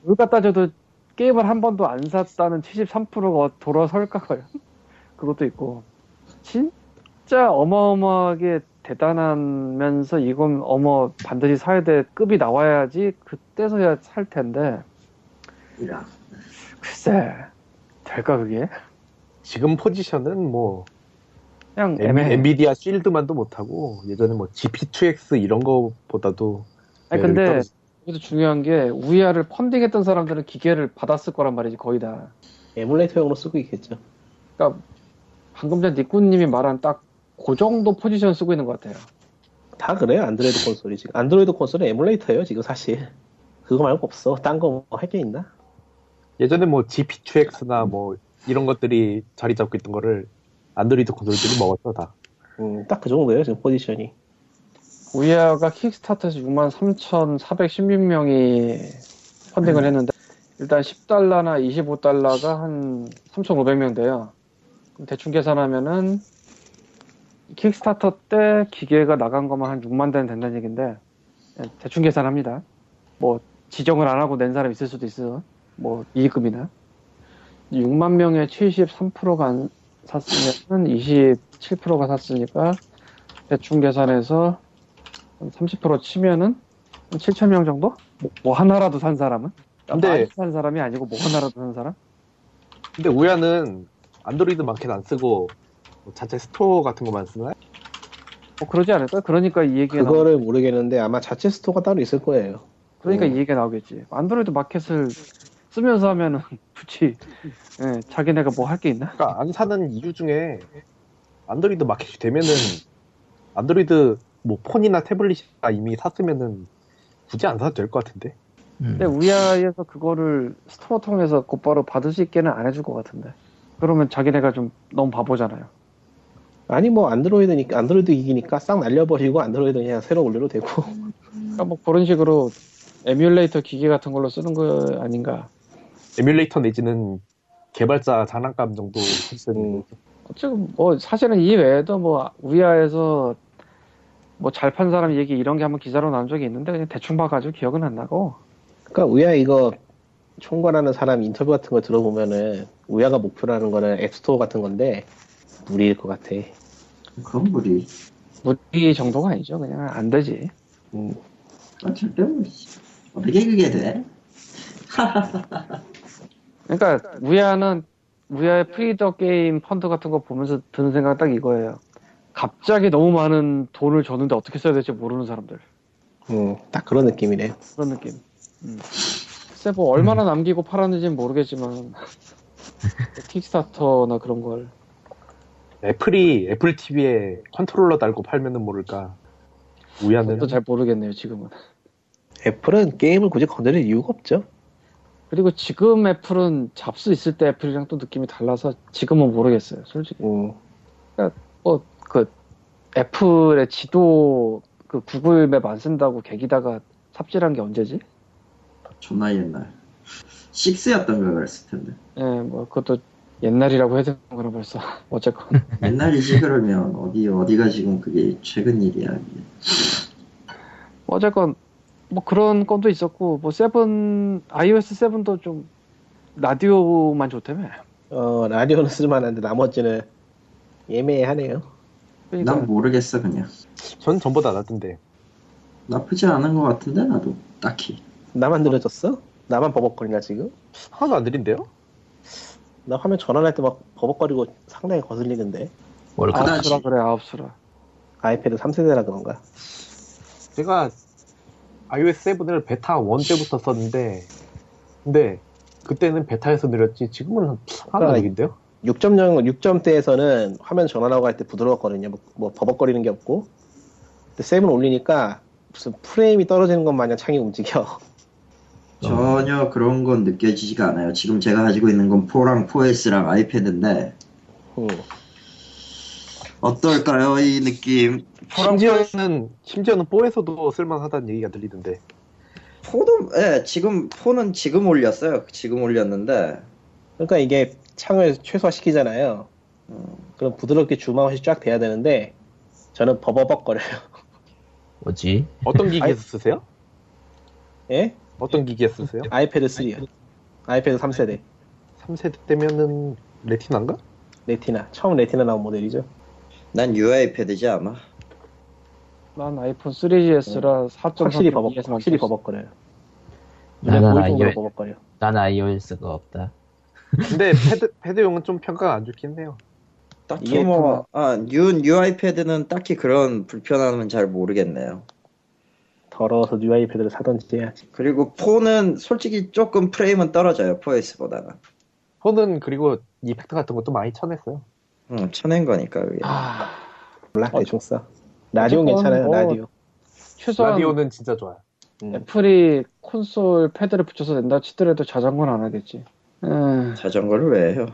Speaker 3: 누가 따져도 게임을 한 번도 안 샀다는 73%가 돌아설까 봐요 그것도 있고 진짜 어마어마하게 대단하면서 이건 어머 반드시 사야 될 급이 나와야지 그때서야 살 텐데
Speaker 4: 이라.
Speaker 3: 글쎄 될까 그게
Speaker 2: 지금 포지션은 뭐
Speaker 3: 그냥
Speaker 2: 엠-
Speaker 3: 애매해
Speaker 2: 엔비디아 실드만도 못하고 예전에 뭐 GP2X 이런 거보다도 예,
Speaker 3: 아니,
Speaker 2: 레벨이
Speaker 3: 근데
Speaker 2: 떨어지-
Speaker 3: 여기서 중요한 게 우야를 펀딩했던 사람들은 기계를 받았을 거란 말이지 거의 다
Speaker 5: 에뮬레이터용으로 쓰고 있겠죠.
Speaker 3: 그러니까 방금 전 니꾸님이 말한 딱 그 정도 포지션 쓰고 있는 것 같아요.
Speaker 5: 다 그래요 안드로이드 콘솔이 지금 안드로이드 콘솔은 에뮬레이터예요 지금 사실. 그거 말고 없어. 딴 거 뭐 할 게 있나?
Speaker 2: 예전에 뭐 GP2X나 뭐 이런 것들이 자리 잡고 있던 거를 안드로이드 콘솔들이 먹었어 다.
Speaker 5: 음, 딱 그 정도예요 지금 포지션이.
Speaker 3: 우야가 킥스타터에서 6만 3,416명이 펀딩을 했는데 일단 10달러나 25달러가 한 3,500명 돼요. 그럼 대충 계산하면은 킥스타터 때 기계가 나간 것만 한 6만 대는 된다는 얘기인데 예, 대충 계산합니다. 뭐 지정을 안 하고 낸 사람 있을 수도 있어. 뭐 이익금이나 6만 명의 73%가 안 샀으면 27%가 샀으니까 대충 계산해서 한 30% 치면은 7천 명 정도? 뭐, 뭐 하나라도 산 사람은?
Speaker 2: 근데-
Speaker 3: 많이 산 사람이 아니고 뭐 하나라도 산 사람?
Speaker 2: 근데 우야는 안드로이드 마켓 안 쓰고 뭐 자체 스토어 같은 거만 쓰나요?
Speaker 3: 뭐 그러지 않을까? 그러니까 이 얘기가 나오,
Speaker 5: 그거를 모르겠는데 아마 자체 스토어가 따로 있을 거예요.
Speaker 3: 그러니까 이 얘기가 나오겠지. 안드로이드 마켓을 쓰면서 하면은 굳이 예, 자기네가 뭐 할 게 있나?
Speaker 2: 그러니까 안 사는 이유 중에 안드로이드 마켓이 되면은 안드로이드 뭐 폰이나 태블릿이 다 이미 샀으면은 굳이 안 사도 될 것 같은데.
Speaker 1: 음.
Speaker 3: 근데
Speaker 5: 네.
Speaker 3: 우야에서 그거를 스토어 통해서 곧바로 받을 수 있게는 안 해줄 것 같은데. 그러면 자기네가 좀 너무 바보잖아요.
Speaker 5: 아니 뭐 안드로이드니까 안드로이드 기기니까 싹 날려버리고 안드로이드 그냥 새로 올려도 되고
Speaker 3: 그러니까 뭐 그런 식으로 에뮬레이터 기계 같은 걸로 쓰는 거 아닌가.
Speaker 2: 에뮬레이터 내지는 개발자 장난감 정도 했으니
Speaker 3: 지금 뭐 사실은 이 외에도 뭐 우야에서 뭐 잘 판 사람 얘기 이런 게 한번 기사로 나온 적이 있는데 그냥 대충 봐가지고 기억은 안 나고
Speaker 5: 그러니까 우야 이거 총괄하는 사람 인터뷰 같은 거 들어보면은 우야가 목표라는 거는 앱스토어 같은 건데 무리일 것 같아.
Speaker 4: 그건 무리.
Speaker 3: 무리 정도가 아니죠 그냥 안 되지
Speaker 5: 음,
Speaker 4: 아, 절대 무리지. 어떻게 그게 돼?
Speaker 3: 그러니까 우야는 우야의 프리더 게임 펀드 같은 거 보면서 드는 생각 딱 이거예요 갑자기 너무 많은 돈을 줬는데 어떻게 써야 될지 모르는 사람들
Speaker 5: 음, 딱 그런 느낌이네.
Speaker 3: 그런 느낌 음. 글쎄 뭐 얼마나 남기고 팔았는지는 모르겠지만 킥스타터나 그런 걸
Speaker 2: 애플이 애플 TV에 컨트롤러 달고 팔면은 모를까. 우야는
Speaker 3: 그것도 잘 모르겠네요 지금은
Speaker 5: 애플은 게임을 굳이 건드릴 이유가 없죠.
Speaker 3: 그리고 지금 애플은 잡스 있을 때 애플이랑 또 느낌이 달라서 지금은 모르겠어요, 솔직히.
Speaker 5: 음,
Speaker 3: 뭐, 그, 애플의 지도, 그 구글 맵 안 쓴다고 계기다가 삽질한 게 언제지?
Speaker 4: 존나 옛날. 6였던 걸 그랬을 텐데.
Speaker 3: 예, 뭐, 그것도 옛날이라고 해야 되는 거라 벌써. 어쨌건.
Speaker 4: 네. 옛날이지 그러면 어디 어디가 지금 그게 최근 일이야. 이게.
Speaker 3: 어쨌건, 뭐 그런 건도 있었고, 뭐, 세븐, iOS 7도 좀, 라디오만 좋다며.
Speaker 5: 어, 라디오는 쓸만한데 나머지는 예매하네요.
Speaker 3: 그러니까,
Speaker 4: 난 모르겠어 그냥.
Speaker 2: 전 전보다 낫던데.
Speaker 4: 나쁘지 않은 것 같은데 나도 딱히.
Speaker 5: 나만 느려졌어? 나만 버벅거리나 지금?
Speaker 2: 하나도 안 느린데요?
Speaker 5: 나 화면 전환할 때 막 버벅거리고 상당히 거슬리는데
Speaker 4: 뭐
Speaker 1: 뭘 가-
Speaker 3: 아홉수라 그래, 아홉수라.
Speaker 5: 아이패드 3세대라 그런가?
Speaker 2: 제가 iOS 7을 베타 1 때부터 썼는데, 근데 그때는 베타에서 느렸지 지금은 하나
Speaker 5: 아,
Speaker 2: 느린데요?
Speaker 5: 6.0, 6점대에서는 화면 전환하고 할 때 부드러웠거든요. 뭐, 뭐 버벅거리는 게 없고. 근데 세븐 올리니까 무슨 프레임이 떨어지는 것 마냥 창이 움직여.
Speaker 4: 어. 전혀 그런 건 느껴지지가 않아요. 지금 제가 가지고 있는 건 포랑 포S랑 아이패드인데
Speaker 5: 음.
Speaker 4: 어떨까요 이 느낌? 포랑
Speaker 2: 심지어는 심지어는 4에서도 쓸만하다는 얘기가 들리던데.
Speaker 4: 포도 예 지금 포는 지금 올렸어요. 지금 올렸는데
Speaker 5: 그러니까 이게 창을 최소화시키잖아요.
Speaker 4: 음,
Speaker 5: 그럼 부드럽게 주마우스 쫙 돼야 되는데 저는 버버벅거려요.
Speaker 1: 뭐지?
Speaker 2: 어떤 기기에서 쓰세요?
Speaker 5: 예?
Speaker 2: 어떤 기기에 쓰세요?
Speaker 5: 아이패드 3요. 아이패드 3세대.
Speaker 2: 3세대 때면은 레티나인가?
Speaker 5: 레티나. 처음 레티나 나온 모델이죠.
Speaker 4: 난 u i 패드지 아마.
Speaker 3: 난 아이폰 3GS라 4.3.
Speaker 5: 네. 확실히 버벅, 확실히 버벅거려요. 눈에
Speaker 1: 나는
Speaker 5: 보일 정도로
Speaker 1: iOS,
Speaker 5: 버벅거려.
Speaker 1: 난 iOS가 없다.
Speaker 2: 근데 패드 패드용은 좀 평가가 안 좋긴 해요.
Speaker 4: 딱히
Speaker 5: 이게
Speaker 4: 뭐, 아, U, UI 패드는 딱히 그런 불편함은 잘 모르겠네요.
Speaker 5: 더러워서 뉴 아이패드를 사던지 해야지.
Speaker 4: 그리고 포는 솔직히 조금 프레임은 떨어져요, 4S보다는.
Speaker 2: 폰은 그리고 이펙트 같은 것도 많이 쳐냈어요.
Speaker 4: 응, 쳐낸 거니까, 그게.
Speaker 3: 아,
Speaker 5: 몰라,
Speaker 2: 어,
Speaker 5: 대충 써. 라디오는
Speaker 3: 어쨌건
Speaker 5: 괜찮아요,
Speaker 3: 뭐
Speaker 5: 라디오.
Speaker 3: 최소한.
Speaker 2: 라디오는 진짜 좋아요.
Speaker 5: 음.
Speaker 3: 애플이 콘솔 패드를 붙여서 낸다 치더라도 자전거는 안 하겠지. 음,
Speaker 4: 자전거를 왜 해요?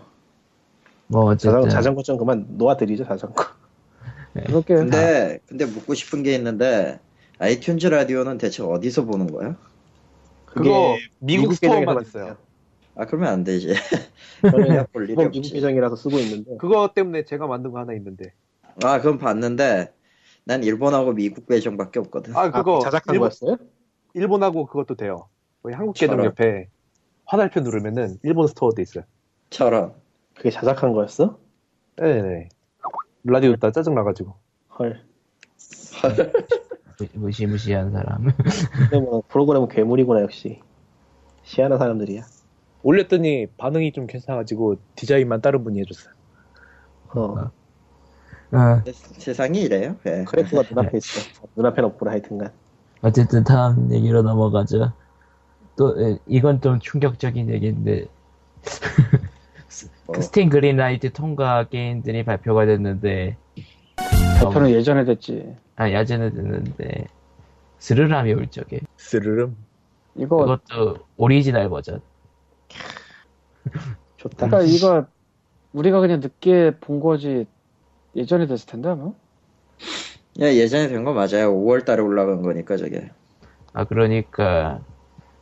Speaker 1: 뭐
Speaker 5: 자전거,
Speaker 1: 어쨌든
Speaker 5: 자전거 좀 그만 놓아드리죠, 자전거.
Speaker 3: 그렇게
Speaker 4: 근데, 근데 묻고 싶은 게 있는데, 아이튠즈 라디오는 대체 어디서 보는 거야?
Speaker 2: 그거
Speaker 5: 그게
Speaker 2: 미국
Speaker 5: 계정에서만
Speaker 2: 스토어만 있어요.
Speaker 4: 아, 그러면 안 되지.
Speaker 5: 저는
Speaker 4: 내가 볼 일이
Speaker 5: 일본 미국
Speaker 4: 없지.
Speaker 5: 계정이라서 쓰고 있는데
Speaker 2: 그거 때문에 제가 만든 거 하나 있는데.
Speaker 4: 아, 그건 봤는데, 난 일본하고 미국 배정밖에 없거든.
Speaker 2: 아 그거
Speaker 5: 아, 자작한
Speaker 2: 일본,
Speaker 5: 거였어요?
Speaker 2: 일본하고 그것도 돼요. 거기 한국 계정
Speaker 4: 저런.
Speaker 2: 옆에 화살표 누르면은 일본 스토어도 있어요.
Speaker 4: 저런.
Speaker 5: 그게 자작한 거였어?
Speaker 2: 네네. 라디오 듣다 짜증 나가지고.
Speaker 5: 헐.
Speaker 1: 무- 무시무시한 사람.
Speaker 5: 근데 뭐 프로그램은 괴물이구나 역시. 희한한 사람들이야.
Speaker 2: 올렸더니 반응이 좀 괜찮아가지고 디자인만 다른 분이 해줬어요.
Speaker 5: 어.
Speaker 1: 아,
Speaker 4: 근데 세상이 이래요? 예.
Speaker 5: 크래프가 눈앞에 있어. 눈앞에 없구나 하여튼간.
Speaker 1: 어쨌든 다음 얘기로 넘어가죠. 또 에, 이건 좀 충격적인 얘기인데 그 스팀 그린라이트 통과 게임들이 발표가 됐는데
Speaker 3: 대표는 예전에 됐지.
Speaker 1: 아, 야전에 듣는데, 스르람이 올 적에.
Speaker 2: 스르름.
Speaker 3: 이거
Speaker 1: 그것도 오리지널 버전.
Speaker 5: 좋다.
Speaker 1: 음.
Speaker 3: 그러니까 이거 우리가 그냥 늦게 본 거지 예전에 됐을 텐데
Speaker 1: 네,
Speaker 3: 아마.
Speaker 4: 예, 예전에 된 거 맞아요. 5월 달에 올라간 거니까 저게.
Speaker 1: 아, 그러니까,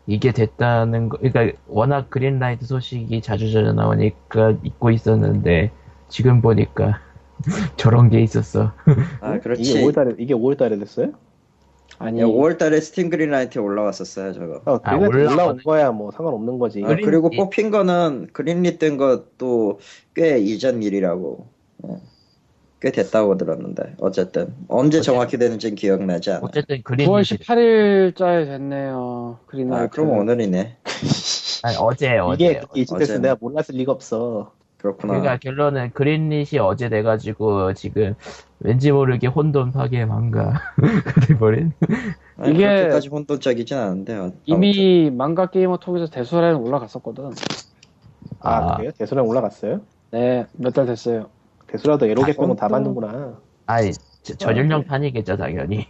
Speaker 1: 이게 됐다는 거, 그러니까, 워낙 그린라이트 소식이 자주 자주 나오니까 잊고 있었는데, 지금 보니까, 저런 게 있었어.
Speaker 4: 아,
Speaker 5: 이게
Speaker 4: 그렇지.
Speaker 5: 5월달에 이게 5월달에 됐어요?
Speaker 3: 아니
Speaker 4: 예, 5월 달에 스팀 그린라이트에 올라왔었어요, 저거.
Speaker 5: 아,
Speaker 1: 아,
Speaker 5: 그래
Speaker 1: 올라오는-
Speaker 5: 올라온 거야 뭐 상관없는 거지.
Speaker 4: 아, 그리고
Speaker 1: 그린리-
Speaker 4: 뽑힌 거는 그린리 된 것도 꽤 이전 일이라고. 예. 꽤 됐다고 들었는데. 어쨌든. 언제 정확히 되는지는 기억나지 않아요.
Speaker 1: 어쨌든 그린
Speaker 3: 9월 18일자에 됐네요.
Speaker 4: 아,
Speaker 3: 그린라이트.
Speaker 4: 그럼 오늘이네.
Speaker 1: 아니, 어제, 어제.
Speaker 5: 이게 그때 이쯤 됐어
Speaker 4: 어제는-
Speaker 5: 내가 몰랐을 리가 없어.
Speaker 4: 그렇구나.
Speaker 1: 그러니까 결론은 그린릿이 어제 돼가지고 지금 왠지 모르게 혼돈 파괴 망가 돼버린
Speaker 4: 아니,
Speaker 3: 이게-
Speaker 4: 그렇게까지 혼돈적이진 않은데요. 아,
Speaker 3: 이미 망가 게이머 톡에서 대수라는 올라갔었거든.
Speaker 5: 아,
Speaker 1: 아.
Speaker 5: 그래요? 대수랑 올라갔어요?
Speaker 3: 네, 몇 달 됐어요.
Speaker 5: 대수라도 에로게
Speaker 1: 아,
Speaker 5: 빼고 다
Speaker 1: 또-
Speaker 5: 맞는구나.
Speaker 1: 아니 저- 전용형 판이겠죠 당연히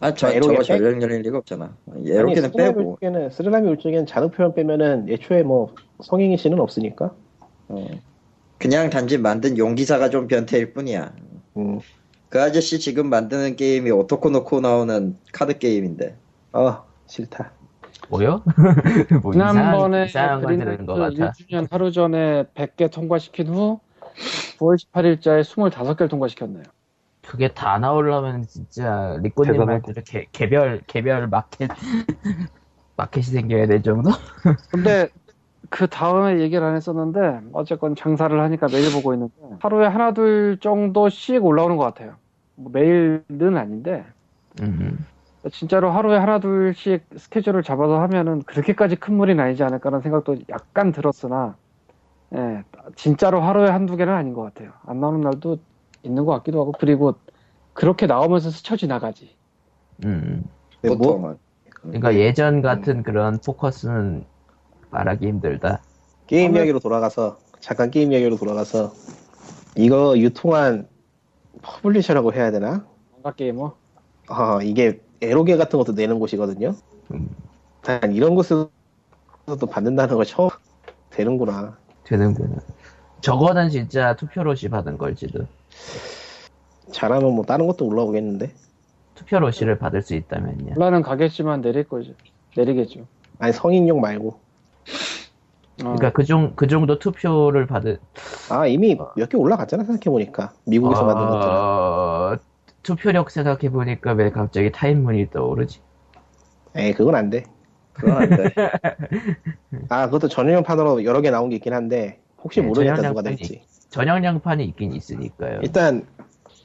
Speaker 4: 아, 저,
Speaker 5: 에로게
Speaker 4: 저거
Speaker 5: 빼-
Speaker 4: 전력률일 리가 없잖아. 에로게는 빼고.
Speaker 5: 쓰라미 쓰라미 올 적에는 잔혹 표현 빼면은 애초에 뭐 성행의 신은 없으니까.
Speaker 4: 예. 그냥 단지 만든 용기사가 좀 변태일 뿐이야.
Speaker 5: 음.
Speaker 4: 그 아저씨 지금 만드는 게임이 오토코 놓고 나오는 카드 게임인데.
Speaker 5: 어 싫다.
Speaker 1: 뭐요? 뭐
Speaker 3: 지난번에
Speaker 1: 이상한,
Speaker 3: 그
Speaker 1: 이상한 걸 들은 것 같아
Speaker 3: 1주년 하루 전에 100개 통과시킨 후 9월 18일자에 25개를 통과시켰네요.
Speaker 1: 그게 다 나오려면 진짜 리코님
Speaker 2: 대단하다.
Speaker 1: 말대로 개, 개별 개별 마켓 마켓이 생겨야 될 정도?
Speaker 3: 근데 그 다음에 얘기를 안 했었는데 어쨌건 장사를 하니까 매일 보고 있는데 하루에 하나 둘 정도씩 올라오는 것 같아요. 뭐 매일은 아닌데
Speaker 1: 음.
Speaker 3: 진짜로 하루에 하나 둘씩 스케줄을 잡아서 하면은 그렇게까지 큰 무리는 아니지 않을까라는 생각도 약간 들었으나 예, 진짜로 하루에 한두 개는 아닌 것 같아요. 안 나오는 날도 있는 것 같기도 하고 그리고 그렇게 나오면서 스쳐 지나가지.
Speaker 1: 음.
Speaker 5: 근데 뭐
Speaker 4: 보통은.
Speaker 1: 그러니까 예전 같은 그런 포커스는 말하기 힘들다
Speaker 5: 게임 이야기로 돌아가서 잠깐 게임 이야기로 돌아가서 이거 유통한 퍼블리셔라고 해야 되나?
Speaker 3: 뭔가 게이머.
Speaker 5: 어, 이게 에로게 같은 것도 내는 곳이거든요.
Speaker 1: 음.
Speaker 5: 단 이런 곳에서도 받는다는 걸 처음 되는구나.
Speaker 1: 되는구나 저거는 진짜 투표로시 받은 걸지도
Speaker 5: 잘하면 뭐 다른 것도 올라오겠는데.
Speaker 1: 투표로시를 받을 수 있다면요
Speaker 3: 올라는 가겠지만 내릴 거죠. 내리겠죠.
Speaker 5: 아니 성인용 말고.
Speaker 3: 어,
Speaker 1: 그러니까 그, 정, 그 정도 투표를 받은
Speaker 5: 아 이미 몇 개 올라갔잖아 생각해 보니까
Speaker 1: 아.
Speaker 5: 미국에서 만든 것들.
Speaker 1: 어, 투표력 생각해 보니까 왜 갑자기 타임문이 떠오르지?
Speaker 5: 에이 그건 안 돼.
Speaker 4: 그건 안 돼.
Speaker 5: 아 그것도 전용 판으로 여러 개 나온 게 있긴 한데 혹시
Speaker 1: 네,
Speaker 5: 모르니까
Speaker 1: 전용
Speaker 5: 누가
Speaker 1: 판이.
Speaker 5: 될지.
Speaker 1: 전형량판이 있긴 있으니까요.
Speaker 5: 일단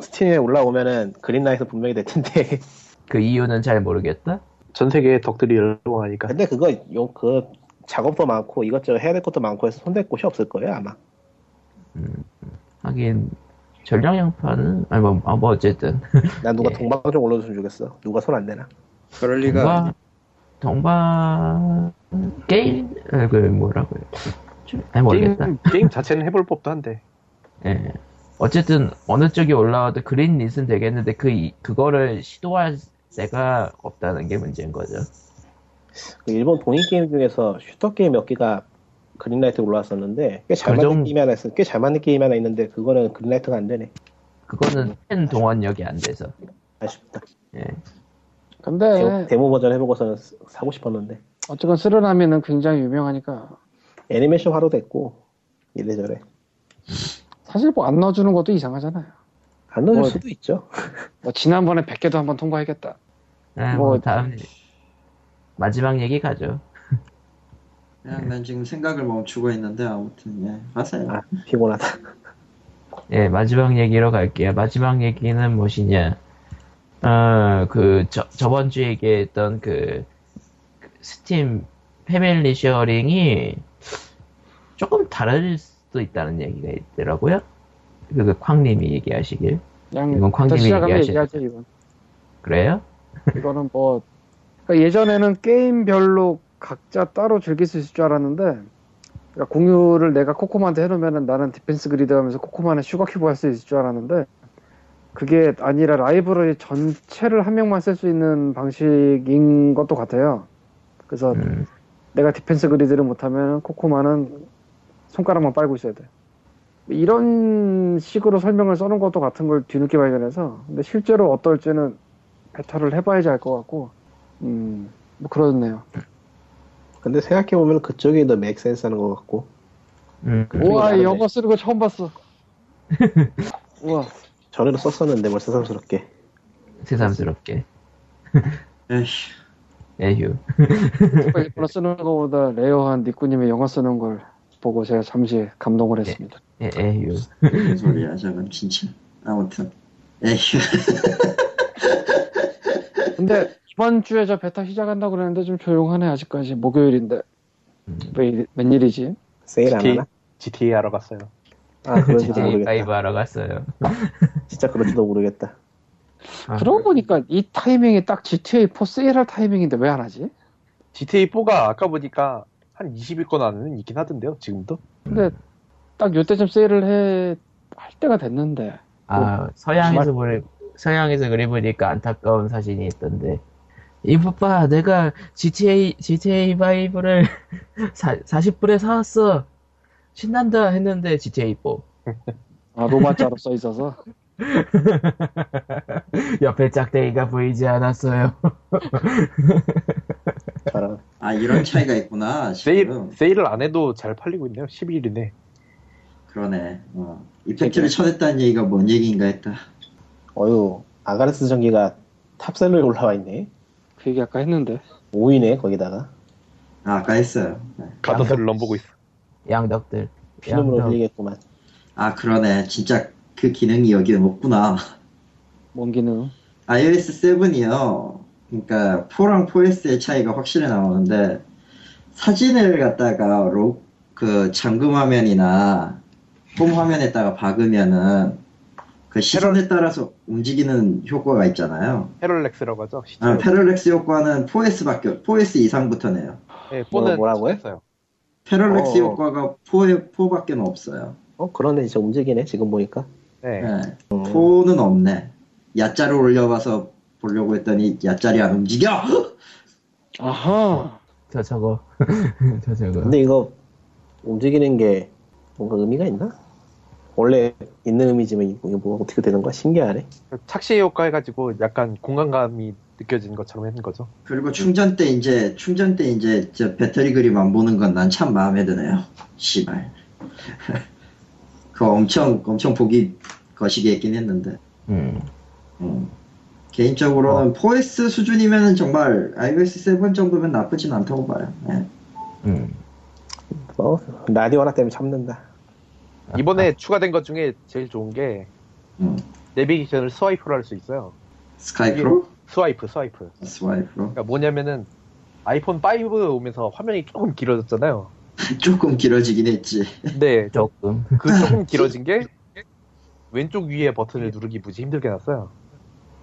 Speaker 5: 스팀에 올라오면은 그린라이트 분명히 될 텐데.
Speaker 1: 그 이유는 잘 모르겠다.
Speaker 2: 전 세계에 덕들이 열광하니까.
Speaker 5: 그러니까. 근데 그거 용 그 작업도 많고 이것저것 해야 될 것도 많고 해서 손댈 곳이 없을 거예요 아마.
Speaker 1: 하긴 전형량판은 아니 뭐, 아, 뭐 어쨌든
Speaker 5: 난 누가
Speaker 1: 예.
Speaker 5: 동방 좀 올려줬으면 좋겠어. 누가 손 안 대나.
Speaker 4: 그럴 리가.
Speaker 1: 동방 동방 게임 아, 그 뭐라고요? 아니 모르겠다.
Speaker 2: 게임, 게임 자체는 해볼 법도 한데.
Speaker 1: 예. 어쨌든 어느 쪽이 올라와도 그린 릿은 되겠는데 그 이- 그거를 시도할 새가 없다는 게 문제인 거죠.
Speaker 5: 그 일본 동인 게임 중에서 슈터 게임 몇 개가 그린라이트 올라왔었는데 꽤 잘
Speaker 1: 그
Speaker 5: 만든
Speaker 1: 정-
Speaker 5: 게임이 하나 있어. 꽤잘 만든 게임 하나 있는데 그거는 그린라이트가 안 되네.
Speaker 1: 그거는 팬 동원력이 안 돼서.
Speaker 5: 아쉽다.
Speaker 1: 예.
Speaker 5: 데모,
Speaker 3: 근데
Speaker 5: 데모 버전 해보고서는 쓰- 사고 싶었는데
Speaker 3: 어쨌건 쓰르나미는 굉장히 유명하니까
Speaker 5: 애니메이션 화로 됐고 이래저래
Speaker 3: 사실 뭐 안 넣어주는 것도 이상하잖아요.
Speaker 5: 안 넣을
Speaker 3: 뭐-
Speaker 5: 수도 있죠.
Speaker 3: 뭐 지난번에 100개도 한번 통과했겠다.
Speaker 1: 네,
Speaker 3: 뭐,
Speaker 1: 뭐 다음 마지막 얘기 가죠.
Speaker 4: 그냥 예, 난 지금 생각을 멈추고 있는데 아무튼 예. 하세요.
Speaker 5: 아 피곤하다.
Speaker 1: 예, 마지막 얘기로 갈게요. 마지막 얘기는 무엇이냐? 어, 그 저, 저번 주에 얘기했던 그 스팀 패밀리 쉐어링이 조금 다를 수도 있다는 얘기가 있더라고요. 그, 그 쾅님이 얘기하시길
Speaker 3: 그냥
Speaker 1: 이건
Speaker 3: 일단
Speaker 1: 광님이
Speaker 3: 시작하면
Speaker 1: 얘기하셔야
Speaker 3: 얘기하죠 이건.
Speaker 1: 그래요?
Speaker 3: 이거는 뭐 그러니까 예전에는 게임별로 각자 따로 즐길 수 있을 줄 알았는데 그러니까 공유를 내가 코코마한테 해놓으면 나는 디펜스 그리드 하면서 코코마는 슈가큐브 할 수 있을 줄 알았는데 그게 아니라 라이브러리 전체를 한 명만 쓸 수 있는 방식인 것도 같아요. 그래서
Speaker 1: 음,
Speaker 3: 내가 디펜스 그리드를 못하면 코코마는 손가락만 빨고 있어야 돼. 이런 식으로 설명을 써놓은 것도 같은 걸 뒤늦게 발견해서 근데 실제로 어떨지는 베타를 해봐야지 알 것 같고 음, 뭐 그렇네요.
Speaker 5: 근데 생각해보면 그쪽이 더 맥센스 하는 것 같고.
Speaker 1: 음.
Speaker 3: 우와
Speaker 5: 다르네.
Speaker 3: 영어 쓰는 거 처음 봤어. 우와
Speaker 5: 전에도 썼었는데 뭘 새삼스럽게.
Speaker 1: 새삼스럽게.
Speaker 4: 에휴,
Speaker 1: 에휴.
Speaker 3: 일본어 쓰는 거보다 레어한 니꾸님의 영어 쓰는 걸 보고 제가 잠시 감동을 했습니다.
Speaker 1: 예, 에, 에휴.
Speaker 4: 무슨 소리야 저건 진짜. 아무튼 에휴.
Speaker 3: 근데 이번 주에 저 베타 시작한다고 그랬는데 좀 조용하네 아직까지 목요일인데 왜 이리- 웬일이지?
Speaker 5: 세일 안
Speaker 2: GTA,
Speaker 5: 하나?
Speaker 2: GTA 하러 갔어요.
Speaker 5: 아, 그런지도
Speaker 1: GTA
Speaker 5: 모르겠다.
Speaker 1: 5 하러 갔어요.
Speaker 5: 진짜 그런지도 모르겠다.
Speaker 1: 아,
Speaker 3: 그러고 보니까 이 타이밍이 딱 GTA 4 세일할 타이밍인데 왜 안 하지?
Speaker 2: GTA4가 아까 보니까 한 20위권 안에는 있긴 하던데요, 지금도?
Speaker 3: 근데 딱 요때쯤 세일을 해, 할 때가 됐는데
Speaker 5: 뭐,
Speaker 1: 아, 서양에서 보래, 서양에서 그래보니까 안타까운 사진이 있던데. 이거 봐, 내가 GTA, GTA 5를 40불에 사왔어. 신난다 했는데 GTA 4.
Speaker 3: 아, 로마자로 써 있어서
Speaker 1: 옆에 짝대기가 보이지 않았어요.
Speaker 5: 저랑.
Speaker 4: 아 이런 차이가 있구나
Speaker 2: 세일,
Speaker 4: 지금.
Speaker 2: 세일을 안 해도 잘 팔리고 있네요. 11일이네.
Speaker 4: 그러네. 어. 이펙트를 쳐냈다는 얘기가 뭔 얘기인가 했다.
Speaker 5: 어휴, 아가르스 전기가 탑셀러에 올라와 있네.
Speaker 3: 그 얘기 아까 했는데
Speaker 5: 5위네, 거기다가.
Speaker 4: 아, 아까 했어요. 네.
Speaker 2: 가더스를 넘보고 있어.
Speaker 1: 양덕들.
Speaker 5: 필름으로 흘리겠구만.
Speaker 4: 아 그러네. 진짜 그 기능이 여기는 없구나.
Speaker 3: 뭔 기능?
Speaker 4: iOS 7이요. 그러니까 4랑 4S의 차이가 확실히 나오는데 사진을 갖다가 로, 그 잠금 화면이나 홈 화면에다가 박으면은 그 시선에 따라서 움직이는 효과가 있잖아요.
Speaker 2: 헤럴렉스라고 하죠. 시체.
Speaker 4: 아, 패럴렉스 효과는 4S밖에 4S 이상부터네요.
Speaker 2: 네,
Speaker 5: 뭐-
Speaker 2: 폰은
Speaker 5: 뭐라고 해?
Speaker 2: 했어요.
Speaker 4: 패럴렉스
Speaker 2: 어.
Speaker 4: 효과가 4에 4밖에 없어요.
Speaker 5: 어, 그러네. 진짜 움직이네, 지금 보니까.
Speaker 2: 네.
Speaker 4: 네. 4는 없네. 야자를 올려봐서 보려고 했더니 야자리 안 움직여.
Speaker 3: 아하
Speaker 1: 저 저거. 저 저거.
Speaker 5: 근데 이거 움직이는 게 뭔가 의미가 있나? 원래 있는 의미지만 이거 뭐 어떻게 되는 거야? 신기하네.
Speaker 2: 그 착시 효과 해가지고 약간 공간감이 느껴지는 것처럼 했는 거죠.
Speaker 4: 그리고 충전 때 이제 충전 때 이제 저 배터리 그림 안 보는 건 난 참 마음에 드네요. 씨발. 그거 엄청 엄청 보기 거시기 했긴 했는데.
Speaker 1: 음.
Speaker 4: 음. 개인적으로는 4S 수준이면 정말 iOS 7 정도면 나쁘진 않다고 봐요. 예.
Speaker 1: 음.
Speaker 5: 어, 라디오 하나 때문에 참는다.
Speaker 2: 이번에 추가된 것 중에 제일 좋은 게
Speaker 4: 음.
Speaker 2: 내비게이션을 스와이프로 할 수 있어요.
Speaker 4: 스카이프로?
Speaker 2: 스와이프, 스와이프.
Speaker 4: 스와이프로?
Speaker 2: 그러니까 뭐냐면은 아이폰 5 오면서 화면이 조금 길어졌잖아요.
Speaker 4: 조금 길어지긴 했지.
Speaker 2: 근데
Speaker 1: 조금.
Speaker 2: 그 조금 길어진 게 왼쪽 위에 버튼을 누르기 무지 힘들게 났어요.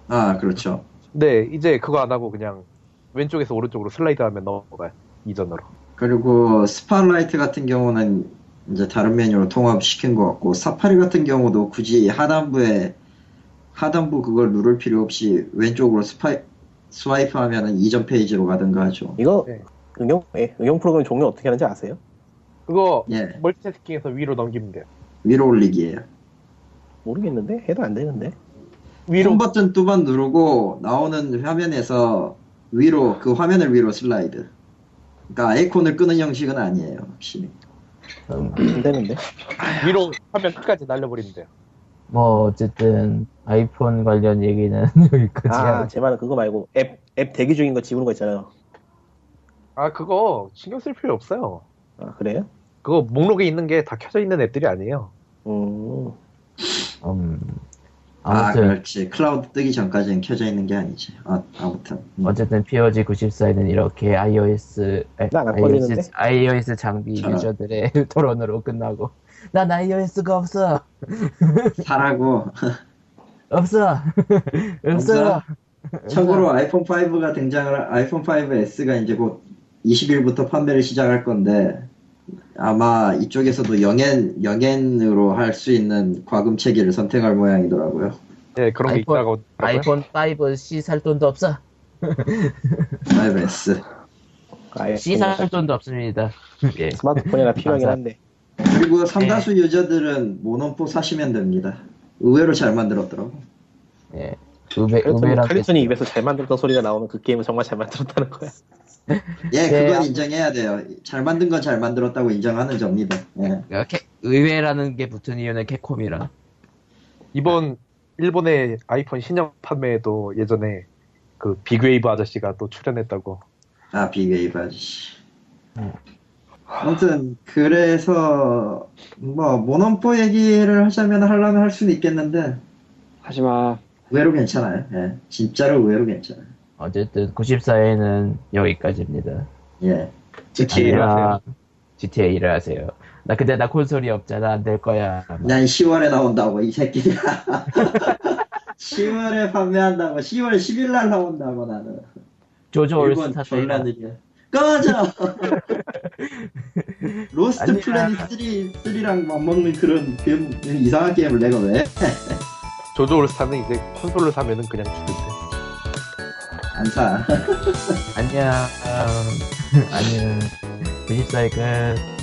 Speaker 4: 아, 그렇죠.
Speaker 2: 근데 이제 그거 안 하고 그냥 왼쪽에서 오른쪽으로 슬라이드하면 넘어가요. 이전으로.
Speaker 4: 그리고 스팟라이트 같은 경우는 이제 다른 메뉴로 통합시킨 것 같고 사파리 같은 경우도 굳이 하단부에 하단부 그걸 누를 필요 없이 왼쪽으로 스파이, 스와이프 하면은 이전 페이지로 가든가 하죠.
Speaker 5: 이거
Speaker 2: 네.
Speaker 5: 응용, 예, 응용 프로그램 종류 어떻게 하는지 아세요?
Speaker 2: 그거
Speaker 4: 예,
Speaker 2: 멀티태스킹에서 위로 넘기면 돼요.
Speaker 4: 위로 올리기예요.
Speaker 5: 모르겠는데? 해도 안 되는데?
Speaker 2: 위로
Speaker 4: 홈 버튼 두 번 누르고 나오는 화면에서 위로 그 화면을 위로 슬라이드. 그러니까 아이콘을 끄는 형식은 아니에요, 확실히.
Speaker 1: 음.
Speaker 5: 안 되는데?
Speaker 2: 위로 화면 끝까지 날려버리면 돼요.
Speaker 1: 뭐 어쨌든 아이폰 관련 얘기는 여기까지.
Speaker 5: 아,
Speaker 1: 하고.
Speaker 5: 제 말은 그거 말고 앱, 앱 대기 중인 거 지우는 거 있잖아요.
Speaker 2: 아 그거 신경 쓸 필요 없어요.
Speaker 5: 아, 그래요?
Speaker 2: 그거 목록에 있는 게 다 켜져 있는 앱들이 아니에요.
Speaker 5: 음,
Speaker 1: 음.
Speaker 4: 아,
Speaker 1: 아무튼
Speaker 4: 그렇지. 클라우드 뜨기 전까지는 켜져 있는 게 아니지. 아, 아무튼. 음.
Speaker 1: 어쨌든 POG 94에는 이렇게 iOS 에,
Speaker 5: 나안
Speaker 1: iOS,
Speaker 5: 꺼지는데?
Speaker 1: iOS 장비
Speaker 4: 저런.
Speaker 1: 유저들의 토론으로 끝나고 난 iOS가 없어
Speaker 4: 사라고.
Speaker 1: 없어 없어
Speaker 4: 없어? 참고로
Speaker 1: 네.
Speaker 4: 아이폰 5가 등장을 아이폰 5 S가 이제 곧 20일부터 판매를 시작할 건데 아마 이쪽에서도 영엔 영엔으로 할 수 있는 과금 체계를 선택할 모양이더라고요.
Speaker 2: 예, 그런 게
Speaker 1: 아이폰-
Speaker 2: 있다고. 하더라고요.
Speaker 1: 아이폰 5 C 살 돈도 없어.
Speaker 4: iOS.
Speaker 5: 아예
Speaker 1: C 살 돈도 없습니다. 예.
Speaker 5: 스마트폰이나 필요하긴
Speaker 1: 맞아.
Speaker 5: 한데
Speaker 4: 그리고 상다수
Speaker 1: 네.
Speaker 4: 유저들은 모노포 사시면 됩니다. 의외로 잘 만들었더라고.
Speaker 1: 예. 의외,
Speaker 5: 그랬더니
Speaker 1: 의외랑
Speaker 5: 카리토님 뭐 입에서 잘 만들었던 소리가 나오면 그 게임을 정말 잘 만들었다는 거야.
Speaker 4: 예,
Speaker 1: 네,
Speaker 4: 그건
Speaker 1: 아무-
Speaker 4: 인정해야 돼요. 잘 만든 건 잘 만들었다고 인정하는 점입니다. 예.
Speaker 1: 비슷- 캐- 의외라는 게 붙은 이유는 캡콤이라.
Speaker 2: 이번 일본의 아이폰 신형 판매에도 예전에 그 빅웨이브 아저씨가 또 출연했다고.
Speaker 4: 아, 비게이브 아저씨.
Speaker 1: 음.
Speaker 4: 아무튼, 그래서, 뭐, 모넌포 얘기를 하자면 하려면 할 수는 있겠는데,
Speaker 3: 하지마.
Speaker 4: 의외로 괜찮아요. 예. 진짜로 의외로 괜찮아요.
Speaker 1: 어쨌든 94회는 여기까지입니다.
Speaker 4: 예.
Speaker 2: GTA를 하세요.
Speaker 1: GTA를 하세요. 나 근데 나 콘솔이 없잖아. 안 될 거야.
Speaker 4: 난 10월에 나온다고, 이 새끼야. 10월에 판매한다고, 10월 10일날 나온다고, 나는.
Speaker 1: 조조
Speaker 4: 일본
Speaker 1: 올스타 때가
Speaker 4: 졸라 느려. 꺼져! 로스트
Speaker 1: 아니야.
Speaker 4: 플래닛 3, 3랑 맞먹는 그런 게임, 이상한 게임을 내가 왜? 해?
Speaker 2: 조조 올스타는 이제 콘솔로 사면은 그냥 주는데.
Speaker 4: 안 사. 아.
Speaker 1: 안녕. 안녕. 94회 그 끝. 예.